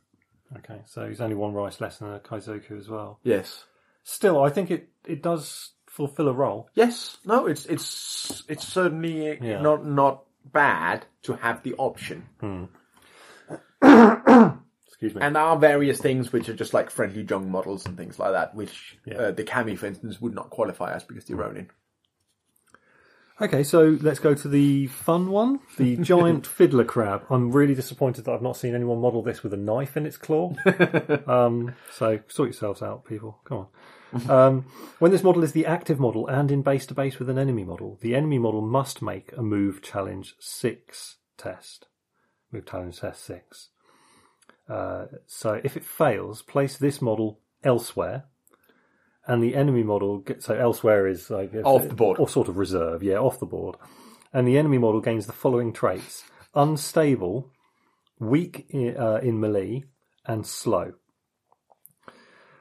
[SPEAKER 1] Okay, so he's only one rice less than a Kaizoku as well.
[SPEAKER 2] Yes.
[SPEAKER 1] Still, I think it it does fulfil a role.
[SPEAKER 2] Yes. No. It's it's it's certainly
[SPEAKER 1] Yeah.
[SPEAKER 2] not not bad to have the option.
[SPEAKER 1] Excuse me.
[SPEAKER 2] And there are various things which are just like friendly jung models and things like that, which
[SPEAKER 1] Yeah.
[SPEAKER 2] uh, the Kami, for instance, would not qualify as because they're Ronin.
[SPEAKER 1] Okay, so let's go to the fun one, the giant fiddler crab. I'm really disappointed that I've not seen anyone model this with a knife in its claw. um, so sort yourselves out, people. Come on. Um, when this model is the active model and in base to base with an enemy model, the enemy model must make a move challenge six test, move challenge test six. Uh, so if it fails, place this model elsewhere, and the enemy model get, so elsewhere is like if-
[SPEAKER 2] Off the board.
[SPEAKER 1] or sort of reserve, yeah, off the board, and the enemy model gains the following traits: unstable, weak in, uh, in melee, and slow.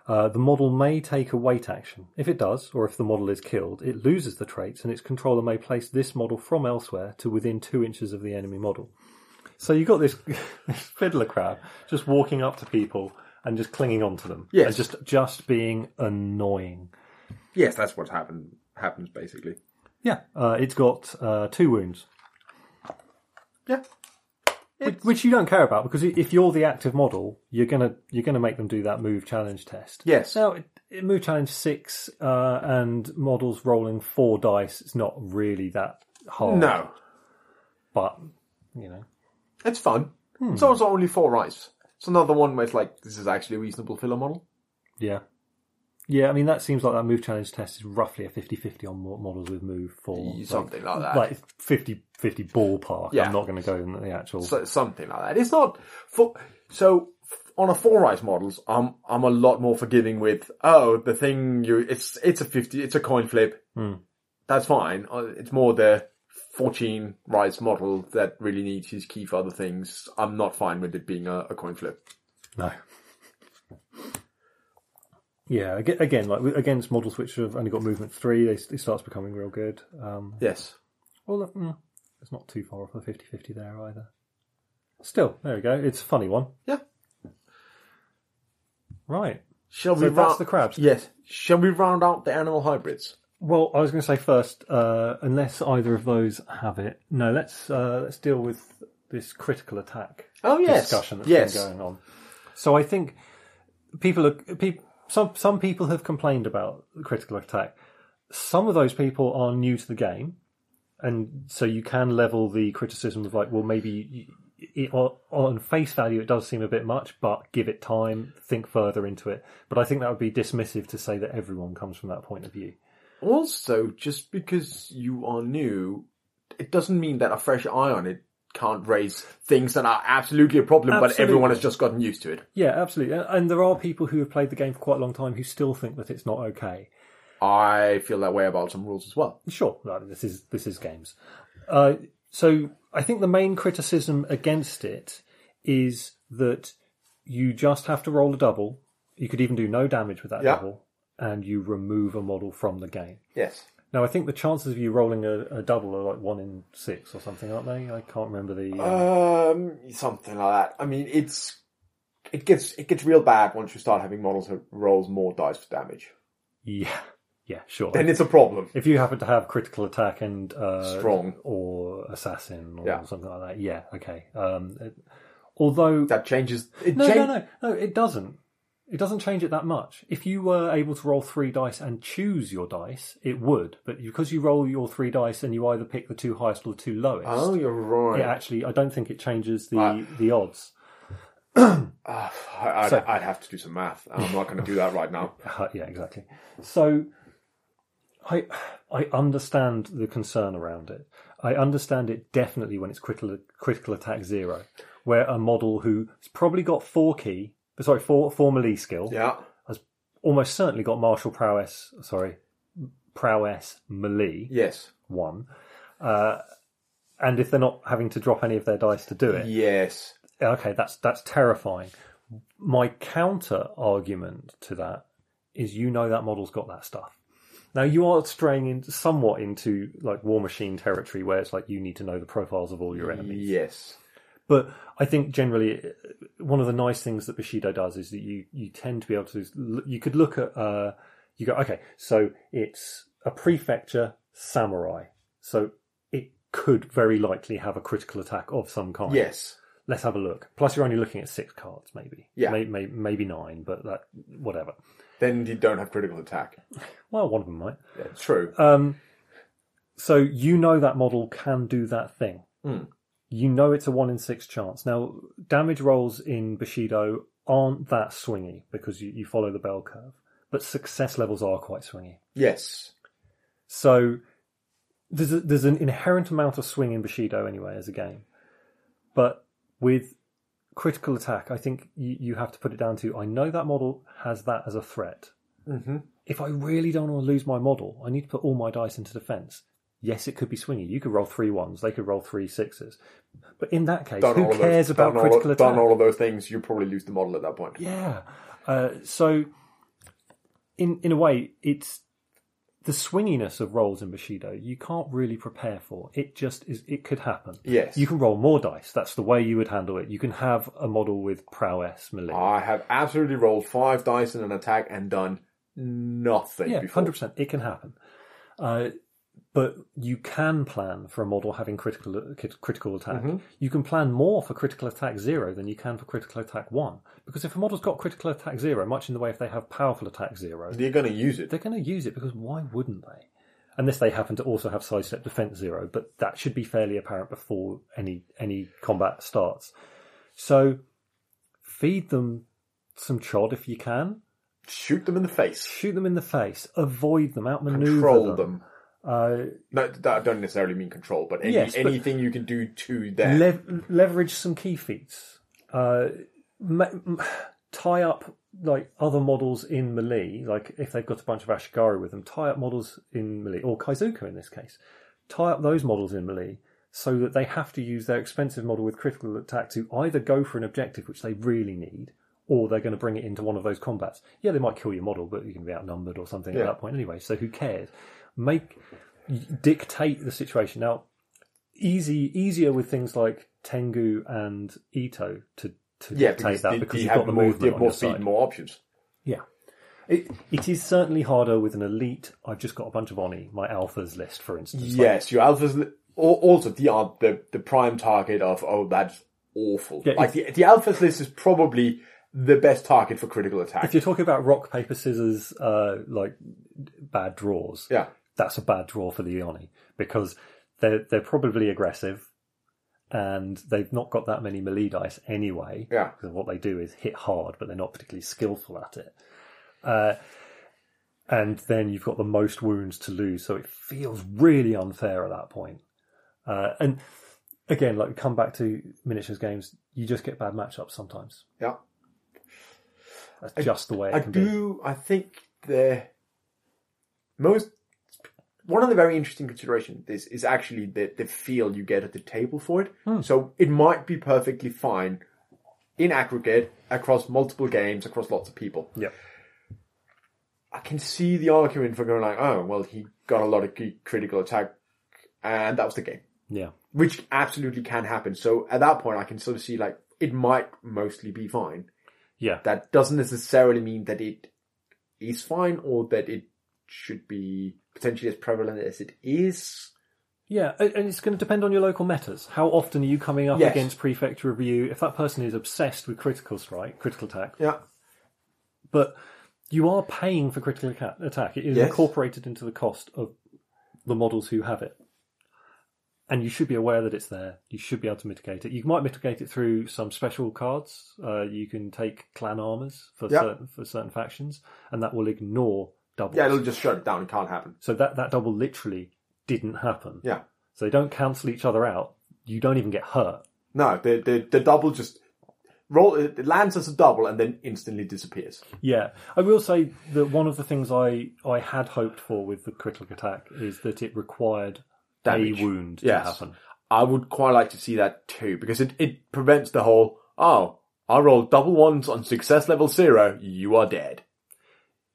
[SPEAKER 1] Uh, the model may take a wait action. If it does, or if the model is killed, it loses the traits, and its controller may place this model from elsewhere to within two inches of the enemy model. So you got this, this fiddler crab just walking up to people and just clinging onto them.
[SPEAKER 2] Yes.
[SPEAKER 1] And just just being annoying.
[SPEAKER 2] Yes, that's what happened. Happens basically.
[SPEAKER 1] Yeah. Uh, it's got uh, two wounds,
[SPEAKER 2] Yeah.
[SPEAKER 1] which, which you don't care about because i- if you're the active model, you're gonna you're gonna make them do that move challenge test.
[SPEAKER 2] Yes.
[SPEAKER 1] Now, it, it move challenge six uh, and models rolling four dice. It's not really that hard.
[SPEAKER 2] No,
[SPEAKER 1] But you know,
[SPEAKER 2] it's fun. It's also only four rice. It's another one where it's like this is actually a reasonable filler model.
[SPEAKER 1] yeah. Yeah, I mean that seems like that move challenge test is roughly a 50-50 on mo- models with move for
[SPEAKER 2] Something Oh, like that.
[SPEAKER 1] like 50 50 ballpark.
[SPEAKER 2] Yeah.
[SPEAKER 1] I'm not going to go in the actual.
[SPEAKER 2] so, something like that. It's not for so f- on a four eyes models. I'm I'm a lot more forgiving with oh the thing you it's it's a fifty it's a coin flip.
[SPEAKER 1] Hmm.
[SPEAKER 2] That's fine. Uh, It's more the fourteen rice model that really needs his key for other things. I'm not fine with it being a, a coin flip.
[SPEAKER 1] no. Yeah, aga- again, like with- against models which have only got movement three, they, it starts becoming real good. Um,
[SPEAKER 2] Yes.
[SPEAKER 1] well, mm, it's not too far off the 50-50 there either. Still, there we go. It's a funny one,
[SPEAKER 2] Yeah.
[SPEAKER 1] right?
[SPEAKER 2] Shall
[SPEAKER 1] So
[SPEAKER 2] we
[SPEAKER 1] that's
[SPEAKER 2] round
[SPEAKER 1] the crabs.
[SPEAKER 2] Yes. Shall we round out the animal hybrids?
[SPEAKER 1] Well, I was going to say first, uh, unless either of those have it, no. Let's uh, let's deal with this critical attack
[SPEAKER 2] Oh yes.
[SPEAKER 1] discussion that's
[SPEAKER 2] yes.
[SPEAKER 1] been going on. So I think people are people. Some some people have complained about the critical attack. Some of those people are new to the game, and so you can level the criticism of like, well, maybe y- it, on- on face value it does seem a bit much, but give it time, think further into it. But I think that would be dismissive to say that everyone comes from that point of view.
[SPEAKER 2] Also, just because you are new, it doesn't mean that a fresh eye on it can't raise things that are absolutely a problem, but
[SPEAKER 1] Absolutely.
[SPEAKER 2] everyone has just gotten used to it.
[SPEAKER 1] Yeah, absolutely. And- And there are people who have played the game for quite a long time who still think that it's not okay.
[SPEAKER 2] I feel that way about some rules as well.
[SPEAKER 1] Sure, no, this is this is games. Uh, so I think the main criticism against it is that you just have to roll a double. You could even do no damage with that
[SPEAKER 2] Yeah.
[SPEAKER 1] double, and you remove a model from the game.
[SPEAKER 2] Yes.
[SPEAKER 1] Now I think the chances of you rolling a, a double are like one in six or something, aren't they? I can't remember the. uh,
[SPEAKER 2] Um, something like that. I mean, it's it gets it gets real bad once you start having models that rolls more dice for damage.
[SPEAKER 1] yeah, yeah, sure.
[SPEAKER 2] Then it's a problem.
[SPEAKER 1] If you happen to have critical attack and uh,
[SPEAKER 2] Strong.
[SPEAKER 1] or assassin or
[SPEAKER 2] Yeah.
[SPEAKER 1] something like that, yeah, okay. Um, it- although
[SPEAKER 2] That changes. It
[SPEAKER 1] no,
[SPEAKER 2] cha-
[SPEAKER 1] no, no, no, it doesn't. It doesn't change it that much. If you were able to roll three dice and choose your dice, it would. But because you roll your three dice and you either pick the two highest or the two lowest,
[SPEAKER 2] Oh, you're right.
[SPEAKER 1] it actually, I don't think it changes the
[SPEAKER 2] Right.
[SPEAKER 1] the odds.
[SPEAKER 2] Uh, I'd,
[SPEAKER 1] So-
[SPEAKER 2] I'd have to do some math. I'm not going to do that right now.
[SPEAKER 1] Uh, yeah, exactly. So I I understand the concern around it. I understand it definitely when it's critical critical attack zero, where a model who's probably got four key, sorry, four four melee skill,
[SPEAKER 2] Yeah.
[SPEAKER 1] almost certainly got martial prowess. Sorry, prowess melee
[SPEAKER 2] Yes.
[SPEAKER 1] one. Uh, and if they're not having to drop any of their dice to do it,
[SPEAKER 2] Yes.
[SPEAKER 1] okay, that's that's terrifying. My counter argument to that is you know that model's got that stuff. Now you are straying in somewhat into like War Machine territory where it's like you need to know the profiles of all your enemies.
[SPEAKER 2] Yes.
[SPEAKER 1] But I think generally uh, one of the nice things that Bushido does is that you you tend to be able to l- you could look at uh you go okay so it's a prefecture samurai so it could very likely have a critical attack of some kind
[SPEAKER 2] Yes.
[SPEAKER 1] let's have a look. Plus, you're only looking at six cards, maybe.
[SPEAKER 2] Yeah.
[SPEAKER 1] May- may- maybe nine, but that whatever.
[SPEAKER 2] Then you don't have critical attack.
[SPEAKER 1] Well, one of them might.
[SPEAKER 2] Yeah, true.
[SPEAKER 1] Um, so you know that model can do that thing.
[SPEAKER 2] Hmm.
[SPEAKER 1] You know it's a one in six chance. Now, damage rolls in Bushido aren't that swingy because you, you follow the bell curve, but success levels are quite swingy.
[SPEAKER 2] yes.
[SPEAKER 1] So there's a, there's an inherent amount of swing in Bushido anyway as a game. But with critical attack, I think you, you have to put it down to I know that model has that as a threat.
[SPEAKER 2] Mm-hmm.
[SPEAKER 1] If I really don't want to lose my model, I need to put all my dice into defense. Yes, it could be swingy. You could roll three ones, they could roll three sixes. But in that case,
[SPEAKER 2] Done all
[SPEAKER 1] who
[SPEAKER 2] of
[SPEAKER 1] cares
[SPEAKER 2] those,
[SPEAKER 1] about
[SPEAKER 2] done
[SPEAKER 1] critical
[SPEAKER 2] all,
[SPEAKER 1] attack?
[SPEAKER 2] Done all of those things, you probably lose the model at that point.
[SPEAKER 1] Yeah. Uh, so, in in a way, it's the swinginess of rolls in Bushido. You can't really prepare for it. Just is it could happen.
[SPEAKER 2] Yes.
[SPEAKER 1] You can roll more dice. That's the way you would handle it. You can have a model with prowess, melee.
[SPEAKER 2] I have absolutely rolled five dice in an attack and done nothing
[SPEAKER 1] yeah,
[SPEAKER 2] before.
[SPEAKER 1] hundred percent. It can happen. Uh, but you can plan for a model having critical crit- critical attack. You can plan more for critical attack zero than you can for critical attack one. Because if a model's got critical attack zero, much in the way if they have powerful attack zero,
[SPEAKER 2] You're going to use it.
[SPEAKER 1] they're going to use it because why wouldn't they? Unless they happen to also have sidestep defense zero, but that should be fairly apparent before any any combat starts. So feed them some chod if you can.
[SPEAKER 2] Shoot them in the face.
[SPEAKER 1] Shoot them in the face. Avoid them. Outmaneuver
[SPEAKER 2] Control them.
[SPEAKER 1] them. Uh,
[SPEAKER 2] No, that I don't necessarily mean control, but, any,
[SPEAKER 1] Yes, but-
[SPEAKER 2] anything you can do to them.
[SPEAKER 1] lev- leverage some key feats. Uh, ma- m- tie up like other models in melee, like if they've got a bunch of Ashigaru with them, tie up models in melee or Kaizuka in this case. Tie up those models in melee so that they have to use their expensive model with critical attack to either go for an objective which they really need, or they're going to bring it into one of those combats. Yeah, they might kill your model, but you can be outnumbered or something
[SPEAKER 2] Yeah.
[SPEAKER 1] at that point anyway. So who cares? Make dictate the situation. Now, easy easier with things like Tengu and Ito to to
[SPEAKER 2] yeah,
[SPEAKER 1] dictate
[SPEAKER 2] because,
[SPEAKER 1] that
[SPEAKER 2] you
[SPEAKER 1] because
[SPEAKER 2] you
[SPEAKER 1] you've
[SPEAKER 2] have
[SPEAKER 1] got the
[SPEAKER 2] more, you
[SPEAKER 1] movement
[SPEAKER 2] have
[SPEAKER 1] on
[SPEAKER 2] more
[SPEAKER 1] your
[SPEAKER 2] speed,
[SPEAKER 1] side.
[SPEAKER 2] and more options.
[SPEAKER 1] Yeah. It, it is certainly harder with an elite. I've just got a bunch of Oni, my alphas list, for instance. Like,
[SPEAKER 2] Yes, your alphas li- al- also the are the the prime target of oh that's awful.
[SPEAKER 1] Yeah,
[SPEAKER 2] like the the alphas list is probably the best target for critical attack.
[SPEAKER 1] if you're talking about rock, paper, scissors, uh, like bad draws,
[SPEAKER 2] yeah,
[SPEAKER 1] that's a bad draw for the Oni because they're they're probably aggressive and they've not got that many melee dice anyway.
[SPEAKER 2] Yeah.
[SPEAKER 1] Because what they do is hit hard, but they're not particularly skillful at it. Uh, and then you've got the most wounds to lose, so it feels really unfair at that point. Uh, and again, like we come back to miniatures games, you just get bad matchups sometimes.
[SPEAKER 2] yeah.
[SPEAKER 1] That's just the way it
[SPEAKER 2] I
[SPEAKER 1] can be.
[SPEAKER 2] do. I think the most one of the very interesting considerations of this is actually the the feel you get at the table for it.
[SPEAKER 1] Hmm.
[SPEAKER 2] So it might be perfectly fine in aggregate across multiple games across lots of people.
[SPEAKER 1] Yeah.
[SPEAKER 2] I can see the argument for going like, oh, well, he got a lot of key- critical attack, and that was the game,
[SPEAKER 1] Yeah.
[SPEAKER 2] which absolutely can happen. So at that point, I can sort of see like it might mostly be fine.
[SPEAKER 1] Yeah.
[SPEAKER 2] That doesn't necessarily mean that it is fine or that it should be potentially as prevalent as it is.
[SPEAKER 1] Yeah, a- and it's going to depend on your local metas. How often are you coming up
[SPEAKER 2] Yes.
[SPEAKER 1] against prefect review? If that person is obsessed with critical strike, critical attack,
[SPEAKER 2] Yeah.
[SPEAKER 1] but you are paying for critical aca- attack, it is
[SPEAKER 2] Yes.
[SPEAKER 1] incorporated into the cost of the models who have it. And you should be aware that it's there. You should be able to mitigate it. You might mitigate it through some special cards. Uh, you can take clan armors for
[SPEAKER 2] Yeah.
[SPEAKER 1] certain for certain factions, and that will ignore doubles.
[SPEAKER 2] Yeah, it'll just shut it down. It can't happen.
[SPEAKER 1] so that that double literally didn't happen.
[SPEAKER 2] Yeah.
[SPEAKER 1] So they don't cancel each other out. You don't even get hurt.
[SPEAKER 2] No, the, the, the double just roll, it lands as a double and then instantly disappears.
[SPEAKER 1] Yeah. I will say that one of the things I, I had hoped for with the critical attack is that it required
[SPEAKER 2] Damage.
[SPEAKER 1] a wound
[SPEAKER 2] Yes.
[SPEAKER 1] to happen.
[SPEAKER 2] I would quite like to see that too, because it, it prevents the whole, oh, I rolled double ones on success level zero, you are dead.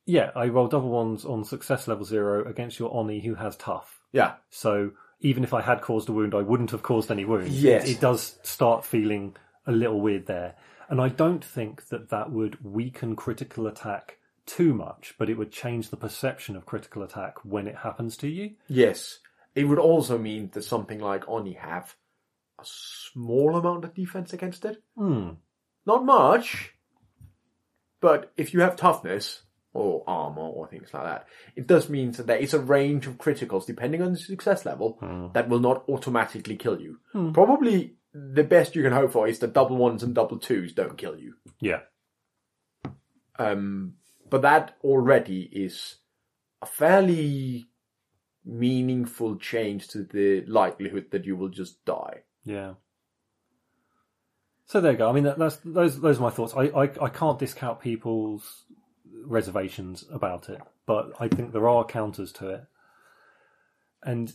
[SPEAKER 1] Yeah, I roll double ones on success level zero against your Oni who has tough.
[SPEAKER 2] Yeah.
[SPEAKER 1] So even if I had caused a wound, I wouldn't have caused any wounds.
[SPEAKER 2] Yes.
[SPEAKER 1] It, it does start feeling a little weird there. And I don't think that that would weaken critical attack too much, but it would change the perception of critical attack when it happens to you.
[SPEAKER 2] Yes. It would also mean that something like Oni have a small amount of defense against it.
[SPEAKER 1] Hmm.
[SPEAKER 2] Not much, but if you have toughness or armor or things like that, it does mean that there is a range of criticals depending on the success level that will not automatically kill you. Probably the best you can hope for is that double ones and double twos don't kill you.
[SPEAKER 1] Yeah.
[SPEAKER 2] Um, but that already is a fairly meaningful change to the likelihood that you will just die.
[SPEAKER 1] Yeah. So there you go. I mean, that, that's those those are my thoughts. I, I I can't discount people's reservations about it, but I think there are counters to it. And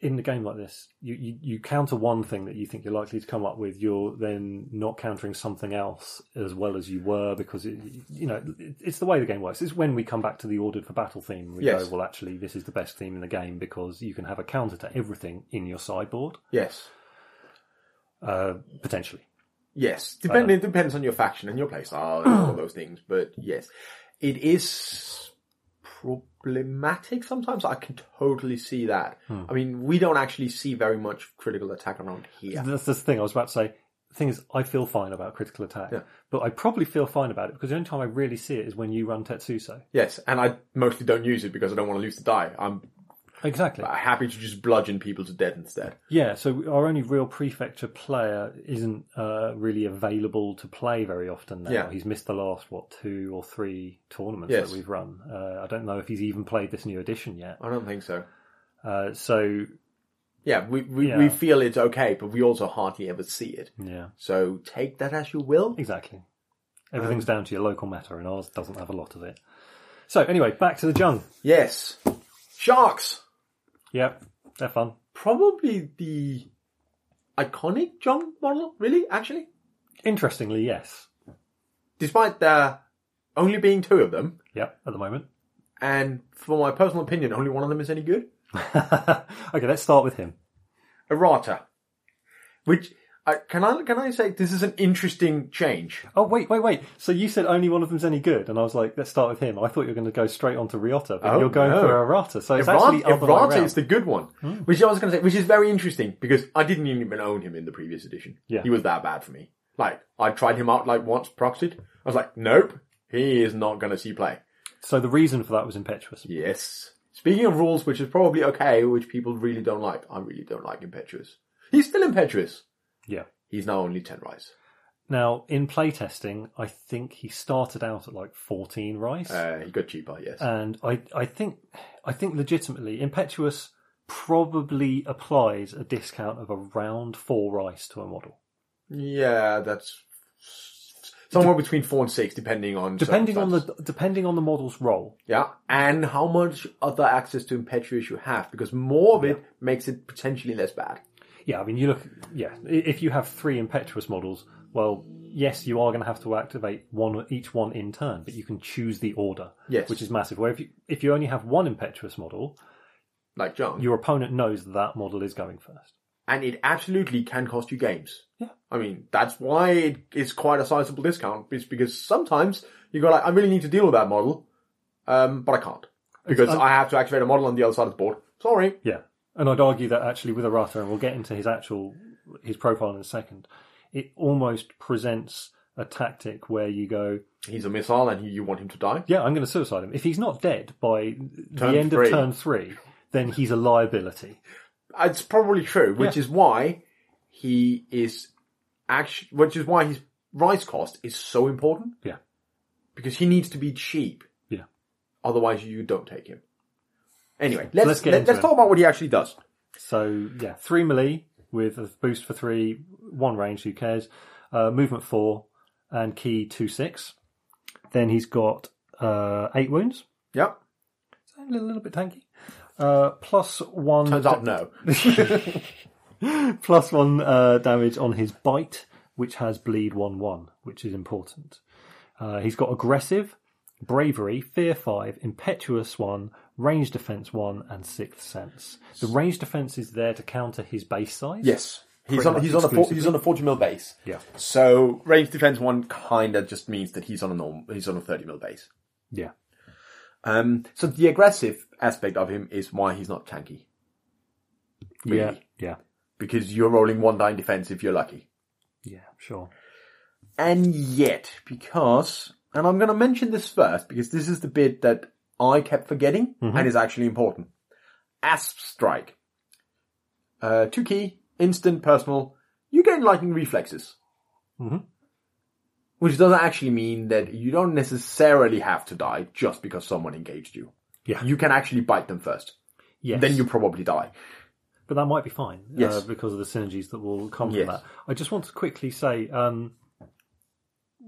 [SPEAKER 1] in a game like this, you, you, you counter one thing that you think you're likely to come up with. You're then not countering something else as well as you were because it, you know it, it's the way the game works. It's when we come back to the ordered for battle theme, we
[SPEAKER 2] Yes.
[SPEAKER 1] go, well, actually, this is the best theme in the game because you can have a counter to everything in your sideboard
[SPEAKER 2] Yes.
[SPEAKER 1] uh, potentially.
[SPEAKER 2] Yes, depend, it depends on your faction and your playstyle and
[SPEAKER 1] Oh.
[SPEAKER 2] all those things. But yes, it is problematic sometimes. I can totally see that.
[SPEAKER 1] Hmm.
[SPEAKER 2] I mean, we don't actually see very much critical attack around here.
[SPEAKER 1] That's the thing I was about to say. The thing is, I feel fine about critical attack,
[SPEAKER 2] Yeah.
[SPEAKER 1] but I probably feel fine about it because the only time I really see it is when you run Tetsuso.
[SPEAKER 2] Yes, and I mostly don't use it because I don't want to lose the die. I'm
[SPEAKER 1] Exactly.
[SPEAKER 2] happy to just bludgeon people to death instead.
[SPEAKER 1] Yeah, so our only real prefecture player isn't uh, really available to play very often now.
[SPEAKER 2] Yeah.
[SPEAKER 1] He's missed the last, what, two or three tournaments
[SPEAKER 2] Yes.
[SPEAKER 1] that we've run. Uh, I don't know if he's even played this new edition yet.
[SPEAKER 2] I don't think so.
[SPEAKER 1] Uh, so,
[SPEAKER 2] Yeah, we we,
[SPEAKER 1] Yeah.
[SPEAKER 2] we feel it's okay, but we also hardly ever see it.
[SPEAKER 1] yeah,
[SPEAKER 2] So take that as you will.
[SPEAKER 1] exactly. Everything's
[SPEAKER 2] Um,
[SPEAKER 1] down to your local matter, and ours doesn't have a lot of it. So, anyway, back to the Jung.
[SPEAKER 2] Yes, sharks.
[SPEAKER 1] Yep, they're fun.
[SPEAKER 2] probably the iconic John model, really, actually.
[SPEAKER 1] Interestingly, yes.
[SPEAKER 2] Despite there only being two of them,
[SPEAKER 1] Yep, at the moment.
[SPEAKER 2] and for my personal opinion, only one of them is any good.
[SPEAKER 1] okay, let's start with him.
[SPEAKER 2] Errata. Which, I can I, can I say this is an interesting change?
[SPEAKER 1] Oh wait, wait, wait! So you said only one of them's any good, and I was like, let's start with him. I thought you were going to go straight on to Riotta, but
[SPEAKER 2] Oh,
[SPEAKER 1] you're going
[SPEAKER 2] no.
[SPEAKER 1] for Arata. So it's
[SPEAKER 2] Errata,
[SPEAKER 1] actually other way
[SPEAKER 2] Errata
[SPEAKER 1] around. Hmm.
[SPEAKER 2] is the good one. Which I was going to say, which is very interesting because I didn't even own him in the previous edition.
[SPEAKER 1] Yeah.
[SPEAKER 2] He was that bad for me. Like, I tried him out like once, proxied. I was like, nope, he is not going to see play.
[SPEAKER 1] So the reason for that was impetuous.
[SPEAKER 2] Yes. Speaking of rules, which is probably okay, which people really don't like. I really don't like impetuous. He's still impetuous.
[SPEAKER 1] Yeah.
[SPEAKER 2] He's now only ten rise.
[SPEAKER 1] Now in playtesting, I think he started out at like 14 rice,
[SPEAKER 2] Uh, he got cheaper. Yes.
[SPEAKER 1] and I, I think, I think legitimately, impetuous probably applies a discount of around four rice to a model,
[SPEAKER 2] yeah, that's somewhere between four and six, depending on
[SPEAKER 1] depending on
[SPEAKER 2] circumstances.
[SPEAKER 1] the depending on the model's role.
[SPEAKER 2] yeah, and how much other access to impetuous you have, because more of it makes it potentially less bad.
[SPEAKER 1] Yeah, I mean, you look. Yeah, i- if you have three impetuous models, well, yes, you are going to have to activate one each one in turn, but you can choose the order,
[SPEAKER 2] Yes.
[SPEAKER 1] which is massive. Where if you if you only have one impetuous model,
[SPEAKER 2] Like John.
[SPEAKER 1] your opponent knows that, that model is going first.
[SPEAKER 2] and it absolutely can cost you games.
[SPEAKER 1] Yeah.
[SPEAKER 2] I mean, that's why it is quite a sizable discount, is because sometimes you go like, I really need to deal with that model, um, but I can't. Because
[SPEAKER 1] It's-
[SPEAKER 2] I have to activate a model on the other side of the board. Sorry.
[SPEAKER 1] Yeah, and I'd argue that actually with Arata, and we'll get into his actual his profile in a second. It almost presents a tactic where you go,
[SPEAKER 2] He's a missile and he, you want him to die.
[SPEAKER 1] yeah, I'm going to suicide him. If he's not dead by
[SPEAKER 2] Turn
[SPEAKER 1] the end
[SPEAKER 2] three.
[SPEAKER 1] of turn three, then he's a liability.
[SPEAKER 2] It's probably true, which is why he is actually, which is why his rise cost is so important.
[SPEAKER 1] Yeah.
[SPEAKER 2] Because he needs to be cheap.
[SPEAKER 1] Yeah.
[SPEAKER 2] Otherwise you don't take him. Anyway, let's,
[SPEAKER 1] let's
[SPEAKER 2] let's,
[SPEAKER 1] get
[SPEAKER 2] let,
[SPEAKER 1] into
[SPEAKER 2] us
[SPEAKER 1] him.
[SPEAKER 2] talk about what he actually does.
[SPEAKER 1] So yeah, three melee with a boost for three, one range. Who cares? Uh, movement four and key two six. Then he's got uh, eight wounds.
[SPEAKER 2] Yep.
[SPEAKER 1] A little, little bit tanky. Uh, plus one.
[SPEAKER 2] Turns out no.
[SPEAKER 1] plus one uh, damage on his bite, which has bleed one one, which is important. Uh, he's got aggressive, bravery, fear five, impetuous one, range defense one, and sixth sense. The range defense is there to counter his base size.
[SPEAKER 2] Yes, he's
[SPEAKER 1] Pretty
[SPEAKER 2] on
[SPEAKER 1] much
[SPEAKER 2] he's on a four,
[SPEAKER 1] exclusively.
[SPEAKER 2] he's on a forty mil base.
[SPEAKER 1] Yeah.
[SPEAKER 2] So range defense one kind of just means that he's on a norm he's on a thirty mil base.
[SPEAKER 1] Yeah.
[SPEAKER 2] Um, so the aggressive aspect of him is why he's not tanky
[SPEAKER 1] Yeah.
[SPEAKER 2] Really?
[SPEAKER 1] Yeah.
[SPEAKER 2] because you're rolling one die in defense if you're lucky.
[SPEAKER 1] Yeah. Sure.
[SPEAKER 2] And yet, because and I'm going to mention this first because this is the bit that I kept forgetting
[SPEAKER 1] Mm-hmm.
[SPEAKER 2] and is actually important. Asp strike, uh, two key, instant, personal. You gain lightning reflexes.
[SPEAKER 1] hmm
[SPEAKER 2] Which doesn't actually mean that you don't necessarily have to die just because someone engaged you.
[SPEAKER 1] Yeah.
[SPEAKER 2] You can actually bite them first.
[SPEAKER 1] Yes.
[SPEAKER 2] Then you probably die.
[SPEAKER 1] but that might be fine
[SPEAKER 2] Yes.
[SPEAKER 1] uh, because of the synergies that will come
[SPEAKER 2] Yes.
[SPEAKER 1] from that. I just want to quickly say, um,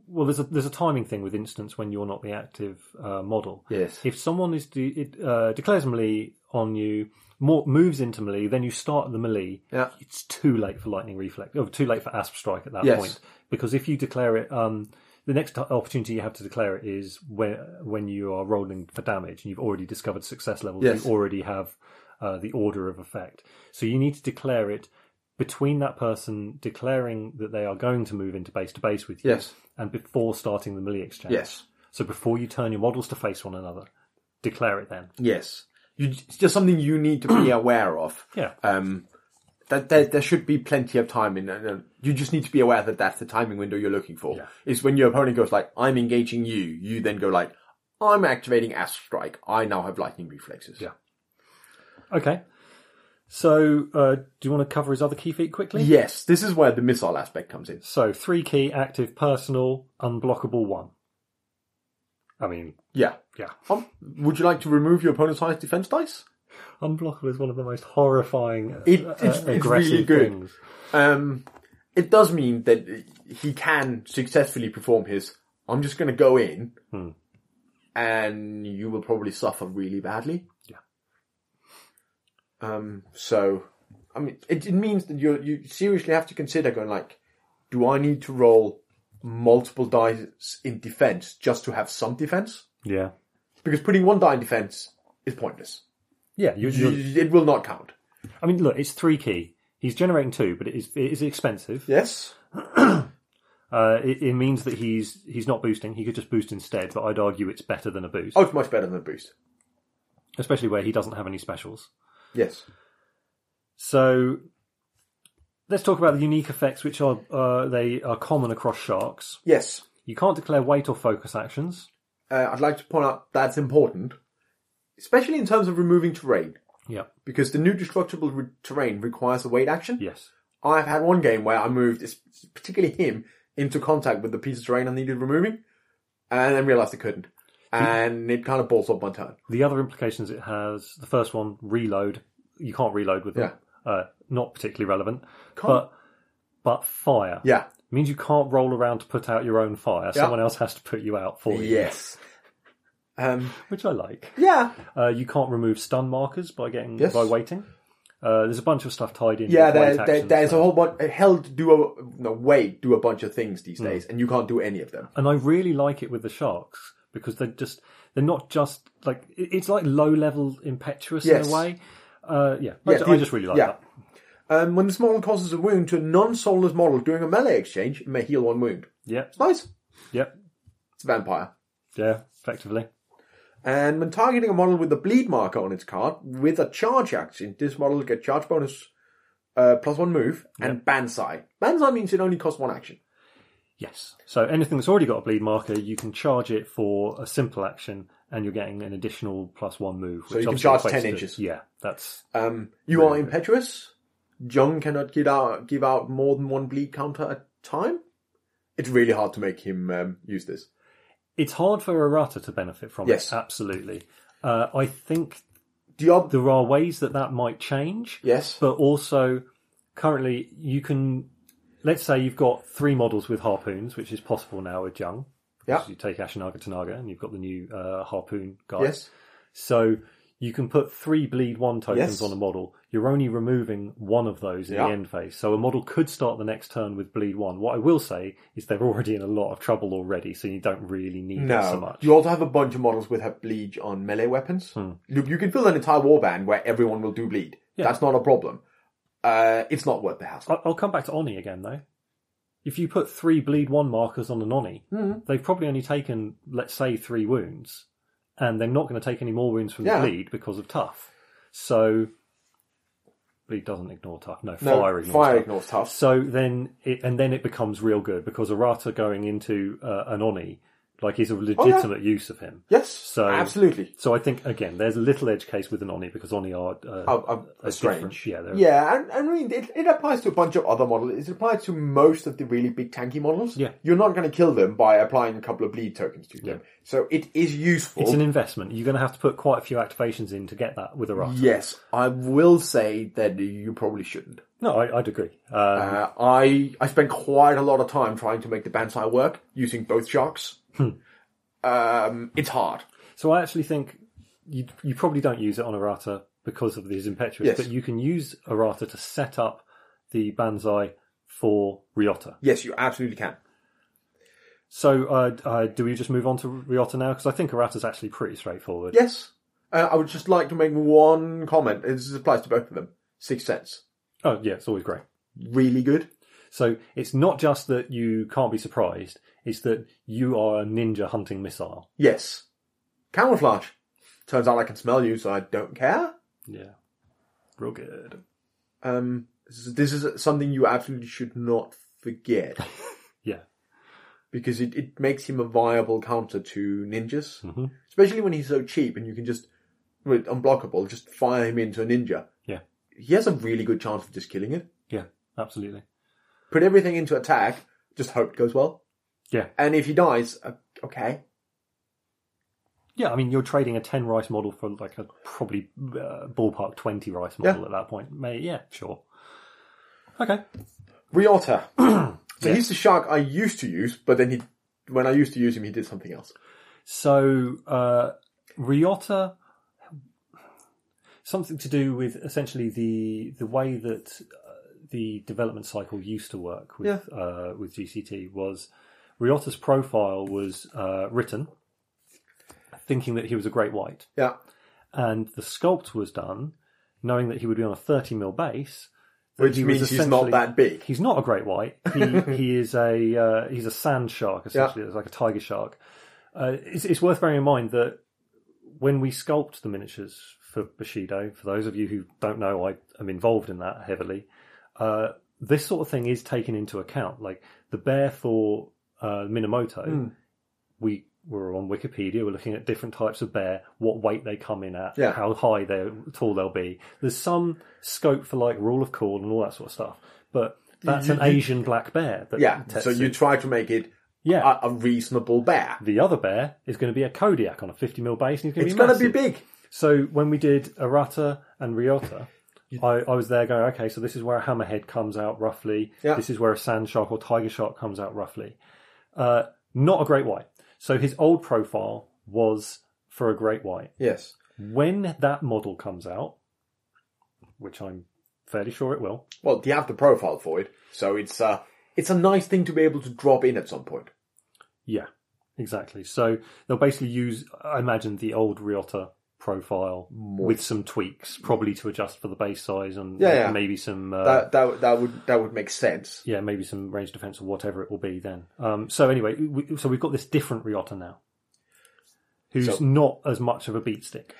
[SPEAKER 1] well, there's a there's a timing thing with instance when you're not the active uh, model.
[SPEAKER 2] Yes.
[SPEAKER 1] If someone is de- it, uh, declares melee on you, more, moves into melee, then you start the melee.
[SPEAKER 2] Yeah.
[SPEAKER 1] It's too late for lightning reflex, or too late for asp strike at that
[SPEAKER 2] Yes.
[SPEAKER 1] point because if you declare it. Um, the next opportunity you have to declare it is when when you are rolling for damage and you've already discovered success levels.
[SPEAKER 2] Yes.
[SPEAKER 1] You already have uh, the order of effect. So you need to declare it between that person declaring that they are going to move into base to base with you
[SPEAKER 2] Yes.
[SPEAKER 1] and before starting the melee exchange.
[SPEAKER 2] Yes.
[SPEAKER 1] So before you turn your models to face one another, declare it then.
[SPEAKER 2] Yes. You, it's just something you need to be aware of.
[SPEAKER 1] Yeah.
[SPEAKER 2] Um, that there, there should be plenty of time in. Uh, you just need to be aware that that's the timing window you're looking for.
[SPEAKER 1] Yeah.
[SPEAKER 2] It's when your opponent goes like, "I'm engaging you." You then go like, "I'm activating Astro Strike. I now have lightning reflexes."
[SPEAKER 1] Yeah. Okay. So uh, do you want to cover his other key feat quickly?
[SPEAKER 2] Yes, this is where the missile aspect comes in.
[SPEAKER 1] So three key active personal unblockable one. I mean,
[SPEAKER 2] Yeah.
[SPEAKER 1] yeah.
[SPEAKER 2] Um, would you like to remove your opponent's highest defense dice?
[SPEAKER 1] Unblockable is one of the most horrifying,
[SPEAKER 2] It-
[SPEAKER 1] uh,
[SPEAKER 2] it's- it's
[SPEAKER 1] aggressive
[SPEAKER 2] really good.
[SPEAKER 1] things.
[SPEAKER 2] Um, it does mean that he can successfully perform his. I'm just going to go in,
[SPEAKER 1] Hmm.
[SPEAKER 2] and you will probably suffer really badly.
[SPEAKER 1] Yeah.
[SPEAKER 2] Um. So, I mean, it, it means that you you seriously have to consider going like, do I need to roll multiple dice in defense just to have some defense?
[SPEAKER 1] Yeah.
[SPEAKER 2] Because putting one die in defense is pointless.
[SPEAKER 1] Yeah, you
[SPEAKER 2] You-
[SPEAKER 1] you
[SPEAKER 2] It will not count.
[SPEAKER 1] I mean, look, it's three key. He's generating two, but it is it is expensive.
[SPEAKER 2] Yes.
[SPEAKER 1] Uh, it, it means that he's he's not boosting. He could just boost instead, but I'd argue it's better than a boost,
[SPEAKER 2] Oh, it's much better than a boost.
[SPEAKER 1] especially where he doesn't have any specials.
[SPEAKER 2] Yes.
[SPEAKER 1] So let's talk about the unique effects, which are uh, they are common across sharks.
[SPEAKER 2] Yes.
[SPEAKER 1] You can't declare weight or focus actions.
[SPEAKER 2] uh, I'd like to point out that's important, especially in terms of removing terrain,
[SPEAKER 1] Yep.
[SPEAKER 2] because the new destructible re- terrain requires a weight action.
[SPEAKER 1] Yes.
[SPEAKER 2] I've had one game where I moved, it's- particularly him, into contact with the piece of terrain I needed removing, and then realized I couldn't. And it kind of balls up my turn.
[SPEAKER 1] The other implications it has: the first one, reload. You can't reload with them. Uh, not particularly relevant, but but fire
[SPEAKER 2] Yeah.
[SPEAKER 1] means you can't roll around to put out your own fire. Someone else has to put you out for you.
[SPEAKER 2] Yes. Um,
[SPEAKER 1] which I like.
[SPEAKER 2] yeah.
[SPEAKER 1] Uh, you can't remove stun markers by getting
[SPEAKER 2] Yes.
[SPEAKER 1] by waiting. Uh, there's a bunch of stuff tied in.
[SPEAKER 2] Yeah,
[SPEAKER 1] with
[SPEAKER 2] there,
[SPEAKER 1] weight
[SPEAKER 2] there,
[SPEAKER 1] actions
[SPEAKER 2] there's a
[SPEAKER 1] now.
[SPEAKER 2] whole bunch. Hell do a no weight do a bunch of things these days, and you can't do any of them.
[SPEAKER 1] and I really like it with the sharks because they're just they're not just like it- it's like low level impetuous
[SPEAKER 2] Yes.
[SPEAKER 1] in a way. Uh, yeah, I,
[SPEAKER 2] Yeah,
[SPEAKER 1] ju-
[SPEAKER 2] the-
[SPEAKER 1] I just really like
[SPEAKER 2] yeah.
[SPEAKER 1] that.
[SPEAKER 2] Um, when this model causes a wound to a non-soulless model during a melee exchange, it may heal one wound.
[SPEAKER 1] Yep,
[SPEAKER 2] It's nice.
[SPEAKER 1] yep,
[SPEAKER 2] It's a vampire.
[SPEAKER 1] yeah, effectively.
[SPEAKER 2] And when targeting a model with a bleed marker on its card with a charge action, this model will get charge bonus uh, plus one move and Bansai. Bansai means it only costs one action.
[SPEAKER 1] Yes. So anything that's already got a bleed marker, you can charge it for a simple action, and you're getting an additional plus one move.
[SPEAKER 2] you
[SPEAKER 1] which
[SPEAKER 2] can
[SPEAKER 1] obviously
[SPEAKER 2] charge
[SPEAKER 1] equates
[SPEAKER 2] 10
[SPEAKER 1] to-
[SPEAKER 2] inches.
[SPEAKER 1] Yeah, that's
[SPEAKER 2] Um, you are impetuous. Jung cannot give out give out more than one bleed counter at a time. It's really hard to make him um, use this.
[SPEAKER 1] it's hard for errata to benefit from
[SPEAKER 2] Yes.
[SPEAKER 1] it. Absolutely. Uh, I think
[SPEAKER 2] Diab-
[SPEAKER 1] there are ways that that might change.
[SPEAKER 2] yes.
[SPEAKER 1] But also, currently, you can, let's say you've got three models with harpoons, which is possible now with Jung.
[SPEAKER 2] Yeah.
[SPEAKER 1] So You take Ashinaga Tanaga and you've got the new uh, harpoon guy.
[SPEAKER 2] Yes.
[SPEAKER 1] So you can put three bleed one tokens
[SPEAKER 2] Yes.
[SPEAKER 1] on a model. You're only removing one of those in
[SPEAKER 2] Yeah.
[SPEAKER 1] the end phase. So a model could start the next turn with bleed one. What I will say is they're already in a lot of trouble already, so you don't really need
[SPEAKER 2] No.
[SPEAKER 1] it so much. Hmm.
[SPEAKER 2] You also have a bunch of models with have bleed on melee weapons. Look, you can build an entire warband where everyone will do bleed. That's not a problem. Uh, it's not worth the hassle.
[SPEAKER 1] I- I'll come back to Oni again though. If you put three bleed one markers on an Oni,
[SPEAKER 2] Mm-hmm.
[SPEAKER 1] they've probably only taken, let's say, three wounds, and they're not going to take any more wounds from
[SPEAKER 2] Yeah.
[SPEAKER 1] the bleed because of tough. So, bleed doesn't ignore tough. No,
[SPEAKER 2] No,
[SPEAKER 1] fire ignores
[SPEAKER 2] fire
[SPEAKER 1] tough.
[SPEAKER 2] ignores tough.
[SPEAKER 1] So then, it, and then it becomes real good because Arata going into uh, an Oni Like he's a legitimate use of him.
[SPEAKER 2] Yes,
[SPEAKER 1] So-
[SPEAKER 2] absolutely.
[SPEAKER 1] So I think again, there's a little edge case with an Oni because Oni are uh,
[SPEAKER 2] I'm, I'm
[SPEAKER 1] are
[SPEAKER 2] Oh, strange.
[SPEAKER 1] different. Yeah, they're-
[SPEAKER 2] Yeah, and, and I mean, it, it applies to a bunch of other models. It applies to most of the really big tanky models.
[SPEAKER 1] Yeah.
[SPEAKER 2] You're not going to kill them by applying a couple of bleed tokens to them. So it is useful.
[SPEAKER 1] It's an investment. You're going to have to put quite a few activations in to get that with a Rata.
[SPEAKER 2] yes, I will say that you probably shouldn't.
[SPEAKER 1] No, I, I'd agree. Uh,
[SPEAKER 2] Uh, I I spent quite a lot of time trying to make the Bansai work using both sharks. Um, it's hard.
[SPEAKER 1] so I actually think you you probably don't use it on Arata because of his impetuous,
[SPEAKER 2] Yes.
[SPEAKER 1] but you can use Arata to set up the Banzai for Ryota.
[SPEAKER 2] Yes, you absolutely can.
[SPEAKER 1] So uh, uh, do we just move on to Ryota now? Because I think Arata's actually pretty straightforward.
[SPEAKER 2] Yes, uh, I would just like to make one comment. This applies to both of them. Six cents,
[SPEAKER 1] Oh yeah, it's always great.
[SPEAKER 2] really good.
[SPEAKER 1] So it's not just that you can't be surprised; it's that you are a ninja hunting missile.
[SPEAKER 2] Yes, camouflage. Turns out I can smell you, so I don't care.
[SPEAKER 1] Yeah, real good.
[SPEAKER 2] Um, this is- this is something you absolutely should not forget
[SPEAKER 1] Yeah.
[SPEAKER 2] because it, it makes him a viable counter to ninjas.
[SPEAKER 1] hmm
[SPEAKER 2] especially when he's so cheap and you can just with unblockable just fire him into a ninja.
[SPEAKER 1] Yeah.
[SPEAKER 2] he has a really good chance of just killing it.
[SPEAKER 1] Yeah, absolutely.
[SPEAKER 2] Put everything into attack, just hope it goes well.
[SPEAKER 1] Yeah.
[SPEAKER 2] and if he dies, uh, okay,
[SPEAKER 1] Yeah, I mean, you're trading a 10 rice model for like a probably uh, ballpark 20 rice
[SPEAKER 2] Yeah.
[SPEAKER 1] model at that point. May, yeah, sure. Okay.
[SPEAKER 2] Ryota. so
[SPEAKER 1] Yeah.
[SPEAKER 2] he's the shark I used to use, but then he, when I used to use him, he did something else.
[SPEAKER 1] So, uh, Ryota, something to do with essentially the, the way that uh, the development cycle used to work with, uh, with GCT was Ryota's profile was uh, written thinking that he was a great white.
[SPEAKER 2] Yeah,
[SPEAKER 1] and the sculpt was done knowing that he would be on a 30 mil base that
[SPEAKER 2] which
[SPEAKER 1] he was
[SPEAKER 2] means he's not
[SPEAKER 1] essentially-
[SPEAKER 2] that big.
[SPEAKER 1] he's not a great white he, he is a uh, he's a sand shark essentially it's like a tiger shark uh, it's, it's worth bearing in mind that when we sculpt the miniatures for bushido for those of you who don't know i am involved in that heavily uh, this sort of thing is taken into account like the bear for uh, minamoto
[SPEAKER 2] Hmm.
[SPEAKER 1] we were on Wikipedia. We're looking at different types of bear, what weight they come in at,
[SPEAKER 2] Yeah.
[SPEAKER 1] how high they tall they'll be. There's some scope for like rule of call and all that sort of stuff, but that's
[SPEAKER 2] You-
[SPEAKER 1] an
[SPEAKER 2] you-
[SPEAKER 1] Asian black bear. That
[SPEAKER 2] Yeah,
[SPEAKER 1] Tetsu-
[SPEAKER 2] so you try to make it
[SPEAKER 1] yeah.
[SPEAKER 2] a, a reasonable bear.
[SPEAKER 1] the other bear is going to be a Kodiak on a 50 mil base, and he's going to
[SPEAKER 2] It's
[SPEAKER 1] be
[SPEAKER 2] going to be
[SPEAKER 1] massive.
[SPEAKER 2] big.
[SPEAKER 1] So when we did Arata and Ryota, I, I was there going, okay, so this is where a hammerhead comes out roughly.
[SPEAKER 2] Yeah.
[SPEAKER 1] This is where a sand shark or tiger shark comes out roughly. Uh, not a great white. So his old profile was for a great white.
[SPEAKER 2] Yes.
[SPEAKER 1] When that model comes out, which I'm fairly sure it will,
[SPEAKER 2] Well, you have the profile for it, so it's uh, it's a nice thing to be able to drop in at some point.
[SPEAKER 1] yeah, exactly. So they'll basically use, I imagine, the old Ryota profile with some tweaks, probably to adjust for the base size and
[SPEAKER 2] Yeah, yeah.
[SPEAKER 1] maybe some. Uh,
[SPEAKER 2] That that that would that would make sense.
[SPEAKER 1] yeah, maybe some range defense or whatever it will be then. Um, so anyway, we, so we've got this different Ryota now, who's
[SPEAKER 2] So-
[SPEAKER 1] not as much of a beat stick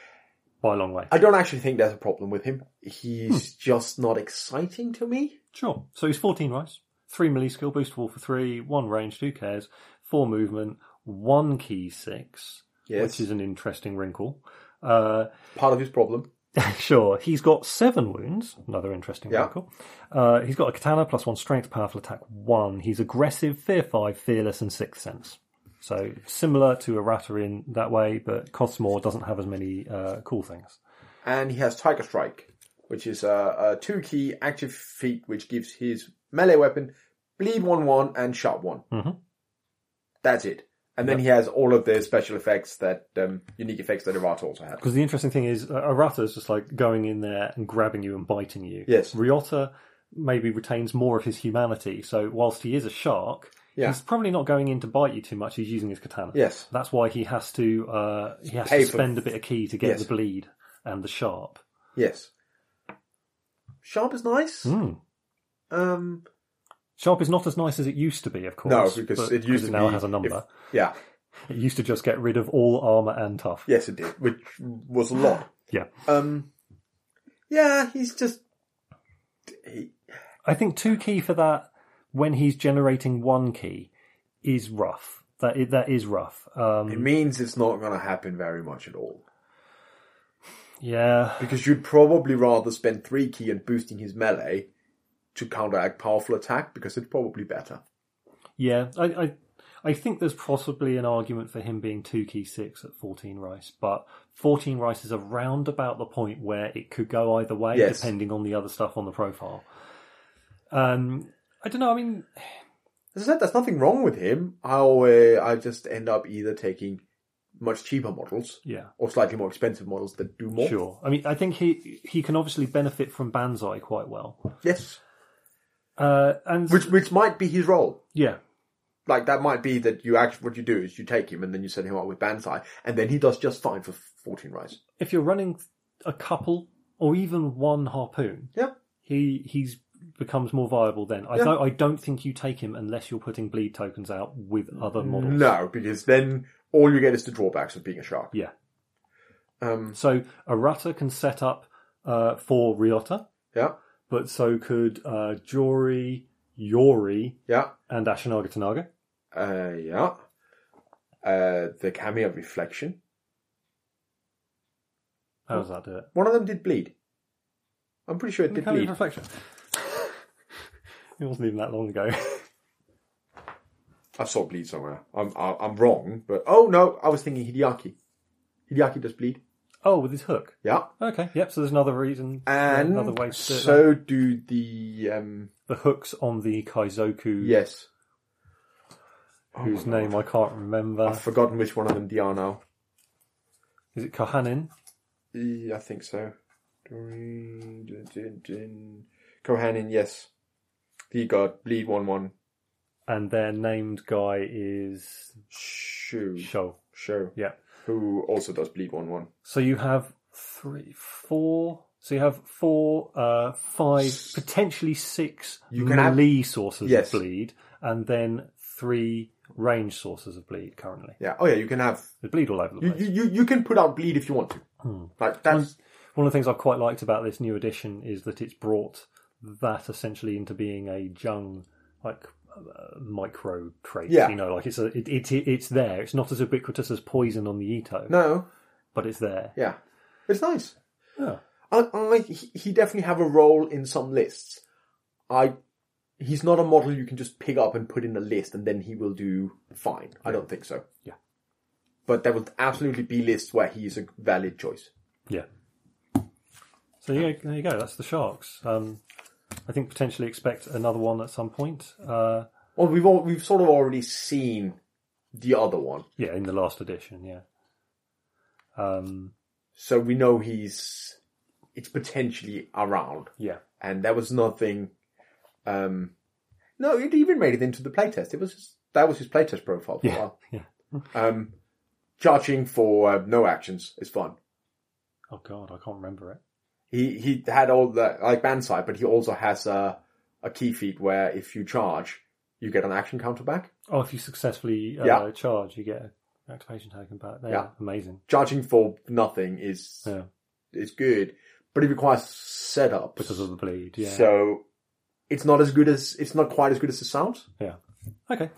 [SPEAKER 1] by a long way.
[SPEAKER 2] I don't actually think there's a problem with him. He's
[SPEAKER 1] Hmm.
[SPEAKER 2] just not exciting to me.
[SPEAKER 1] Sure. So he's 14 rice, 3 melee skill, boost wall for 3, 1 range, 2 cares, 4 movement, 1 key 6,
[SPEAKER 2] Yes,
[SPEAKER 1] which is an interesting wrinkle. Uh,
[SPEAKER 2] part of his problem.
[SPEAKER 1] sure. He's got 7 wounds, another interesting
[SPEAKER 2] Yeah.
[SPEAKER 1] wrinkle. Uh, he's got a katana, plus 1 strength, powerful attack, 1. He's aggressive, fear 5, fearless, and 6th sense. So similar to a ratter in that way, but costs more, doesn't have as many uh, cool things.
[SPEAKER 2] And he has Tiger Strike, which is a, a two key active feat, which gives his melee weapon bleed one one and sharp one.
[SPEAKER 1] Mhm.
[SPEAKER 2] That's it. And then he has all of the special effects that um, unique effects that Irat also had.
[SPEAKER 1] Because the interesting thing is, uh, Arata is just like going in there and grabbing you and biting you.
[SPEAKER 2] Yes.
[SPEAKER 1] Ryota maybe retains more of his humanity. So whilst he is a shark,
[SPEAKER 2] Yeah.
[SPEAKER 1] he's probably not going in to bite you too much. He's using his katana.
[SPEAKER 2] Yes.
[SPEAKER 1] That's why he has to uh, he has
[SPEAKER 2] Pay
[SPEAKER 1] to
[SPEAKER 2] for-
[SPEAKER 1] spend a bit of key to get
[SPEAKER 2] Yes.
[SPEAKER 1] the bleed and the sharp.
[SPEAKER 2] Yes. Sharp is nice.
[SPEAKER 1] Mm.
[SPEAKER 2] Um,
[SPEAKER 1] Sharp is not as nice as it used to be, of course.
[SPEAKER 2] No, because
[SPEAKER 1] but-
[SPEAKER 2] it used to
[SPEAKER 1] now
[SPEAKER 2] be-
[SPEAKER 1] has a number.
[SPEAKER 2] yeah.
[SPEAKER 1] It used to just get rid of all armor and tough.
[SPEAKER 2] Yes, it did, which was a lot.
[SPEAKER 1] Yeah.
[SPEAKER 2] Um, yeah, he's just. He,
[SPEAKER 1] I think two key for that when he's generating one key is rough. That i- that is rough.
[SPEAKER 2] It
[SPEAKER 1] Um,
[SPEAKER 2] means it's not going to happen very much at all.
[SPEAKER 1] yeah,
[SPEAKER 2] Because you'd probably rather spend 3 key on boosting his melee to counteract powerful attack because it's probably better.
[SPEAKER 1] yeah. I, I I think there's possibly an argument for him being two key six at fourteen rice, but fourteen rice is around about the point where it could go either way,
[SPEAKER 2] Yes.
[SPEAKER 1] depending on the other stuff on the profile. Um, I don't know. I mean,
[SPEAKER 2] As I said, there's nothing wrong with him. I'll, uh, I just end up either taking much cheaper models
[SPEAKER 1] yeah.
[SPEAKER 2] or slightly more expensive models that do more.
[SPEAKER 1] Sure. I mean, I think he he can obviously benefit from Banzai quite well.
[SPEAKER 2] Yes.
[SPEAKER 1] Uh, and
[SPEAKER 2] Which, which might be his role.
[SPEAKER 1] yeah,
[SPEAKER 2] like that might be that you actually what you do is you take him and then you send him out with Banzai and then he does just fine for 14 rice.
[SPEAKER 1] if you're running a couple or even one harpoon,
[SPEAKER 2] Yeah.
[SPEAKER 1] he he's becomes more viable then. I
[SPEAKER 2] Yeah.
[SPEAKER 1] don't I don't think you take him unless you're putting bleed tokens out with other models.
[SPEAKER 2] Mm, No, because then all you get is the drawbacks of being a shark.
[SPEAKER 1] Yeah.
[SPEAKER 2] Um
[SPEAKER 1] So Arata can set up uh, for Ryota,
[SPEAKER 2] yeah.
[SPEAKER 1] but so could uh, Jori, Yori,
[SPEAKER 2] Yeah.
[SPEAKER 1] and Ashinaga Tanaga.
[SPEAKER 2] Uh yeah. Uh the cameo reflection.
[SPEAKER 1] How does that do it?
[SPEAKER 2] One of them did bleed. I'm pretty sure it did
[SPEAKER 1] Can we
[SPEAKER 2] bleed.
[SPEAKER 1] reflection. it wasn't even that long ago.
[SPEAKER 2] I saw bleed somewhere. I'm I- I'm wrong, but oh no, I was thinking Hideaki. Hideaki does bleed.
[SPEAKER 1] oh, with his hook.
[SPEAKER 2] Yeah.
[SPEAKER 1] Okay. Yep. So there's another reason,
[SPEAKER 2] And
[SPEAKER 1] another way to do it.
[SPEAKER 2] so do the um
[SPEAKER 1] the hooks on the Kaizoku
[SPEAKER 2] yes.
[SPEAKER 1] whose
[SPEAKER 2] Oh my
[SPEAKER 1] name I can't remember.
[SPEAKER 2] I've forgotten which one of them they are now.
[SPEAKER 1] Is it Kohanin?
[SPEAKER 2] E- I think so. Doreen, dun, dun, dun. Kohanin, yes. The god, bleed 1 1.
[SPEAKER 1] And their named guy is
[SPEAKER 2] Shoo.
[SPEAKER 1] Sho.
[SPEAKER 2] Show.
[SPEAKER 1] Yeah.
[SPEAKER 2] Who also does bleed 1 1.
[SPEAKER 1] So you have three, four. So you have four, uh, five, potentially six
[SPEAKER 2] You can have-
[SPEAKER 1] melee sources
[SPEAKER 2] Yes.
[SPEAKER 1] of bleed, and then three range sources of bleed currently.
[SPEAKER 2] Yeah. Oh, yeah, you can have.
[SPEAKER 1] There's bleed all over the
[SPEAKER 2] You,
[SPEAKER 1] place.
[SPEAKER 2] you, you, you can put out bleed if you want to.
[SPEAKER 1] Hmm.
[SPEAKER 2] Like, that's.
[SPEAKER 1] One of the things I've quite liked about this new edition is that it's brought that essentially into being a Jung like uh, micro trait.
[SPEAKER 2] Yeah.
[SPEAKER 1] You know, like it's a it, it, it's there. It's not as ubiquitous as poison on the Ito,
[SPEAKER 2] No.
[SPEAKER 1] but it's there.
[SPEAKER 2] Yeah. It's nice.
[SPEAKER 1] Yeah.
[SPEAKER 2] I, I, he he definitely have a role in some lists. I. He's not a model you can just pick up and put in a list and then he will do fine. I don't think so.
[SPEAKER 1] Yeah.
[SPEAKER 2] But there will absolutely be lists where he is a valid choice.
[SPEAKER 1] Yeah. So yeah, there you go. That's the sharks. Um, I think potentially expect another one at some point. Uh,
[SPEAKER 2] Well, we've all, we've sort of already seen the other one,
[SPEAKER 1] yeah, in the last edition. Yeah. Um,
[SPEAKER 2] so we know he's it's potentially around,
[SPEAKER 1] yeah.
[SPEAKER 2] and there was nothing. Um, no, it even made it into the playtest. It was just, that was his playtest profile for a
[SPEAKER 1] Yeah.
[SPEAKER 2] while.
[SPEAKER 1] Yeah.
[SPEAKER 2] Um, charging for uh, no actions is fun.
[SPEAKER 1] Oh god, I can't remember it.
[SPEAKER 2] He he had all the like Banzai, but he also has a a key feat where if you charge, you get an action counter back.
[SPEAKER 1] Oh, if you successfully uh,
[SPEAKER 2] Yeah.
[SPEAKER 1] charge, you get an activation token back. There,
[SPEAKER 2] Yeah.
[SPEAKER 1] amazing.
[SPEAKER 2] Charging for nothing is
[SPEAKER 1] Yeah,
[SPEAKER 2] is good, but it requires setup.
[SPEAKER 1] because of the bleed. Yeah.
[SPEAKER 2] So it's not as good as it's not quite as good as the sound.
[SPEAKER 1] yeah. Okay.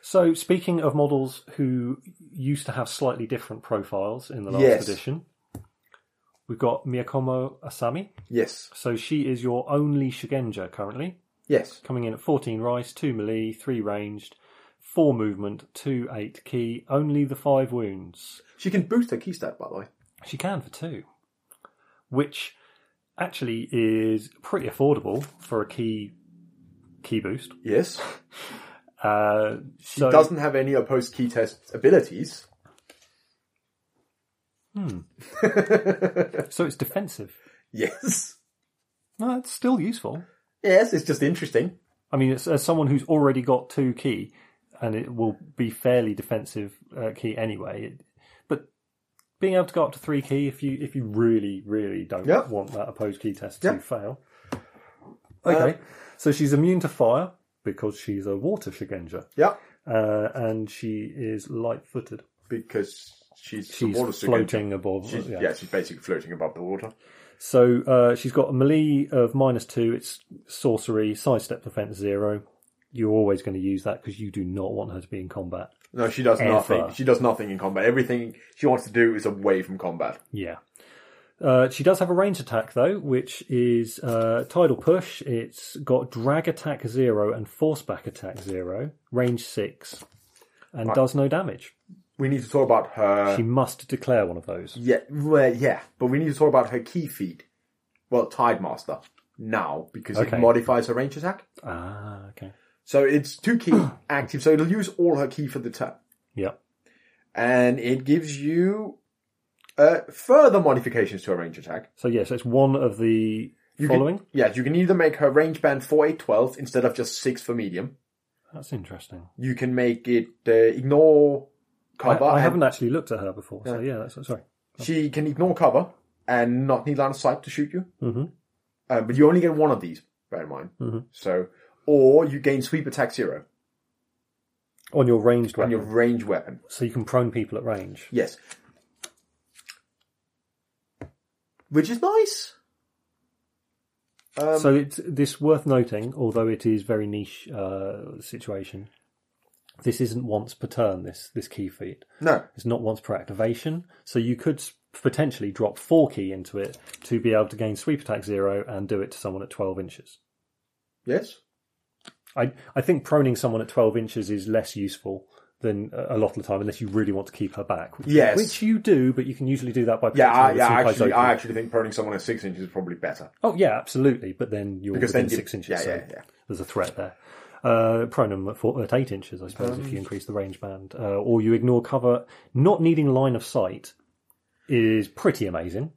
[SPEAKER 1] So speaking of models who used to have slightly different profiles in the last
[SPEAKER 2] Yes.
[SPEAKER 1] edition, we've got Miyakomo Asami.
[SPEAKER 2] Yes.
[SPEAKER 1] So she is your only Shigenja currently,
[SPEAKER 2] Yes.
[SPEAKER 1] coming in at 14 rice, 2 melee, 3 ranged, 4 movement, 2 8 key, only the 5 wounds.
[SPEAKER 2] She can boost her key stat, by the way.
[SPEAKER 1] She can for 2, which actually is pretty affordable for a key key boost.
[SPEAKER 2] Yes.
[SPEAKER 1] Uh,
[SPEAKER 2] She
[SPEAKER 1] so,
[SPEAKER 2] doesn't have any opposed key test abilities.
[SPEAKER 1] Hmm. so it's defensive.
[SPEAKER 2] Yes.
[SPEAKER 1] No, it's still useful.
[SPEAKER 2] Yes, it's just interesting.
[SPEAKER 1] I mean, it's, as someone who's already got two key, and it will be fairly defensive uh, key anyway. It, but being able to go up to three key, if you if you really really don't
[SPEAKER 2] Yeah.
[SPEAKER 1] want that opposed key test
[SPEAKER 2] Yeah.
[SPEAKER 1] to fail, okay. so she's immune to fire because she's a water shigenja,
[SPEAKER 2] Yeah.
[SPEAKER 1] uh, and she is light-footed.
[SPEAKER 2] Because she's, the
[SPEAKER 1] She's
[SPEAKER 2] water student.
[SPEAKER 1] floating above.
[SPEAKER 2] She's, yeah.
[SPEAKER 1] yeah.
[SPEAKER 2] she's basically floating above the water.
[SPEAKER 1] So uh, she's got a melee of minus two. It's sorcery, sidestep defense zero. You're always going to use that because you do not want her to be in combat.
[SPEAKER 2] No, she does
[SPEAKER 1] Ever.
[SPEAKER 2] nothing. She does nothing in combat. Everything she wants to do is away from combat.
[SPEAKER 1] Yeah. Uh, she does have a range attack though, which is uh, tidal push. It's got drag attack zero and force back attack zero, range six, and does no damage.
[SPEAKER 2] We need to talk about her.
[SPEAKER 1] She must declare one of those.
[SPEAKER 2] Yeah, well, yeah, but we need to talk about her key feat. Well, Tide Master now because
[SPEAKER 1] Okay.
[SPEAKER 2] it modifies her range attack.
[SPEAKER 1] Ah, okay.
[SPEAKER 2] So it's two key active. So it'll use all her key for the turn,
[SPEAKER 1] Yeah.
[SPEAKER 2] and it gives you uh, further modifications to her range attack.
[SPEAKER 1] So yes, it's one of the
[SPEAKER 2] You can-
[SPEAKER 1] following.
[SPEAKER 2] yeah, you can either make her range band four, eight, twelve instead of just six for medium.
[SPEAKER 1] That's interesting.
[SPEAKER 2] You can make it uh, ignore
[SPEAKER 1] I,
[SPEAKER 2] cover.
[SPEAKER 1] I
[SPEAKER 2] and-
[SPEAKER 1] haven't actually looked at her before, so yeah, that's sorry.
[SPEAKER 2] She can ignore cover and not need line of sight to shoot you.
[SPEAKER 1] Mhm.
[SPEAKER 2] Uh, but you only get one of these, bear in mind.
[SPEAKER 1] Mhm.
[SPEAKER 2] So, or you gain sweep attack zero
[SPEAKER 1] On your ranged weapon,
[SPEAKER 2] on your range weapon.
[SPEAKER 1] so you can prone people at range.
[SPEAKER 2] Yes. Which is nice. Um,
[SPEAKER 1] so it's this worth noting, although it is very niche uh, situation. This isn't once per turn. This this key feat.
[SPEAKER 2] no.
[SPEAKER 1] It's not once per activation. So you could s- potentially drop four key into it to be able to gain sweep attack zero and do it to someone at twelve inches.
[SPEAKER 2] Yes.
[SPEAKER 1] I I think proning someone at twelve inches is less useful than a a lot of the time, unless you really want to keep her back.
[SPEAKER 2] Yes.
[SPEAKER 1] which you do, but you can usually do that by
[SPEAKER 2] Yeah,
[SPEAKER 1] protecting her
[SPEAKER 2] I,
[SPEAKER 1] with
[SPEAKER 2] yeah,
[SPEAKER 1] Senpai's
[SPEAKER 2] actually,
[SPEAKER 1] Oki.
[SPEAKER 2] I actually think proning someone at six inches is probably better.
[SPEAKER 1] Oh yeah, absolutely. But then you're
[SPEAKER 2] Because
[SPEAKER 1] within
[SPEAKER 2] then you-
[SPEAKER 1] six inches,
[SPEAKER 2] yeah,
[SPEAKER 1] so
[SPEAKER 2] yeah, yeah.
[SPEAKER 1] there's a threat there. Uh, prone them at, four, at eight inches, I suppose,
[SPEAKER 2] Um,
[SPEAKER 1] if you increase the range band, uh, or you ignore cover. Not needing line of sight is pretty amazing.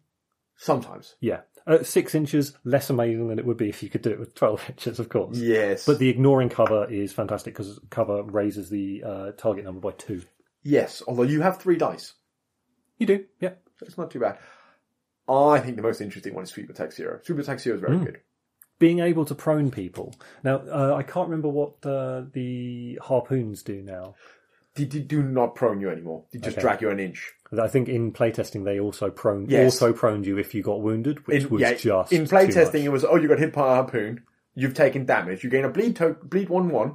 [SPEAKER 2] Sometimes.
[SPEAKER 1] Yeah, at six inches, less amazing than it would be if you could do it with twelve inches, of course.
[SPEAKER 2] Yes.
[SPEAKER 1] But the ignoring cover is fantastic because cover raises the uh, target number by two.
[SPEAKER 2] yes, although you have three dice.
[SPEAKER 1] You do, yeah.
[SPEAKER 2] So it's not too bad. I think the most interesting one is Sweep Attack Zero. Sweep Attack Zero is
[SPEAKER 1] Hmm.
[SPEAKER 2] very good.
[SPEAKER 1] being able to prone people. Now, uh, I can't remember what uh, the harpoons do now.
[SPEAKER 2] They, they do not prone you anymore. They just
[SPEAKER 1] Okay.
[SPEAKER 2] drag you an inch.
[SPEAKER 1] I think in playtesting they also prone
[SPEAKER 2] Yes.
[SPEAKER 1] also proned you if you got wounded, which
[SPEAKER 2] In,
[SPEAKER 1] was
[SPEAKER 2] yeah,
[SPEAKER 1] just
[SPEAKER 2] in
[SPEAKER 1] too much.
[SPEAKER 2] playtesting, it was oh, you got hit by a harpoon. You've taken damage. You gain a bleed to- bleed one one.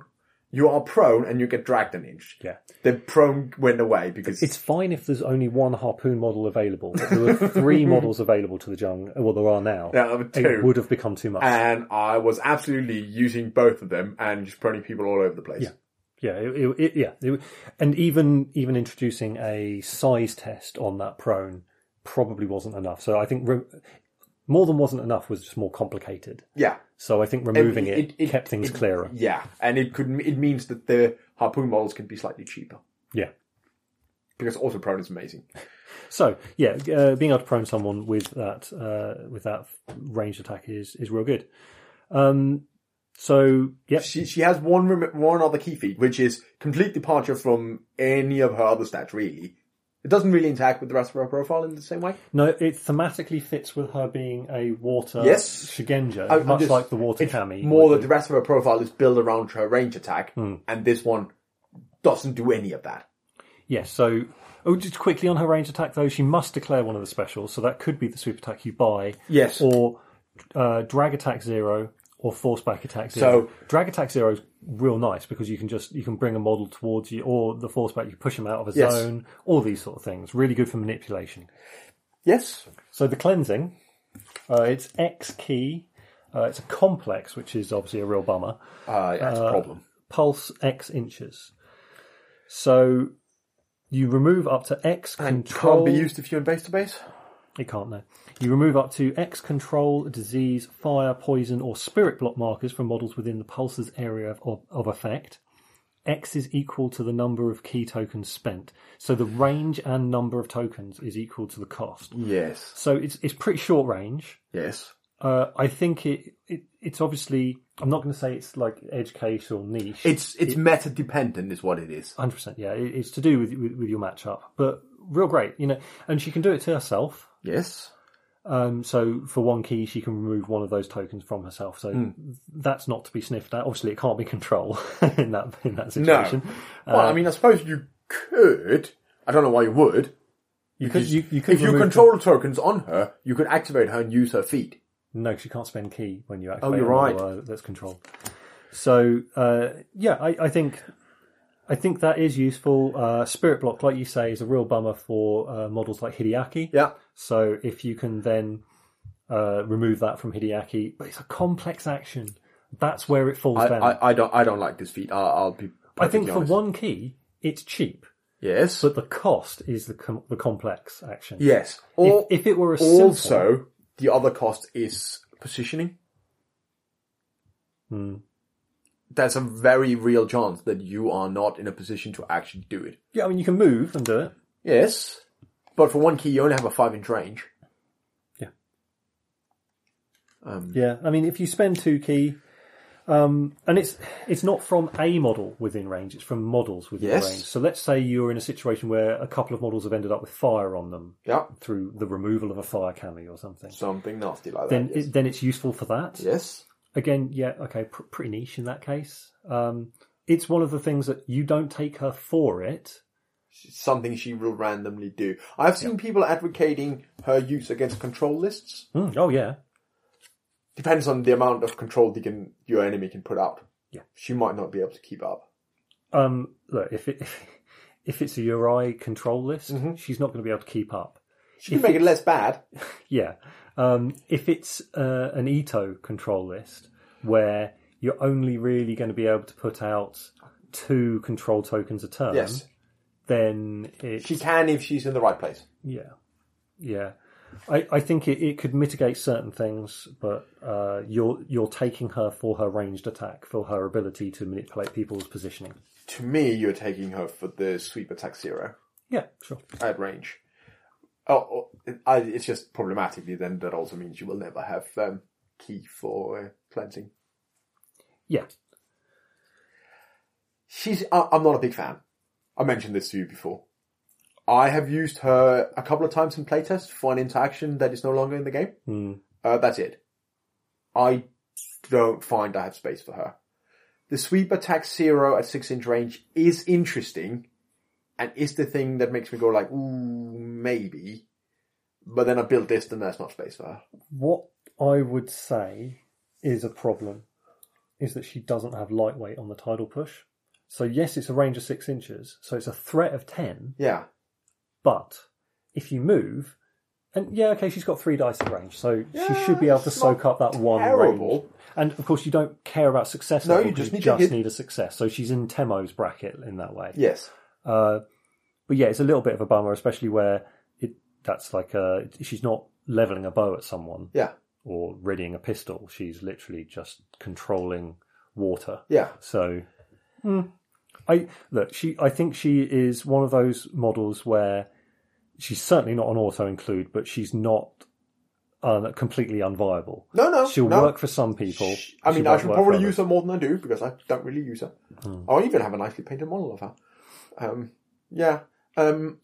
[SPEAKER 2] You are prone and you get dragged an inch.
[SPEAKER 1] Yeah.
[SPEAKER 2] The prone went away because
[SPEAKER 1] It's fine if there's only one harpoon model available. If there were three models available to the Jung. Well, there are now.
[SPEAKER 2] Yeah, there were
[SPEAKER 1] It
[SPEAKER 2] two. Uh,
[SPEAKER 1] would have become too much.
[SPEAKER 2] and I was absolutely using both of them and just proning people all over the place.
[SPEAKER 1] yeah, it, it- it- yeah. It- and even even introducing a size test on that prone probably wasn't enough. So I think re- more than wasn't enough was just more complicated.
[SPEAKER 2] Yeah,
[SPEAKER 1] So I think removing it,
[SPEAKER 2] it- it-
[SPEAKER 1] kept things
[SPEAKER 2] it-
[SPEAKER 1] clearer.
[SPEAKER 2] yeah, and it could it means that the harpoon models can be slightly cheaper
[SPEAKER 1] Yeah.
[SPEAKER 2] because also prone is amazing.
[SPEAKER 1] So yeah, uh, being able to prone someone with that uh, with that ranged attack is is real good. Um, so yep,
[SPEAKER 2] She she has one rem- one other key feat, which is complete departure from any of her other stats. Really, it doesn't really interact with the rest of her profile in the same way.
[SPEAKER 1] no, it thematically fits with her being a water
[SPEAKER 2] Yes.
[SPEAKER 1] shigenja,
[SPEAKER 2] I'm
[SPEAKER 1] much
[SPEAKER 2] just-
[SPEAKER 1] like the water
[SPEAKER 2] it's
[SPEAKER 1] kami.
[SPEAKER 2] More that the rest of her profile is built around her range attack,
[SPEAKER 1] Hmm.
[SPEAKER 2] and this one doesn't do any of that.
[SPEAKER 1] Yes. So oh, just quickly on her range attack though, she must declare one of the specials. So that could be the super attack you buy,
[SPEAKER 2] Yes.
[SPEAKER 1] or uh, drag attack zero. Or force back attack zero.
[SPEAKER 2] So-
[SPEAKER 1] drag attack zero is real nice because you can just you can bring a model towards you, or the force back you push him out of a
[SPEAKER 2] Yes.
[SPEAKER 1] zone. All these sort of things really good for manipulation.
[SPEAKER 2] yes.
[SPEAKER 1] So the cleansing, uh, it's X key. Uh, it's a complex, which is obviously a real bummer.
[SPEAKER 2] Uh, yeah, that's a problem.
[SPEAKER 1] Pulse X inches. So you remove up to X
[SPEAKER 2] And
[SPEAKER 1] control.
[SPEAKER 2] can't be used if you're in base to base.
[SPEAKER 1] It can't no. You remove up to X control, disease, fire, poison, or spirit block markers from models within the pulse's area of, of, of effect. X is equal to the number of key tokens spent. So the range and number of tokens is equal to the cost.
[SPEAKER 2] Yes.
[SPEAKER 1] So it's it's pretty short range.
[SPEAKER 2] Yes.
[SPEAKER 1] Uh, I think it, it it's obviously I'm not going to say it's like edge case or niche.
[SPEAKER 2] It's it's meta dependent, is what it is.
[SPEAKER 1] Hundred percent, yeah. It, it's to do with, with with your matchup, but real great, you know. And she can do it to herself.
[SPEAKER 2] Yes.
[SPEAKER 1] Um, so for one key, she can remove one of those tokens from herself. So that's not to be sniffed at. Obviously, it can't be control in that in that situation.
[SPEAKER 2] well,
[SPEAKER 1] Uh,
[SPEAKER 2] I mean, I suppose you could. I don't know why you would.
[SPEAKER 1] you could you, you could
[SPEAKER 2] if you
[SPEAKER 1] remove-
[SPEAKER 2] control tokens on her, you could activate her and use her feet.
[SPEAKER 1] No, 'cause you can't spend key when you activate.
[SPEAKER 2] you're
[SPEAKER 1] a model, uh, that's controlled. So uh, yeah, I, I think I I think that is useful. Uh, Spirit Block, like you say, is a real bummer for uh, models like Hideaki.
[SPEAKER 2] Yeah.
[SPEAKER 1] So if you can then uh, remove that from Hideaki, but it's a complex action. That's where it falls
[SPEAKER 2] I,
[SPEAKER 1] down.
[SPEAKER 2] I, I don't I don't like this feat. I'll, I'll be.
[SPEAKER 1] I think
[SPEAKER 2] perfectly
[SPEAKER 1] for
[SPEAKER 2] honest.
[SPEAKER 1] one key, it's cheap,
[SPEAKER 2] Yes.
[SPEAKER 1] but the cost is the com- the complex action.
[SPEAKER 2] yes.
[SPEAKER 1] If,
[SPEAKER 2] Or
[SPEAKER 1] if it were a simple-
[SPEAKER 2] also the other cost is positioning.
[SPEAKER 1] Hmm.
[SPEAKER 2] There's a very real chance that you are not in a position to actually do it.
[SPEAKER 1] yeah, I mean you can move and do it.
[SPEAKER 2] Yes. But for one key, you only have a five inch range.
[SPEAKER 1] Yeah.
[SPEAKER 2] Um,
[SPEAKER 1] Yeah, I mean, if you spend two key, um, and it's it's not from a model within range; it's from models within
[SPEAKER 2] Yes.
[SPEAKER 1] range. So let's say you're in a situation where a couple of models have ended up with fire on them
[SPEAKER 2] yeah.
[SPEAKER 1] through the removal of a fire cami or something.
[SPEAKER 2] Something nasty like
[SPEAKER 1] Then
[SPEAKER 2] that. yes.
[SPEAKER 1] it, then it's useful for that.
[SPEAKER 2] yes.
[SPEAKER 1] Again, yeah, okay, pr- pretty niche in that case. Um, it's one of the things that you don't take her for it.
[SPEAKER 2] Something she will randomly do. I've seen people advocating her use against control lists.
[SPEAKER 1] Hmm, oh yeah,
[SPEAKER 2] Depends on the amount of control you can, your enemy can put out.
[SPEAKER 1] Yeah.
[SPEAKER 2] She might not be able to keep up.
[SPEAKER 1] um, look if it. If it's a Uri control list, she's not going to be able to keep up.
[SPEAKER 2] She can make it less bad.
[SPEAKER 1] Yeah. Um, if it's uh, an Ito control list where you're only really going to be able to put out two control tokens a turn,
[SPEAKER 2] Yes.
[SPEAKER 1] then it's,
[SPEAKER 2] She can if she's in the right place.
[SPEAKER 1] yeah, yeah. I, I think it, it could mitigate certain things, but uh, you're you're taking her for her ranged attack, for her ability to manipulate people's positioning.
[SPEAKER 2] To me, you're taking her for the sweep attack zero
[SPEAKER 1] Yeah, sure.
[SPEAKER 2] at range. Oh, oh, I, it's just problematically then that also means you will never have um, key for uh, cleansing.
[SPEAKER 1] Yeah,
[SPEAKER 2] She's. I, I'm not a big fan. I mentioned this to you before. I have used her a couple of times in playtest for an interaction that is no longer in the game.
[SPEAKER 1] Mm.
[SPEAKER 2] Uh, that's it. I don't find I have space for her. The sweep attack zero at six inch range is interesting, and is the thing that makes me go like, ooh, maybe. But then I build this, and there's not space for her.
[SPEAKER 1] what I would say is a problem is that she doesn't have lightweight on the tidal push. So yes, it's a range of six inches, so it's a threat of ten.
[SPEAKER 2] Yeah,
[SPEAKER 1] But if you move, and yeah, okay, she's got three dice of range, so she should be
[SPEAKER 2] Yeah,
[SPEAKER 1] able to
[SPEAKER 2] it's
[SPEAKER 1] soak
[SPEAKER 2] not
[SPEAKER 1] up that one
[SPEAKER 2] terrible.
[SPEAKER 1] range. And of course, you don't care about success.
[SPEAKER 2] No,
[SPEAKER 1] level
[SPEAKER 2] you just
[SPEAKER 1] because
[SPEAKER 2] need to hit-
[SPEAKER 1] need a success. So she's in Temo's bracket in that way.
[SPEAKER 2] Yes.
[SPEAKER 1] Uh, but yeah, it's a little bit of a bummer, especially where it that's like uh she's not leveling a bow at someone
[SPEAKER 2] Yeah.
[SPEAKER 1] or readying a pistol. She's literally just controlling water.
[SPEAKER 2] Yeah.
[SPEAKER 1] So,
[SPEAKER 2] Hmm.
[SPEAKER 1] I look. She, I think she is one of those models where she's certainly not an auto include, but she's not uh, completely unviable.
[SPEAKER 2] No, no.
[SPEAKER 1] She'll
[SPEAKER 2] no.
[SPEAKER 1] work for some people.
[SPEAKER 2] Sh- I
[SPEAKER 1] She
[SPEAKER 2] mean, I
[SPEAKER 1] won't
[SPEAKER 2] should
[SPEAKER 1] work for
[SPEAKER 2] probably
[SPEAKER 1] others. Hmm.
[SPEAKER 2] use her more than I do because I don't really use her. I even have a nicely painted model of her. Um, yeah. Um,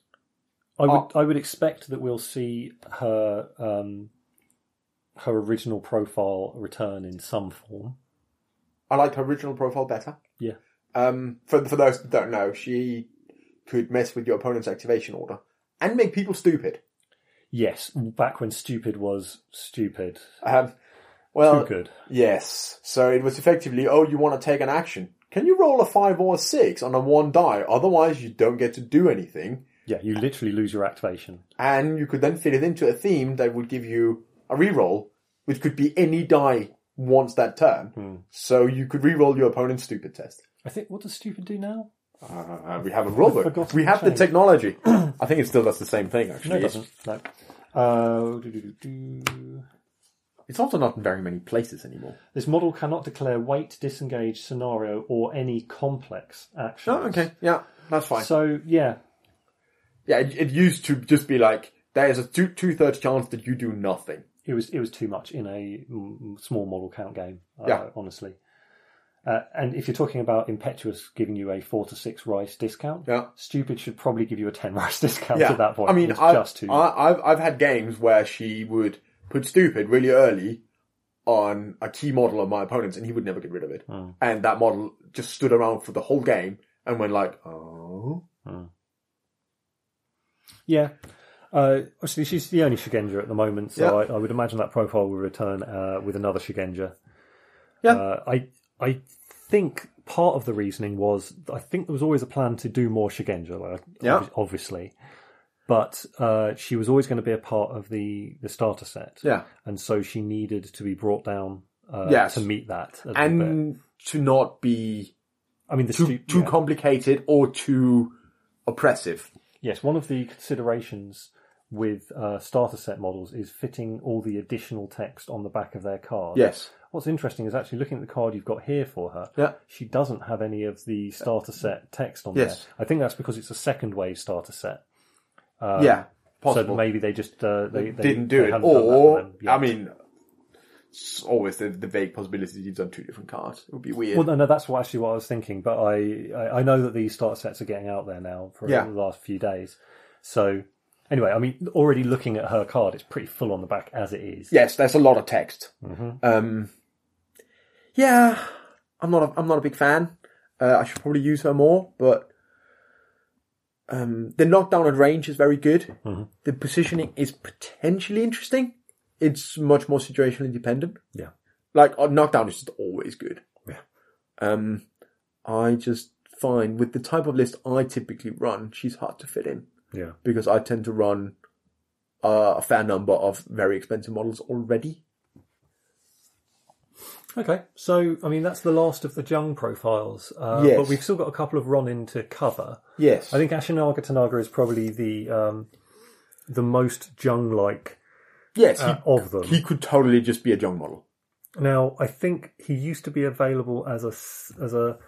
[SPEAKER 1] I would, I would expect that we'll see her, um, her original profile return in some form.
[SPEAKER 2] I like her original profile better.
[SPEAKER 1] Yeah.
[SPEAKER 2] Um, for for those that don't know, she could mess with your opponent's activation order and make people stupid.
[SPEAKER 1] Yes, back when stupid was stupid,
[SPEAKER 2] Um,
[SPEAKER 1] too
[SPEAKER 2] well,
[SPEAKER 1] good.
[SPEAKER 2] yes. So it was effectively, oh, you want to take an action? Can you roll a five or a six on a one die? Otherwise, you don't get to do anything.
[SPEAKER 1] Yeah, you literally lose your activation.
[SPEAKER 2] and you could then fit it into a theme that would give you a reroll, which could be any die once that turn. So you could reroll your opponent's stupid test.
[SPEAKER 1] I think what does stupid do now?
[SPEAKER 2] Uh, we have a rulebook.
[SPEAKER 1] forgotten
[SPEAKER 2] We
[SPEAKER 1] to
[SPEAKER 2] have the
[SPEAKER 1] change.
[SPEAKER 2] technology. I think it still does the same thing. Actually,
[SPEAKER 1] No, it doesn't. No. Uh, do-do-do-do.
[SPEAKER 2] it's also not in very many places anymore.
[SPEAKER 1] This model cannot declare wait, disengage, scenario, or any complex action.
[SPEAKER 2] Oh, okay, yeah, that's fine.
[SPEAKER 1] So yeah,
[SPEAKER 2] yeah, it, it used to just be like there is a two two thirds chance that you do nothing.
[SPEAKER 1] it was it was too much in a mm, small model count game. Uh,
[SPEAKER 2] Yeah.
[SPEAKER 1] honestly. Uh, and if you're talking about impetuous giving you a four to six rice discount,
[SPEAKER 2] Yeah.
[SPEAKER 1] stupid should probably give you a ten rice discount
[SPEAKER 2] yeah.
[SPEAKER 1] at that point.
[SPEAKER 2] I mean,
[SPEAKER 1] it's
[SPEAKER 2] I've,
[SPEAKER 1] just too.
[SPEAKER 2] I, I've I've had games where she would put stupid really early on a key model of my opponent's, and he would never get rid of it.
[SPEAKER 1] Hmm.
[SPEAKER 2] And that model just stood around for the whole game and went like, "Oh,
[SPEAKER 1] Yeah. Uh, obviously, she's the only Shigenja at the moment, so
[SPEAKER 2] Yeah.
[SPEAKER 1] I, I would imagine that profile will return uh, with another Shigenja.
[SPEAKER 2] Yeah.
[SPEAKER 1] Uh, I I think part of the reasoning was I think there was always a plan to do more Shigenja, like,
[SPEAKER 2] Yeah.
[SPEAKER 1] obvi- obviously. But uh, she was always going to be a part of the, the starter set,
[SPEAKER 2] Yeah.
[SPEAKER 1] and so she needed to be brought down uh,
[SPEAKER 2] Yes.
[SPEAKER 1] to meet that. a little bit.
[SPEAKER 2] And to not be
[SPEAKER 1] I mean, the
[SPEAKER 2] too,
[SPEAKER 1] stu-
[SPEAKER 2] too
[SPEAKER 1] yeah.
[SPEAKER 2] complicated or too oppressive.
[SPEAKER 1] Yes, one of the considerations with uh, starter set models is fitting all the additional text on the back of their card.
[SPEAKER 2] Yes.
[SPEAKER 1] What's interesting is actually looking at the card you've got here for her.
[SPEAKER 2] Yeah.
[SPEAKER 1] She doesn't have any of the starter set text on
[SPEAKER 2] Yes.
[SPEAKER 1] there. I think that's because it's a second wave starter set. Um,
[SPEAKER 2] yeah.
[SPEAKER 1] So
[SPEAKER 2] Possible.
[SPEAKER 1] maybe they just uh, they, they
[SPEAKER 2] didn't do
[SPEAKER 1] they
[SPEAKER 2] it.
[SPEAKER 1] hadn't done that for
[SPEAKER 2] Or,
[SPEAKER 1] them yet.
[SPEAKER 2] I mean, it's always the, the vague possibility you've done two different cards. It would be weird.
[SPEAKER 1] Well, no, no, that's what, actually what I was thinking. But I, I, I know that these starter sets are getting out there now for
[SPEAKER 2] Yeah.
[SPEAKER 1] the last few days. So anyway, I mean, already looking at her card, it's pretty full on the back as it is.
[SPEAKER 2] yes, there's a lot of text.
[SPEAKER 1] Mm-hmm.
[SPEAKER 2] Um, yeah, I'm not. A, I'm not a big fan. Uh, I should probably use her more, but um, the knockdown and range is very good.
[SPEAKER 1] Mm-hmm.
[SPEAKER 2] The positioning is potentially interesting. It's much more situationally dependent.
[SPEAKER 1] Yeah.
[SPEAKER 2] Like uh, knockdown is just always good.
[SPEAKER 1] Yeah.
[SPEAKER 2] Um, I just find with the type of list I typically run, she's hard to fit in
[SPEAKER 1] Yeah.
[SPEAKER 2] because I tend to run uh, a fair number of very expensive models already.
[SPEAKER 1] Okay, so I mean that's the last of the Jung profiles, uh,
[SPEAKER 2] Yes.
[SPEAKER 1] but we've still got a couple of Ronin to cover.
[SPEAKER 2] Yes.
[SPEAKER 1] I think Ashinaga Tanaga is probably the um, the most Jung like
[SPEAKER 2] yes, he,
[SPEAKER 1] of them.
[SPEAKER 2] he could totally just be a Jung model.
[SPEAKER 1] Now I think he used to be available as a s- as a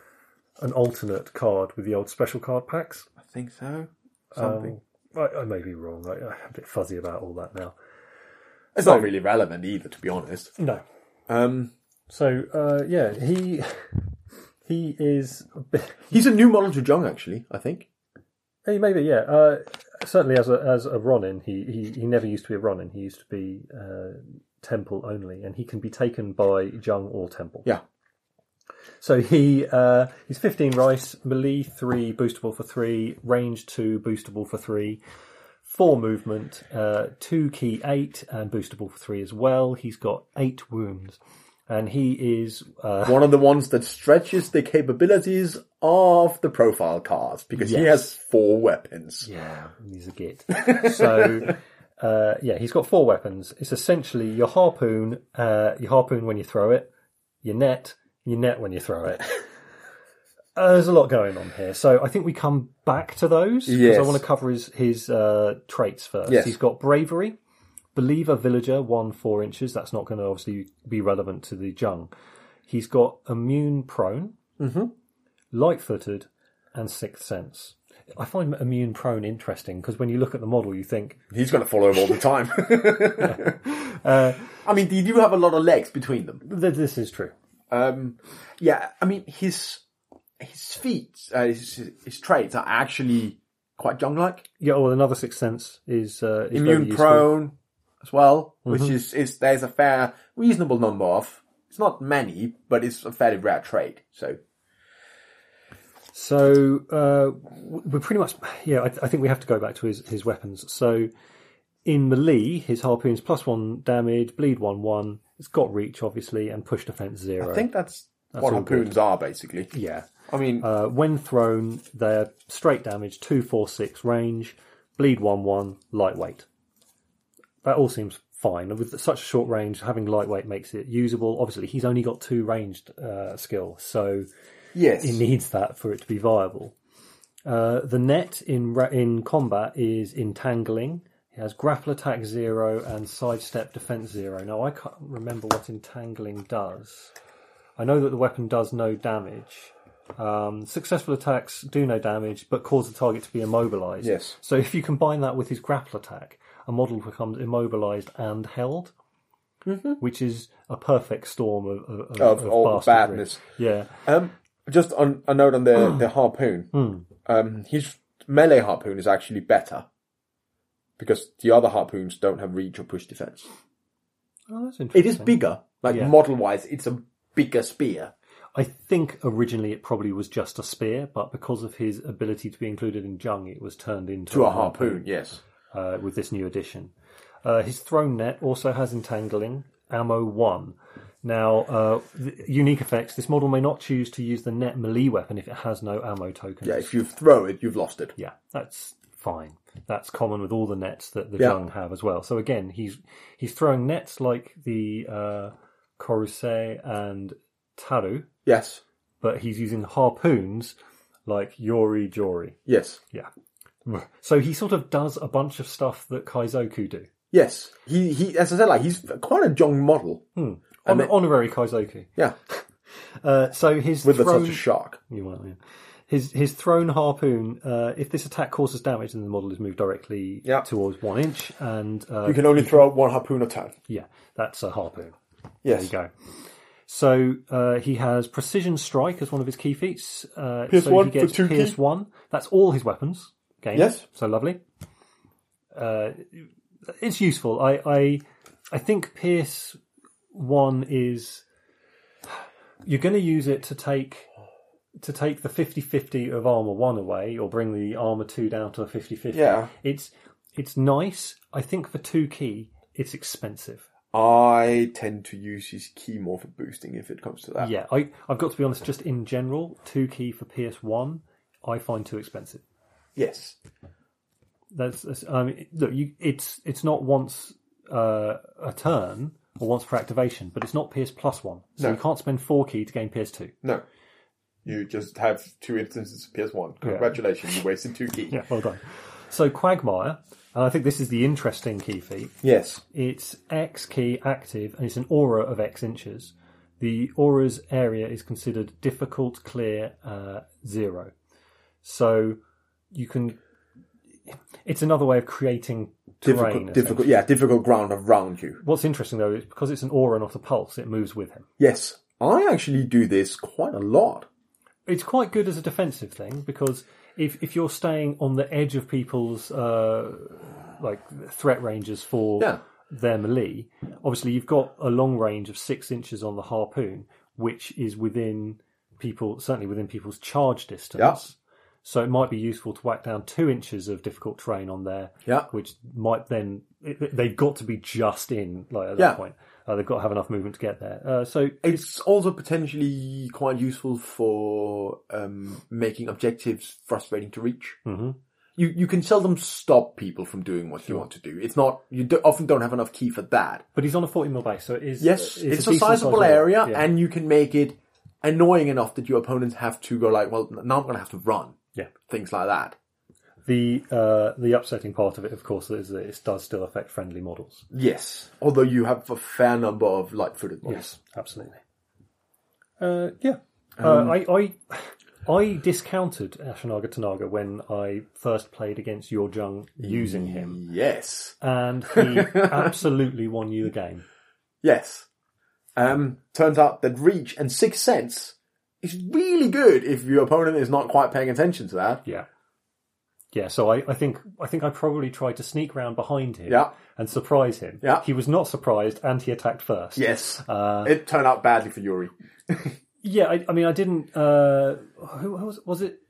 [SPEAKER 1] an alternate card with the old special card packs.
[SPEAKER 2] I think so.
[SPEAKER 1] Um, I, I may be wrong. I, I'm a bit fuzzy about all that now.
[SPEAKER 2] it's not really relevant either, to be honest.
[SPEAKER 1] No,
[SPEAKER 2] Um,
[SPEAKER 1] so uh, yeah, he he is a bit,
[SPEAKER 2] he's a new model to Jung, actually. I think.
[SPEAKER 1] Hey, maybe yeah. Uh, certainly, as a as a Ronin, he, he he never used to be a Ronin. He used to be uh, temple only, and he can be taken by Jung or temple.
[SPEAKER 2] Yeah.
[SPEAKER 1] So he uh, he's fifteen rice, melee three, boostable for three, range two, boostable for three, four movement, uh, two key eight, and boostable for three as well. He's got eight wounds, and he is uh,
[SPEAKER 2] One of the ones that stretches the capabilities of the profile cards because he
[SPEAKER 1] Yes.
[SPEAKER 2] has four weapons.
[SPEAKER 1] Yeah, he's a git. So, uh, yeah, he's got four weapons. It's essentially your harpoon, uh, your harpoon when you throw it, your net, your net when you throw it. Uh, there's a lot going on here, so I think we come back to those because I
[SPEAKER 2] Yes.
[SPEAKER 1] want to cover his his uh, traits first.
[SPEAKER 2] Yes.
[SPEAKER 1] He's got bravery, believer, villager, one four inches. That's not going to obviously be relevant to the Jung. He's got immune prone, light footed, and sixth sense. I find immune prone interesting because when you look at the model, you think,
[SPEAKER 2] He's going to follow him all the time.
[SPEAKER 1] Uh,
[SPEAKER 2] I mean, they do have a lot of legs between them.
[SPEAKER 1] "Th- this is true.
[SPEAKER 2] Um, yeah, I mean his his feet, uh, his, his traits are actually quite young-like,
[SPEAKER 1] Yeah, well, another sixth sense is, uh, is very
[SPEAKER 2] immune
[SPEAKER 1] useful.
[SPEAKER 2] prone Mm-hmm. as well, which is is there's a fair reasonable number of. It's not many, but it's a fairly rare trait. So
[SPEAKER 1] So uh, w- we're pretty much yeah. I, I think we have to go back to his his weapons. So in melee, his harpoons plus one damage, bleed one one. It's got reach obviously, and push defense zero.
[SPEAKER 2] I think that's, what
[SPEAKER 1] all good.
[SPEAKER 2] harpoons are basically.
[SPEAKER 1] yeah.
[SPEAKER 2] I mean,
[SPEAKER 1] Uh, when thrown, they're straight damage two four six range, bleed one one, lightweight. That all seems fine. With such a short range, having lightweight makes it usable. Obviously, he's only got two ranged uh, skill, so
[SPEAKER 2] yes,
[SPEAKER 1] it needs that for it to be viable. Uh, the net in ra- in combat is entangling. It has grapple attack zero and sidestep defense zero. Now I can't remember what entangling does. I know that the weapon does no damage. Um, successful attacks do no damage, but cause the target to be immobilized.
[SPEAKER 2] Yes.
[SPEAKER 1] So if you combine that with his grapple attack, a model becomes immobilized and held, which is a perfect storm of of,
[SPEAKER 2] Mm-hmm. of all
[SPEAKER 1] bastardry.
[SPEAKER 2] badness.
[SPEAKER 1] Yeah.
[SPEAKER 2] Um, just on a note on the the harpoon. Um, his melee harpoon is actually better because the other harpoons don't have reach or push defense.
[SPEAKER 1] Oh, that's
[SPEAKER 2] It
[SPEAKER 1] interesting.
[SPEAKER 2] is bigger, like model wise, it's a bigger spear.
[SPEAKER 1] I think originally it probably was just a spear, but because of his ability to be included in Jung, it was turned into
[SPEAKER 2] To a harpoon, yes.
[SPEAKER 1] uh, with this new addition. Uh, his thrown net also has entangling, ammo one. Now, uh, th- unique effects. This model may not choose to use the net melee weapon if it has no ammo tokens.
[SPEAKER 2] Yeah, if you throw it, you've lost it.
[SPEAKER 1] Yeah, that's fine. That's common with all the nets that the
[SPEAKER 2] Yeah.
[SPEAKER 1] Jung have as well. So again, he's he's throwing nets like the uh, Korusei and Taru,
[SPEAKER 2] Yes,
[SPEAKER 1] but he's using harpoons like Yori Jori.
[SPEAKER 2] yes,
[SPEAKER 1] So he sort of does a bunch of stuff that Kaizoku do.
[SPEAKER 2] yes. He he. As I said, like he's quite a Jong model
[SPEAKER 1] Hon-
[SPEAKER 2] then-
[SPEAKER 1] honorary Kaizoku.
[SPEAKER 2] Yeah.
[SPEAKER 1] Uh, so his
[SPEAKER 2] with the
[SPEAKER 1] throne,
[SPEAKER 2] touch of shark.
[SPEAKER 1] You might, yeah. His his thrown harpoon. Uh, if this attack causes damage, then the model is moved directly
[SPEAKER 2] Yeah.
[SPEAKER 1] towards one inch, and uh,
[SPEAKER 2] You can only throw out one harpoon at a time.
[SPEAKER 1] yeah, that's a harpoon. There you
[SPEAKER 2] Yes.
[SPEAKER 1] go. So uh, he has precision strike as one of his key feats. Uh, so he
[SPEAKER 2] PS1 for
[SPEAKER 1] gets
[SPEAKER 2] two key.
[SPEAKER 1] PS one. That's all his weapons. Games.
[SPEAKER 2] Yes.
[SPEAKER 1] So lovely. Uh, it's useful. I I, I think PS one is you're going to use it to take to take the 50-50 of armor 1 away or bring the armor 2 down to a 50-50
[SPEAKER 2] Yeah.
[SPEAKER 1] it's it's nice i think for 2 key it's expensive
[SPEAKER 2] I tend to use his key more for boosting if it comes to that.
[SPEAKER 1] Yeah, I, I've got to be honest, just in general, 2 key for PS1, I find too expensive.
[SPEAKER 2] Yes.
[SPEAKER 1] That's, that's I mean, look, you, it's it's not once uh, a turn or once per activation, but it's not PS Plus 1. So
[SPEAKER 2] No.
[SPEAKER 1] you can't spend 4 key to gain PS2.
[SPEAKER 2] No. You just have two instances of PS1. Congratulations, you wasted two key.
[SPEAKER 1] Yeah, well done. So Quagmire, and I think this is the interesting key feat,
[SPEAKER 2] Yes.
[SPEAKER 1] It's X key active and it's an aura of X inches. The aura's area is considered difficult, clear, uh, zero. So you can. It's another way of creating terrain.
[SPEAKER 2] Difficult,
[SPEAKER 1] essentially.
[SPEAKER 2] difficult, yeah, difficult ground around you.
[SPEAKER 1] What's interesting though is because it's an aura, not a pulse, it moves with him.
[SPEAKER 2] Yes, I actually do this quite a lot.
[SPEAKER 1] It's quite good as a defensive thing because if, if you're staying on the edge of people's uh, like threat ranges for
[SPEAKER 2] Yeah.
[SPEAKER 1] their melee, obviously you've got a long range of six inches on the harpoon, which is within people certainly within people's charge distance.
[SPEAKER 2] Yeah.
[SPEAKER 1] So it might be useful to whack down two inches of difficult terrain on there,
[SPEAKER 2] Yeah.
[SPEAKER 1] which might then it- they've got to be just in like at
[SPEAKER 2] Yeah.
[SPEAKER 1] that point. Uh, they've got to have enough movement to get there. Uh, so
[SPEAKER 2] It's also potentially quite useful for um, making objectives frustrating to reach.
[SPEAKER 1] Mhm.
[SPEAKER 2] You you can seldom stop people from doing what you want to do. It's not you do, often don't have enough key for that.
[SPEAKER 1] but he's on a forty mil base, so it is
[SPEAKER 2] Yes, it's, a,
[SPEAKER 1] decent
[SPEAKER 2] sizable
[SPEAKER 1] sized
[SPEAKER 2] area,
[SPEAKER 1] Yeah.
[SPEAKER 2] and you can make it annoying enough that your opponents have to go like, well, now I'm going to have to run.
[SPEAKER 1] Yeah.
[SPEAKER 2] things like that.
[SPEAKER 1] The uh, the upsetting part of it, of course, is that it does still affect friendly models.
[SPEAKER 2] Yes, although you have a fair number of light-footed models.
[SPEAKER 1] absolutely. Uh, yeah, uh,
[SPEAKER 2] Um,
[SPEAKER 1] I, I I discounted Ashinaga Tanaga when I first played against Your Jung using him,
[SPEAKER 2] Yes.
[SPEAKER 1] and he absolutely won you the game.
[SPEAKER 2] Yes. Um, turns out that reach and sixth sense is really good if your opponent is not quite paying attention to that.
[SPEAKER 1] Yeah. Yeah, so I, I think I think I probably tried to sneak round behind him
[SPEAKER 2] Yeah.
[SPEAKER 1] and surprise him.
[SPEAKER 2] Yeah.
[SPEAKER 1] He was not surprised and he attacked first.
[SPEAKER 2] Yes.
[SPEAKER 1] Uh,
[SPEAKER 2] it turned out badly for Yuri.
[SPEAKER 1] yeah, I, I mean I didn't uh who, who was was it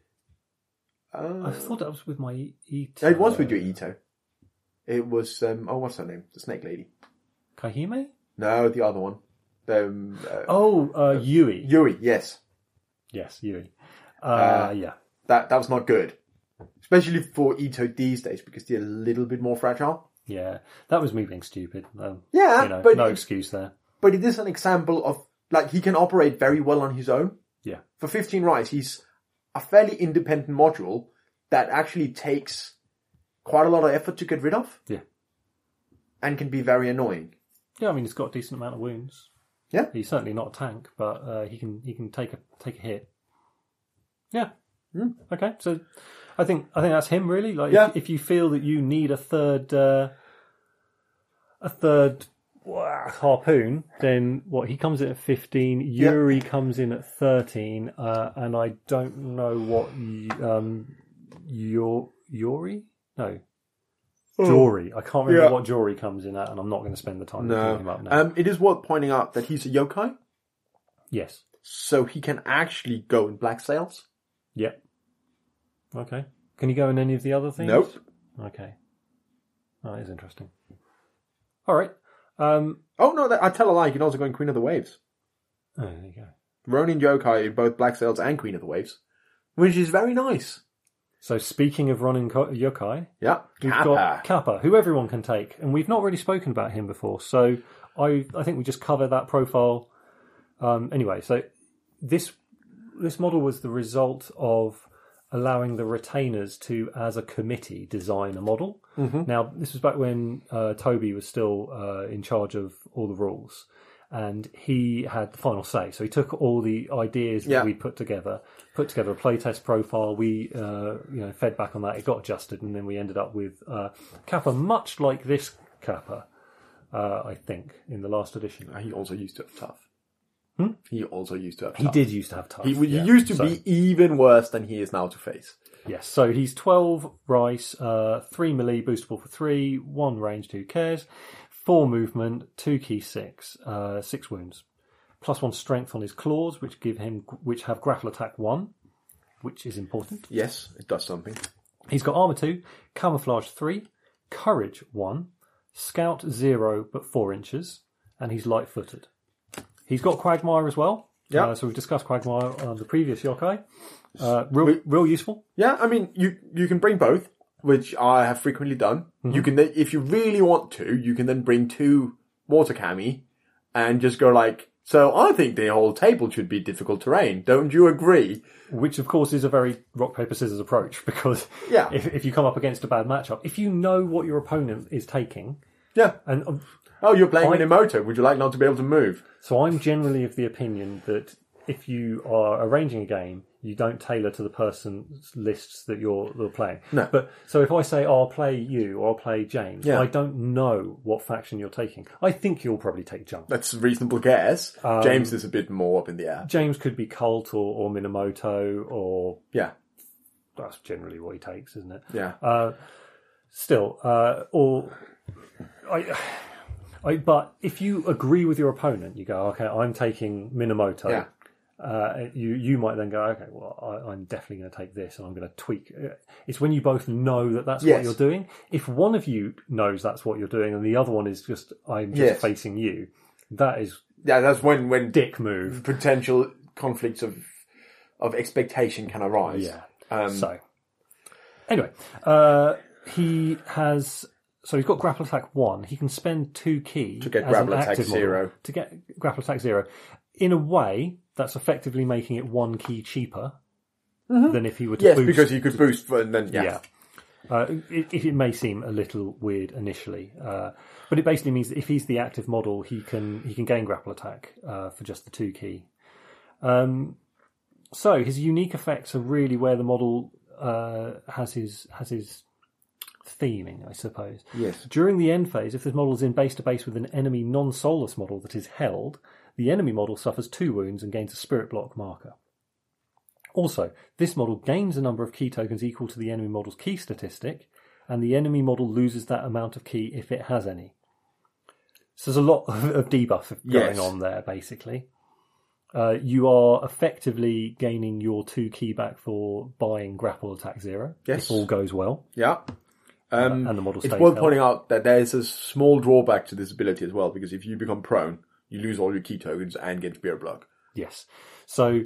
[SPEAKER 1] I
[SPEAKER 2] Uh,
[SPEAKER 1] thought that was with my E- Ito.
[SPEAKER 2] it was with your Ito. It was, um, oh, what's her name? The snake lady.
[SPEAKER 1] Kahime?
[SPEAKER 2] No, the other one. Um, uh,
[SPEAKER 1] Oh, uh, Yui.
[SPEAKER 2] Yuri, yes.
[SPEAKER 1] Yes, Yui. Uh,
[SPEAKER 2] Uh,
[SPEAKER 1] yeah.
[SPEAKER 2] That, that was not good. Especially for Ito these days because they're a little bit more fragile.
[SPEAKER 1] Yeah. That was me being stupid. Um,
[SPEAKER 2] Yeah,
[SPEAKER 1] you know,
[SPEAKER 2] but
[SPEAKER 1] no excuse there.
[SPEAKER 2] but it is an example of like he can operate very well on his own.
[SPEAKER 1] Yeah.
[SPEAKER 2] For 15 rise, he's a fairly independent module that actually takes quite a lot of effort to get rid of.
[SPEAKER 1] Yeah.
[SPEAKER 2] And can be very annoying.
[SPEAKER 1] Yeah, I mean he's got a decent amount of wounds.
[SPEAKER 2] Yeah.
[SPEAKER 1] He's certainly not a tank, but uh, he can he can take a take a hit. Yeah. Okay. So I think I think that's him really. Like
[SPEAKER 2] Hmm. Yeah.
[SPEAKER 1] if, if you feel that you need a third uh, a third harpoon, then what he comes in at fifteen,
[SPEAKER 2] Yeah.
[SPEAKER 1] Yuri comes in at thirteen, uh, and I don't know what y- um your Yuri? No. Oh. Jory. I can't remember
[SPEAKER 2] Oh. Yeah.
[SPEAKER 1] what Jory comes in at, and I'm not going to spend the time looking him
[SPEAKER 2] No.
[SPEAKER 1] up now.
[SPEAKER 2] Um, it is worth pointing out that he's a yokai,
[SPEAKER 1] Yes.
[SPEAKER 2] so he can actually go in black sails.
[SPEAKER 1] Yep. Okay. Can you go in any of the other things? Okay. Oh, that is interesting. All right. Um,
[SPEAKER 2] Oh no, that, I tell a lie. You can also go in Queen of the Waves.
[SPEAKER 1] oh, there you go.
[SPEAKER 2] Ronin Yokai in both Black Sails and Queen of the Waves, which is very nice.
[SPEAKER 1] So speaking of Ronin Ko- Yokai,
[SPEAKER 2] Yeah,
[SPEAKER 1] we've
[SPEAKER 2] Kappa.
[SPEAKER 1] got Kappa, who everyone can take, and we've not really spoken about him before. So I I think we just cover that profile. Um, anyway, so this this model was the result of allowing the retainers to, as a committee, design a model. Now this was back when uh, Toby was still uh, in charge of all the rules. And he had the final say, so he took all the ideas that
[SPEAKER 2] Yeah.
[SPEAKER 1] we put together, put together a playtest profile. We, uh, you know, fed back on that. It got adjusted, and then we ended up with uh, Kappa, much like this Kappa, uh, I think, in the last edition.
[SPEAKER 2] He also used to have tough.
[SPEAKER 1] Hmm?
[SPEAKER 2] He also used to have.
[SPEAKER 1] He
[SPEAKER 2] tough.
[SPEAKER 1] did used to have tough.
[SPEAKER 2] He, he
[SPEAKER 1] yeah.
[SPEAKER 2] used to
[SPEAKER 1] So-
[SPEAKER 2] be even worse than he is now to face.
[SPEAKER 1] Yes, so he's 12 rice, uh, 3 melee, boostable for 3, 1 range, 2 cares, 4 movement, 2 key 6, uh, 6 wounds. Plus 1 strength on his claws, which give him, which have grapple attack 1, which is important.
[SPEAKER 2] Yes, it does something.
[SPEAKER 1] He's got armor 2, camouflage 3, courage 1, scout 0 but 4 inches, and he's light footed. He's got Quagmire as well.
[SPEAKER 2] Yeah.
[SPEAKER 1] Uh, so we've discussed Quagmire on the previous yokai. Uh, real, real useful.
[SPEAKER 2] Yeah, I mean, you you can bring both, which I have frequently done.
[SPEAKER 1] Mm-hmm.
[SPEAKER 2] You can, then- if you really want to, you can then bring two water cami, and just go like. So I think the whole table should be difficult terrain. Don't you agree?
[SPEAKER 1] which of course is a very rock paper scissors approach because
[SPEAKER 2] Yeah.
[SPEAKER 1] if, if you come up against a bad matchup if you know what your opponent is taking
[SPEAKER 2] Yeah.
[SPEAKER 1] and um,
[SPEAKER 2] Oh, you're playing
[SPEAKER 1] I-
[SPEAKER 2] an emoto. Would you like not to be able to move?
[SPEAKER 1] so i'm generally of the opinion that if you are arranging a game you don't tailor to the person's lists that you're, you're playing
[SPEAKER 2] No.
[SPEAKER 1] but so if i say i'll play you or i'll play james
[SPEAKER 2] Yeah.
[SPEAKER 1] i don't know what faction you're taking i think you'll probably take junk
[SPEAKER 2] That's a reasonable guess.
[SPEAKER 1] Um,
[SPEAKER 2] James is a bit more up in the air.
[SPEAKER 1] james could be cult or, or minamoto or
[SPEAKER 2] Yeah.
[SPEAKER 1] that's generally what he takes isn't it
[SPEAKER 2] Yeah.
[SPEAKER 1] still uh, or I, I but if you agree with your opponent you go okay i'm taking minamoto
[SPEAKER 2] Yeah.
[SPEAKER 1] uh, you you might then go okay well I, i'm definitely going to take this and i'm going to tweak it." it's when you both know that that's what
[SPEAKER 2] Yes.
[SPEAKER 1] you're doing if one of you knows that's what you're doing and the other one is just i'm just
[SPEAKER 2] Yes.
[SPEAKER 1] facing you that is
[SPEAKER 2] yeah, that's when, when
[SPEAKER 1] dick move
[SPEAKER 2] potential conflicts of of expectation can arise.
[SPEAKER 1] yeah
[SPEAKER 2] Um,
[SPEAKER 1] So, anyway, uh, he has. So he's got grapple attack one. He can spend two key to
[SPEAKER 2] get grapple attack zero.
[SPEAKER 1] To get grapple attack zero, in a way that's effectively making it one key cheaper than if he were to
[SPEAKER 2] Mm-hmm. yes,
[SPEAKER 1] boost.
[SPEAKER 2] because you could boost for- and then yeah.
[SPEAKER 1] yeah. Uh, it, it may seem a little weird initially, uh, but it basically means that if he's the active model, he can he can gain grapple attack uh, for just the two key. Um, so his unique effects are really where the model uh, has his has his theming, I suppose.
[SPEAKER 2] Yes.
[SPEAKER 1] During the end phase, if this model is in base to base with an enemy non-soulless model that is held, the enemy model suffers two wounds and gains a spirit block marker. Also, this model gains a number of key tokens equal to the enemy model's key statistic, and the enemy model loses that amount of key if it has any. So there's a lot of of debuff going
[SPEAKER 2] Yes.
[SPEAKER 1] on there, basically. Uh, you are effectively gaining your two key back for buying grapple attack zero.
[SPEAKER 2] Yes.
[SPEAKER 1] If all goes well.
[SPEAKER 2] Yeah. Um,
[SPEAKER 1] and the model
[SPEAKER 2] it's
[SPEAKER 1] stays
[SPEAKER 2] worth
[SPEAKER 1] held.
[SPEAKER 2] pointing out that there is a small drawback to this ability as well, because if you become prone, you lose all your key tokens and get spear block.
[SPEAKER 1] Yes. So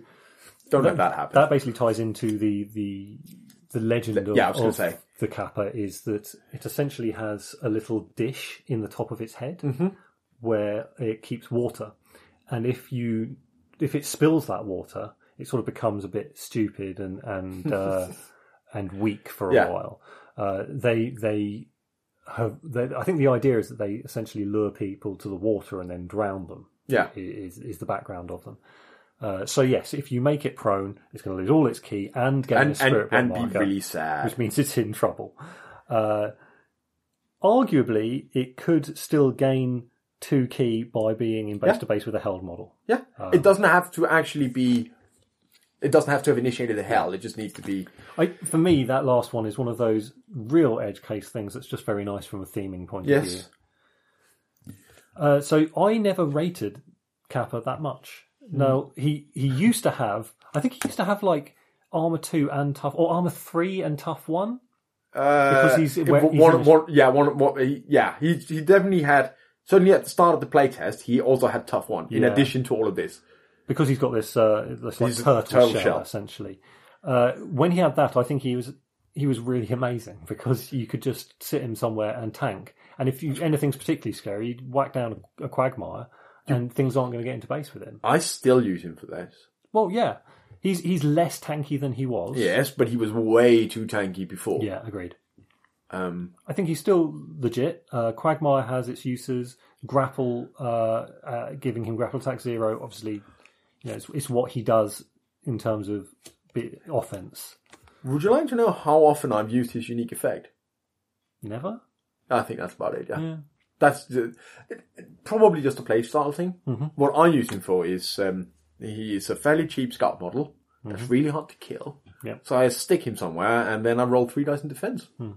[SPEAKER 2] Don't let that happen.
[SPEAKER 1] that basically ties into the the the legend of,
[SPEAKER 2] yeah, I was gonna
[SPEAKER 1] of
[SPEAKER 2] say.
[SPEAKER 1] the kappa is that it essentially has a little dish in the top of its head
[SPEAKER 2] Mm-hmm.
[SPEAKER 1] where it keeps water, and if you if it spills that water, it sort of becomes a bit stupid and and uh, and weak for a
[SPEAKER 2] Yeah.
[SPEAKER 1] while. Uh, they they have. They, I think the idea is that they essentially lure people to the water and then drown them
[SPEAKER 2] yeah.
[SPEAKER 1] i- is, is the background of them. Uh, so yes, if you make it prone, it's going to lose all its key and gain a
[SPEAKER 2] And and,
[SPEAKER 1] spirit block
[SPEAKER 2] and be
[SPEAKER 1] marker,
[SPEAKER 2] really sad.
[SPEAKER 1] which means it's in trouble. Uh, arguably, it could still gain two key by being in base to base with a held model.
[SPEAKER 2] Yeah,
[SPEAKER 1] uh,
[SPEAKER 2] it doesn't have to actually be. It doesn't have to have initiated the hell. It just needs to be.
[SPEAKER 1] I, for me, that last one is one of those real edge case things that's just very nice from a theming point of view. Uh, so I never rated Kappa that much. No, he he used to have. I think he used to have like armor two and tough, or armor three and tough one.
[SPEAKER 2] Uh,
[SPEAKER 1] Because he's-
[SPEAKER 2] it-
[SPEAKER 1] where- he's
[SPEAKER 2] one,
[SPEAKER 1] in-
[SPEAKER 2] one, yeah, one, one, yeah. He he definitely had Certainly at the start of the playtest, he also had tough one. In
[SPEAKER 1] Yeah.
[SPEAKER 2] addition to all of this,
[SPEAKER 1] because he's got this uh, this like
[SPEAKER 2] He's a
[SPEAKER 1] turtle,
[SPEAKER 2] turtle
[SPEAKER 1] shell,
[SPEAKER 2] shell.
[SPEAKER 1] essentially. Uh, when he had that, I think he was he was really amazing because you could just sit him somewhere and tank. And if you, anything's particularly scary, you'd whack down a, a quagmire, and things aren't going to get into base with him.
[SPEAKER 2] I still use him for this.
[SPEAKER 1] Well, yeah, he's he's less tanky than he was.
[SPEAKER 2] Yes, but he was way too tanky before.
[SPEAKER 1] yeah, agreed.
[SPEAKER 2] Um,
[SPEAKER 1] I think he's still legit. Uh, Quagmire has its uses. Grapple, uh, uh, giving him grapple attack zero. Obviously, you know, it's, it's what he does in terms of be- offense.
[SPEAKER 2] would you like to know how often I've used his unique effect?
[SPEAKER 1] Never.
[SPEAKER 2] I think that's about it. Yeah,
[SPEAKER 1] Yeah.
[SPEAKER 2] that's the, probably just a playstyle thing.
[SPEAKER 1] Mhm.
[SPEAKER 2] What I use him for is um, he is a fairly cheap scout model. That's
[SPEAKER 1] Mm-hmm.
[SPEAKER 2] really hard to kill.
[SPEAKER 1] Yep.
[SPEAKER 2] So I stick him somewhere, and then I roll three dice in defense.
[SPEAKER 1] Mm-hmm.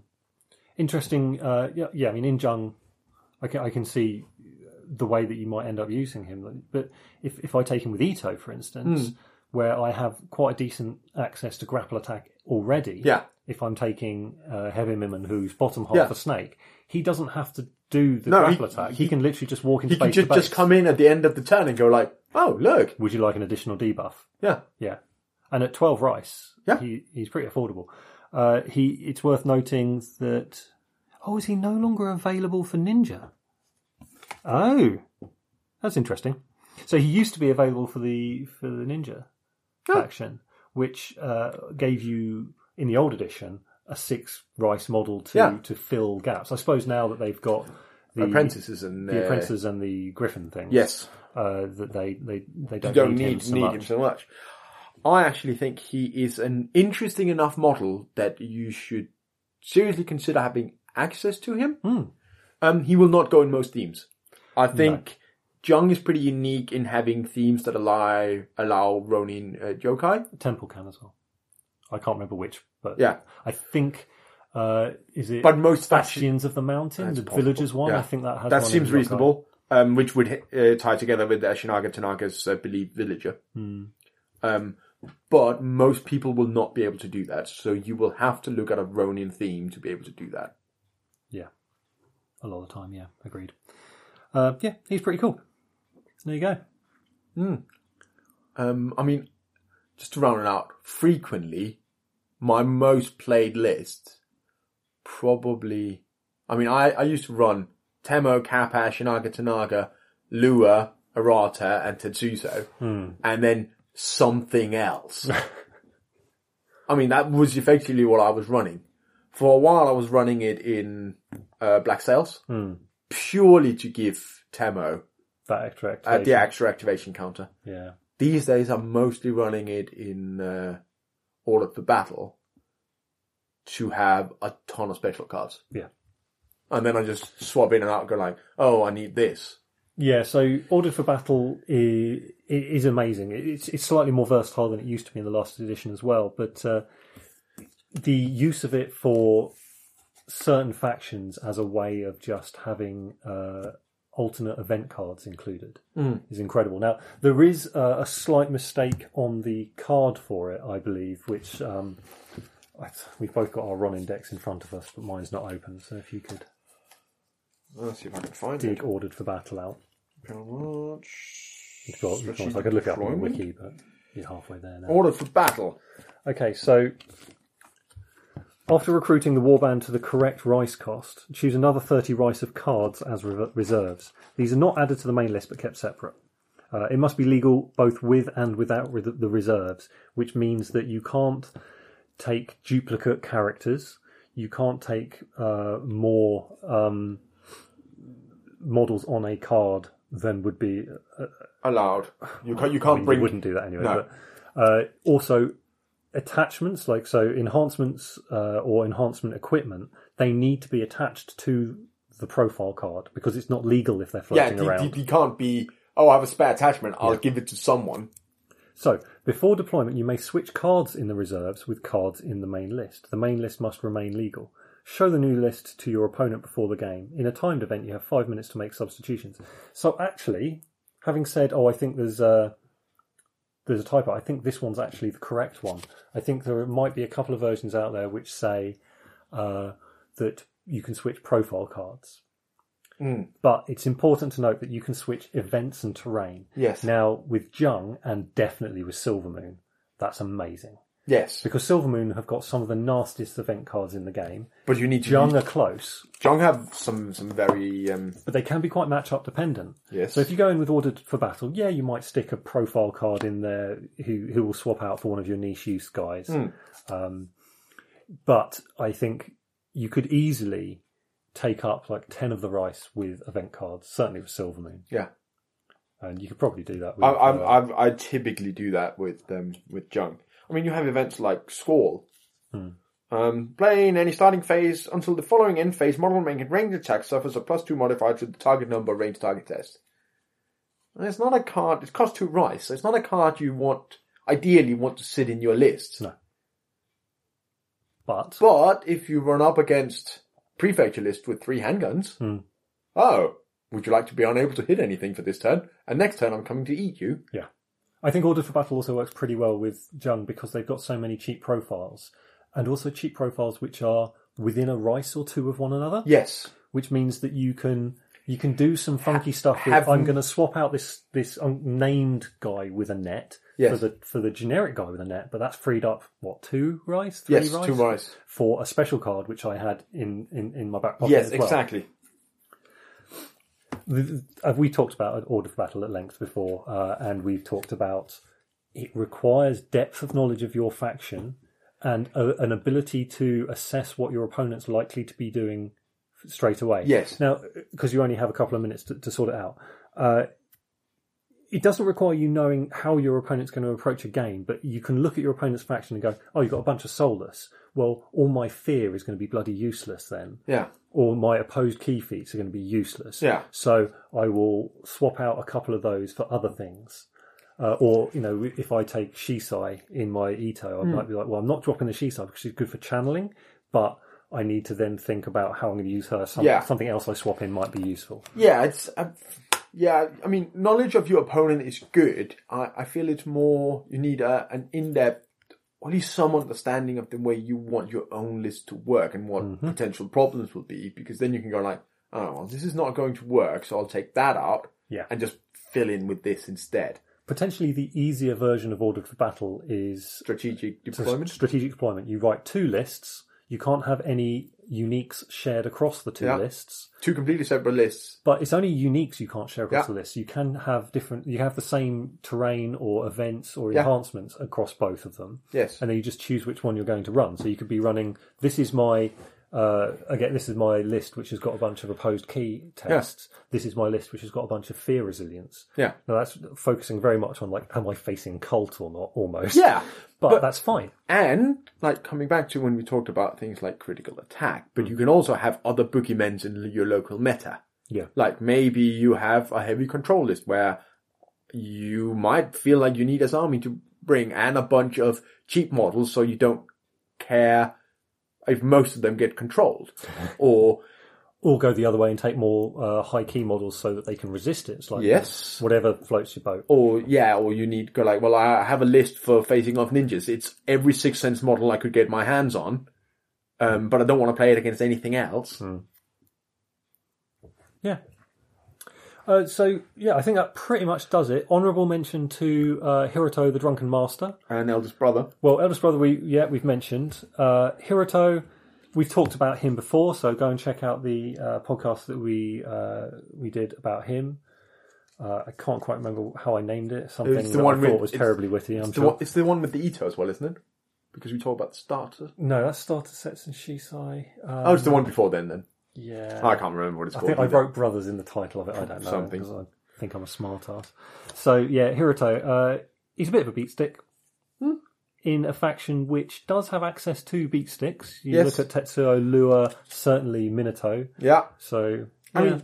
[SPEAKER 1] Interesting. Uh, yeah, yeah. I mean, in Jung, I can I can see the way that you might end up using him. But if if I take him with Ito, for instance,
[SPEAKER 2] Hmm.
[SPEAKER 1] where I have quite a decent access to grapple attack already,
[SPEAKER 2] Yeah,
[SPEAKER 1] if I'm taking uh, Heavy Mimon, who's bottom half
[SPEAKER 2] Yeah.
[SPEAKER 1] a snake, he doesn't have to do the
[SPEAKER 2] No,
[SPEAKER 1] grapple
[SPEAKER 2] he-
[SPEAKER 1] attack. He,
[SPEAKER 2] he-
[SPEAKER 1] can literally just walk into
[SPEAKER 2] he
[SPEAKER 1] base
[SPEAKER 2] can just,
[SPEAKER 1] to base.
[SPEAKER 2] just come in at the end of the turn and go like, "Oh, look,
[SPEAKER 1] Would you like an additional debuff?
[SPEAKER 2] yeah,
[SPEAKER 1] Yeah, and at twelve rice,
[SPEAKER 2] Yeah.
[SPEAKER 1] he, he's pretty affordable. Uh, he it's worth noting that oh, is he no longer available for ninja? Oh, that's interesting. So he used to be available for the for the ninja
[SPEAKER 2] Oh.
[SPEAKER 1] faction, which uh, gave you in the old edition a six rice model to
[SPEAKER 2] Yeah.
[SPEAKER 1] to fill gaps. I suppose now that they've got the
[SPEAKER 2] apprentices and
[SPEAKER 1] the
[SPEAKER 2] uh,
[SPEAKER 1] apprentices and the griffin things,
[SPEAKER 2] Yes,
[SPEAKER 1] uh, that they they they don't,
[SPEAKER 2] you don't
[SPEAKER 1] need,
[SPEAKER 2] need
[SPEAKER 1] him so
[SPEAKER 2] need
[SPEAKER 1] much.
[SPEAKER 2] him so much. I actually think he is an interesting enough model that you should seriously consider having access to him.
[SPEAKER 1] Hmm.
[SPEAKER 2] Um, he will not go in most themes. I think Jung is pretty unique in having themes that allow allow Ronin uh, Jokai.
[SPEAKER 1] Temple can as well. I can't remember which, but
[SPEAKER 2] Yeah,
[SPEAKER 1] I think uh, is it
[SPEAKER 2] but most factions.
[SPEAKER 1] Bastions of the Mountain,
[SPEAKER 2] That's
[SPEAKER 1] the
[SPEAKER 2] possible.
[SPEAKER 1] Villagers one.
[SPEAKER 2] Yeah.
[SPEAKER 1] I think that has
[SPEAKER 2] That
[SPEAKER 1] one in
[SPEAKER 2] seems
[SPEAKER 1] Yokai.
[SPEAKER 2] reasonable. Um, which would uh, tie together with the Ashinaga Tanaka's uh, believed villager.
[SPEAKER 1] Hmm.
[SPEAKER 2] Um, but most people will not be able to do that, so you will have to look at a Ronin theme to be able to do that.
[SPEAKER 1] A lot of the time, yeah, agreed. Uh, yeah, he's pretty cool. There you go.
[SPEAKER 2] Um, I mean, just to round it out, frequently, my most played list probably. I mean, I, I used to run Temo, Kappa, Shinaga, Tanaga, Lua, Arata, and Tetsuzo, and then something else. I mean, that was effectively what I was running. For a while, I was running it in uh, Black Sails purely to give Temo
[SPEAKER 1] That extra
[SPEAKER 2] uh, the
[SPEAKER 1] activation.
[SPEAKER 2] extra activation counter
[SPEAKER 1] yeah,
[SPEAKER 2] these days I'm mostly running it in uh, all of the battle to have a ton of special cards.
[SPEAKER 1] Yeah.
[SPEAKER 2] And then I just swap in and out and go like, oh, I need this.
[SPEAKER 1] yeah. So Ordered for Battle is, is amazing. It's it's slightly more versatile than it used to be in the last edition as well, but uh, the use of it for certain factions as a way of just having uh, alternate event cards included is incredible. Now there is uh, a slight mistake on the card for it, I believe, which um, I- we've both got our Ron index in front of us, but mine's not open. So if you could
[SPEAKER 2] Let's see if I can find
[SPEAKER 1] dig ordered for battle out,
[SPEAKER 2] it.
[SPEAKER 1] It's well, it's not- I could look it up on the wiki, but you're halfway there now.
[SPEAKER 2] Order for battle.
[SPEAKER 1] Okay, so after recruiting the warband to the correct rice cost, choose another 30 rice of cards as re- reserves. These are not added to the main list but kept separate. Uh, it must be legal both with and without re- the reserves, which means that you can't take duplicate characters, you can't take uh, more um, models on a card than would be
[SPEAKER 2] Allowed. You can't, you can't
[SPEAKER 1] mean,
[SPEAKER 2] bring...
[SPEAKER 1] you wouldn't do that anyway.
[SPEAKER 2] No.
[SPEAKER 1] But uh, also attachments, like so enhancements uh, or enhancement equipment, they need to be attached to the profile card because it's not legal if they're
[SPEAKER 2] yeah,
[SPEAKER 1] floating
[SPEAKER 2] you,
[SPEAKER 1] around.
[SPEAKER 2] you, you can't be, oh, I have a spare attachment. I'll give it to someone.
[SPEAKER 1] So before deployment, you may switch cards in the reserves with cards in the main list. The main list must remain legal. Show the new list to your opponent before the game. In a timed event, you have five minutes to make substitutions. So actually, having said, oh, I think there's a there's a typo. I think this one's actually the correct one. I think there might be a couple of versions out there which say uh, that you can switch profile cards.
[SPEAKER 2] Mm.
[SPEAKER 1] But it's important to note that you can switch events and terrain.
[SPEAKER 2] Yes.
[SPEAKER 1] Now, with Jung and definitely with Silvermoon, that's amazing.
[SPEAKER 2] yes.
[SPEAKER 1] Because Silvermoon have got some of the nastiest event cards in the game.
[SPEAKER 2] But you need to.
[SPEAKER 1] Jung are close,
[SPEAKER 2] Jung have some some very um,
[SPEAKER 1] but they can be quite matchup dependent.
[SPEAKER 2] yes.
[SPEAKER 1] So if you go in with ordered for battle, yeah, you might stick a profile card in there who who will swap out for one of your niche use guys.
[SPEAKER 2] Mm.
[SPEAKER 1] Um, but I think you could easily take up like ten of the rice with event cards, certainly with Silvermoon.
[SPEAKER 2] Yeah.
[SPEAKER 1] and you could probably do that. With,
[SPEAKER 2] I, I'm,
[SPEAKER 1] uh,
[SPEAKER 2] I'm, I typically do that with um, with junk. I mean, you have events like Squall.
[SPEAKER 1] Hmm.
[SPEAKER 2] Um, play in any starting phase until the following end phase, model making range attack suffers a plus two modifier to the target number range target test. And it's not a card. It costs two rice, so it's not a card you want. Ideally, want to sit in your list.
[SPEAKER 1] No. but
[SPEAKER 2] But if you run up against prefecture list with three handguns,
[SPEAKER 1] Hmm.
[SPEAKER 2] oh, would you like to be unable to hit anything for this turn? And next turn, I'm coming to eat you.
[SPEAKER 1] I think Order for Battle also works pretty well with Jung because they've got so many cheap profiles, and also cheap profiles which are within a rice or two of one another.
[SPEAKER 2] Yes.
[SPEAKER 1] which means that you can you can do some funky stuff. With,
[SPEAKER 2] have-
[SPEAKER 1] I'm going to swap out this this unnamed guy with a net
[SPEAKER 2] Yes.
[SPEAKER 1] for the for the generic guy with a net, but that's freed up what two rice, three
[SPEAKER 2] Yes.
[SPEAKER 1] rice,
[SPEAKER 2] Two rice.
[SPEAKER 1] for a special card which I had in in, in my back pocket.
[SPEAKER 2] Yes,
[SPEAKER 1] as well.
[SPEAKER 2] exactly.
[SPEAKER 1] The- the- uh, we talked about Order for Battle at length before, uh, and we've talked about it requires depth of knowledge of your faction and a, an ability to assess what your opponent's likely to be doing straight away.
[SPEAKER 2] Yes.
[SPEAKER 1] Now, because you only have a couple of minutes to, to sort it out, uh, it doesn't require you knowing how your opponent's going to approach a game, but you can look at your opponent's faction and go, oh, you've got a bunch of soulless. Well, all my fear is going to be bloody useless then
[SPEAKER 2] Yeah.
[SPEAKER 1] or my opposed key feats are going to be useless.
[SPEAKER 2] Yeah.
[SPEAKER 1] So I will swap out a couple of those for other things. Uh, or, you know, if I take Shisai in my Ito, I
[SPEAKER 2] Hmm.
[SPEAKER 1] might be like, well, I'm not dropping the Shisai because she's good for channeling, but I need to then think about how I'm going to use her. Some,
[SPEAKER 2] Yeah.
[SPEAKER 1] Something else I swap in might be useful.
[SPEAKER 2] Yeah, it's uh, yeah. I mean, knowledge of your opponent is good. I, I feel it's more you need a, an in-depth, or at least some understanding of the way you want your own list to work and what potential problems will be, because then you can go like, oh, well, this is not going to work, so I'll take that out
[SPEAKER 1] Yeah.
[SPEAKER 2] and just fill in with this instead.
[SPEAKER 1] Potentially the easier version of Order for Battle is
[SPEAKER 2] Strategic
[SPEAKER 1] to
[SPEAKER 2] deployment.
[SPEAKER 1] strategic deployment. You write two lists. You can't have any uniques shared across the two
[SPEAKER 2] Yeah.
[SPEAKER 1] lists.
[SPEAKER 2] Two completely separate lists.
[SPEAKER 1] But it's only uniques you can't share across
[SPEAKER 2] Yeah.
[SPEAKER 1] the list. You can have different, you have the same terrain or events or
[SPEAKER 2] Yeah.
[SPEAKER 1] enhancements across both of them.
[SPEAKER 2] Yes.
[SPEAKER 1] And then you just choose which one you're going to run. So you could be running, this is my, uh, again, this is my list which has got a bunch of opposed key tests. This is my list which has got a bunch of fear resilience.
[SPEAKER 2] Yeah.
[SPEAKER 1] Now that's focusing very much on like, am I facing cult or not almost?
[SPEAKER 2] Yeah.
[SPEAKER 1] But, that's fine.
[SPEAKER 2] And like coming back to when we talked about things like critical attack, but you can also have other boogeymen in your local meta.
[SPEAKER 1] Yeah.
[SPEAKER 2] Like maybe you have a heavy control list where you might feel like you need this army to bring and a bunch of cheap models so you don't care if most of them get controlled. or
[SPEAKER 1] Or go the other way and take more uh, high key models so that they can resist it. It's like
[SPEAKER 2] yes.
[SPEAKER 1] whatever floats your boat.
[SPEAKER 2] Or yeah, or you need go like, well, I have a list for facing off ninjas. It's every six sense model I could get my hands on. Um, but I don't want to play it against anything else.
[SPEAKER 1] Yeah. Uh, so yeah, I think that pretty much does it. Honorable mention to uh, Hiroto, the drunken master.
[SPEAKER 2] and eldest brother.
[SPEAKER 1] Well, eldest brother, we yeah we've mentioned uh, Hiroto. We've talked about him before, so go and check out the uh, podcast that we uh, we did about him. Uh, I can't quite remember how I named it. Something
[SPEAKER 2] It's the
[SPEAKER 1] that
[SPEAKER 2] one
[SPEAKER 1] I
[SPEAKER 2] with-
[SPEAKER 1] thought was
[SPEAKER 2] it's-
[SPEAKER 1] terribly witty. I'm
[SPEAKER 2] It's the,
[SPEAKER 1] sure.
[SPEAKER 2] one, it's the one with the Ito as well, isn't it? Because we talk about the starter.
[SPEAKER 1] No, that's starter sets and Shisai. Um,
[SPEAKER 2] Oh, it's the one before then. Then
[SPEAKER 1] yeah.
[SPEAKER 2] I can't remember what it's
[SPEAKER 1] I
[SPEAKER 2] called.
[SPEAKER 1] think I
[SPEAKER 2] either.
[SPEAKER 1] wrote brothers in the title of it. I don't know
[SPEAKER 2] Something.
[SPEAKER 1] because I think I'm a smart ass. So yeah, Hiroto. Uh, he's a bit of a beat stick in a faction which does have access to beat sticks. You
[SPEAKER 2] Yes.
[SPEAKER 1] look at Tetsuo, Lua, certainly Minato.
[SPEAKER 2] Yeah,
[SPEAKER 1] So
[SPEAKER 2] I
[SPEAKER 1] yeah.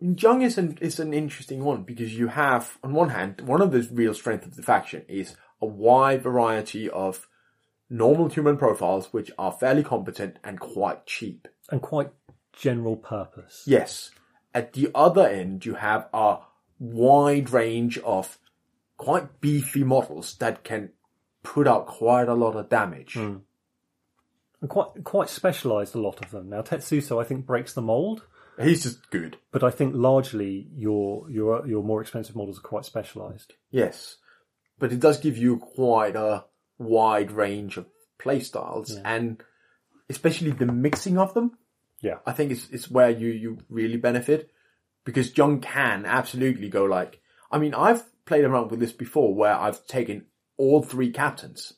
[SPEAKER 2] mean, Jung is an is an interesting one because you have on one hand one of the real strengths of the faction is a wide variety of normal human profiles which are fairly competent and quite cheap.
[SPEAKER 1] and quite general purpose.
[SPEAKER 2] Yes. At the other end, you have a wide range of quite beefy models that can put out quite a lot of damage.
[SPEAKER 1] And quite quite specialised a lot of them. Now Tetsuso I think breaks the mold
[SPEAKER 2] He's just good.
[SPEAKER 1] But I think largely your your your more expensive models are quite specialised.
[SPEAKER 2] Yes, but it does give you quite a wide range of playstyles, and especially the mixing of them.
[SPEAKER 1] Yeah.
[SPEAKER 2] I think it's it's where you you really benefit because John can absolutely go like. I mean, I've played around with this before where I've taken all three captains.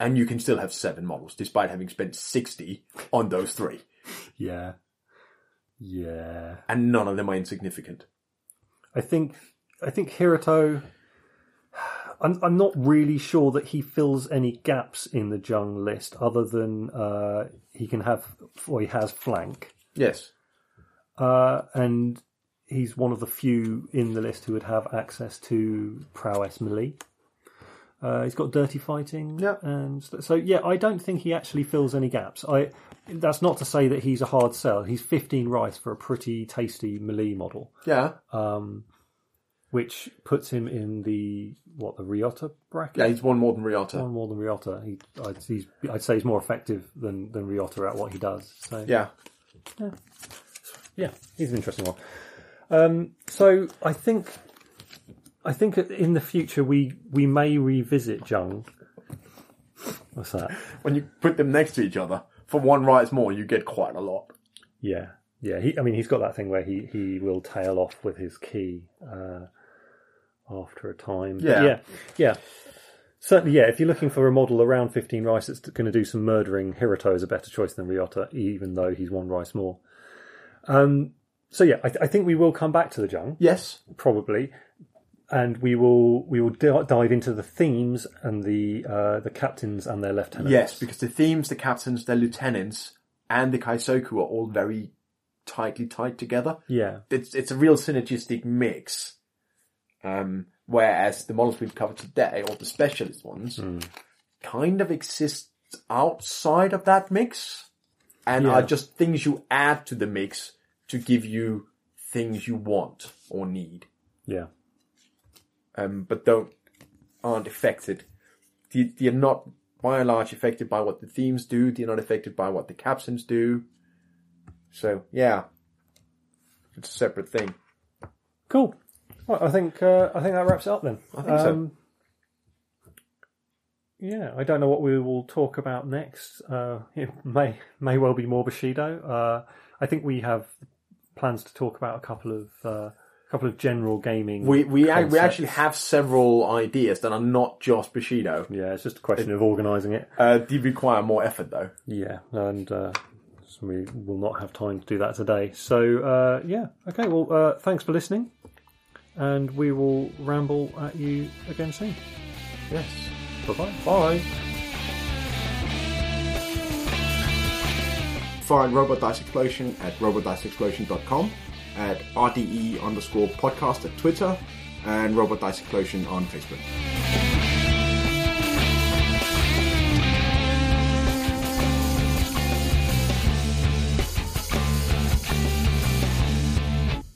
[SPEAKER 2] And you can still have seven models despite having spent 60 on those three.
[SPEAKER 1] Yeah, yeah.
[SPEAKER 2] And none of them are insignificant.
[SPEAKER 1] I think I think Hiroto. I'm I'm not really sure that he fills any gaps in the Jung list, other than uh, he can have or he has flank,
[SPEAKER 2] Yes.
[SPEAKER 1] uh, and he's one of the few in the list who would have access to prowess melee. Uh, he's got dirty fighting,
[SPEAKER 2] Yeah.
[SPEAKER 1] and so, so yeah. I don't think he actually fills any gaps. I that's not to say that he's a hard sell. He's 15 rice for a pretty tasty melee model
[SPEAKER 2] Yeah.
[SPEAKER 1] Uh, which puts him in the what the Riota bracket.
[SPEAKER 2] Yeah, he's one more than Riata.
[SPEAKER 1] One more than Riota. He, I'd, he's, I'd say he's more effective than than Riota at what he does. So
[SPEAKER 2] Yeah.
[SPEAKER 1] yeah, he's an interesting one. Um, so I think I think in the future we we may revisit Jung. What's that?
[SPEAKER 2] When you put them next to each other, for one rights more, you get quite a lot.
[SPEAKER 1] Yeah, yeah. He, I mean, he's got that thing where he he will tail off with his key uh, after a time. But
[SPEAKER 2] Yeah.
[SPEAKER 1] yeah, yeah. Certainly, yeah. If you're looking for a model around 15 rice that's going to do some murdering, Hiroto is a better choice than Ryota, even though he's one rice more. Um. So yeah, I, th- I think we will come back to the Jung
[SPEAKER 2] Yes.
[SPEAKER 1] probably, and we will we will di- dive into the themes and the uh, the captains and their lieutenants.
[SPEAKER 2] Yes, because the themes, the captains, their lieutenants, and the Kaisoku are all very tightly tied together.
[SPEAKER 1] yeah,
[SPEAKER 2] it's it's a real synergistic mix. Um, whereas the models we've covered today, or the specialist ones, kind of exist outside of that mix, and are
[SPEAKER 1] Yeah.
[SPEAKER 2] just things you add to the mix to give you things you want or need,
[SPEAKER 1] yeah.
[SPEAKER 2] um, but don't aren't affected. They, they're not by and large affected by what the themes do. They're not affected by what the captions do. So yeah, it's a separate thing.
[SPEAKER 1] Cool. Right, I think uh, I think that wraps it up then. Um,
[SPEAKER 2] I think so.
[SPEAKER 1] Yeah, I don't know what we will talk about next. Uh, it may may well be more Bushido. Uh, I think we have plans to talk about a couple of uh, couple of general gaming.
[SPEAKER 2] We we, ac- we
[SPEAKER 1] concepts.
[SPEAKER 2] actually have several ideas that are not just Bushido.
[SPEAKER 1] yeah, it's just a question of organising it.
[SPEAKER 2] Uh, they require more effort though.
[SPEAKER 1] Yeah, and uh, so we will not have time to do that today. So uh, yeah, okay. Well, uh, thanks for listening, and we will ramble at you again soon.
[SPEAKER 2] Yes.
[SPEAKER 1] Bye bye.
[SPEAKER 2] Bye. Find Robot Dice Explosion at robotdiceexplosion.com, E at RDE underscore podcast at Twitter, and Robot Dice Explosion on Facebook.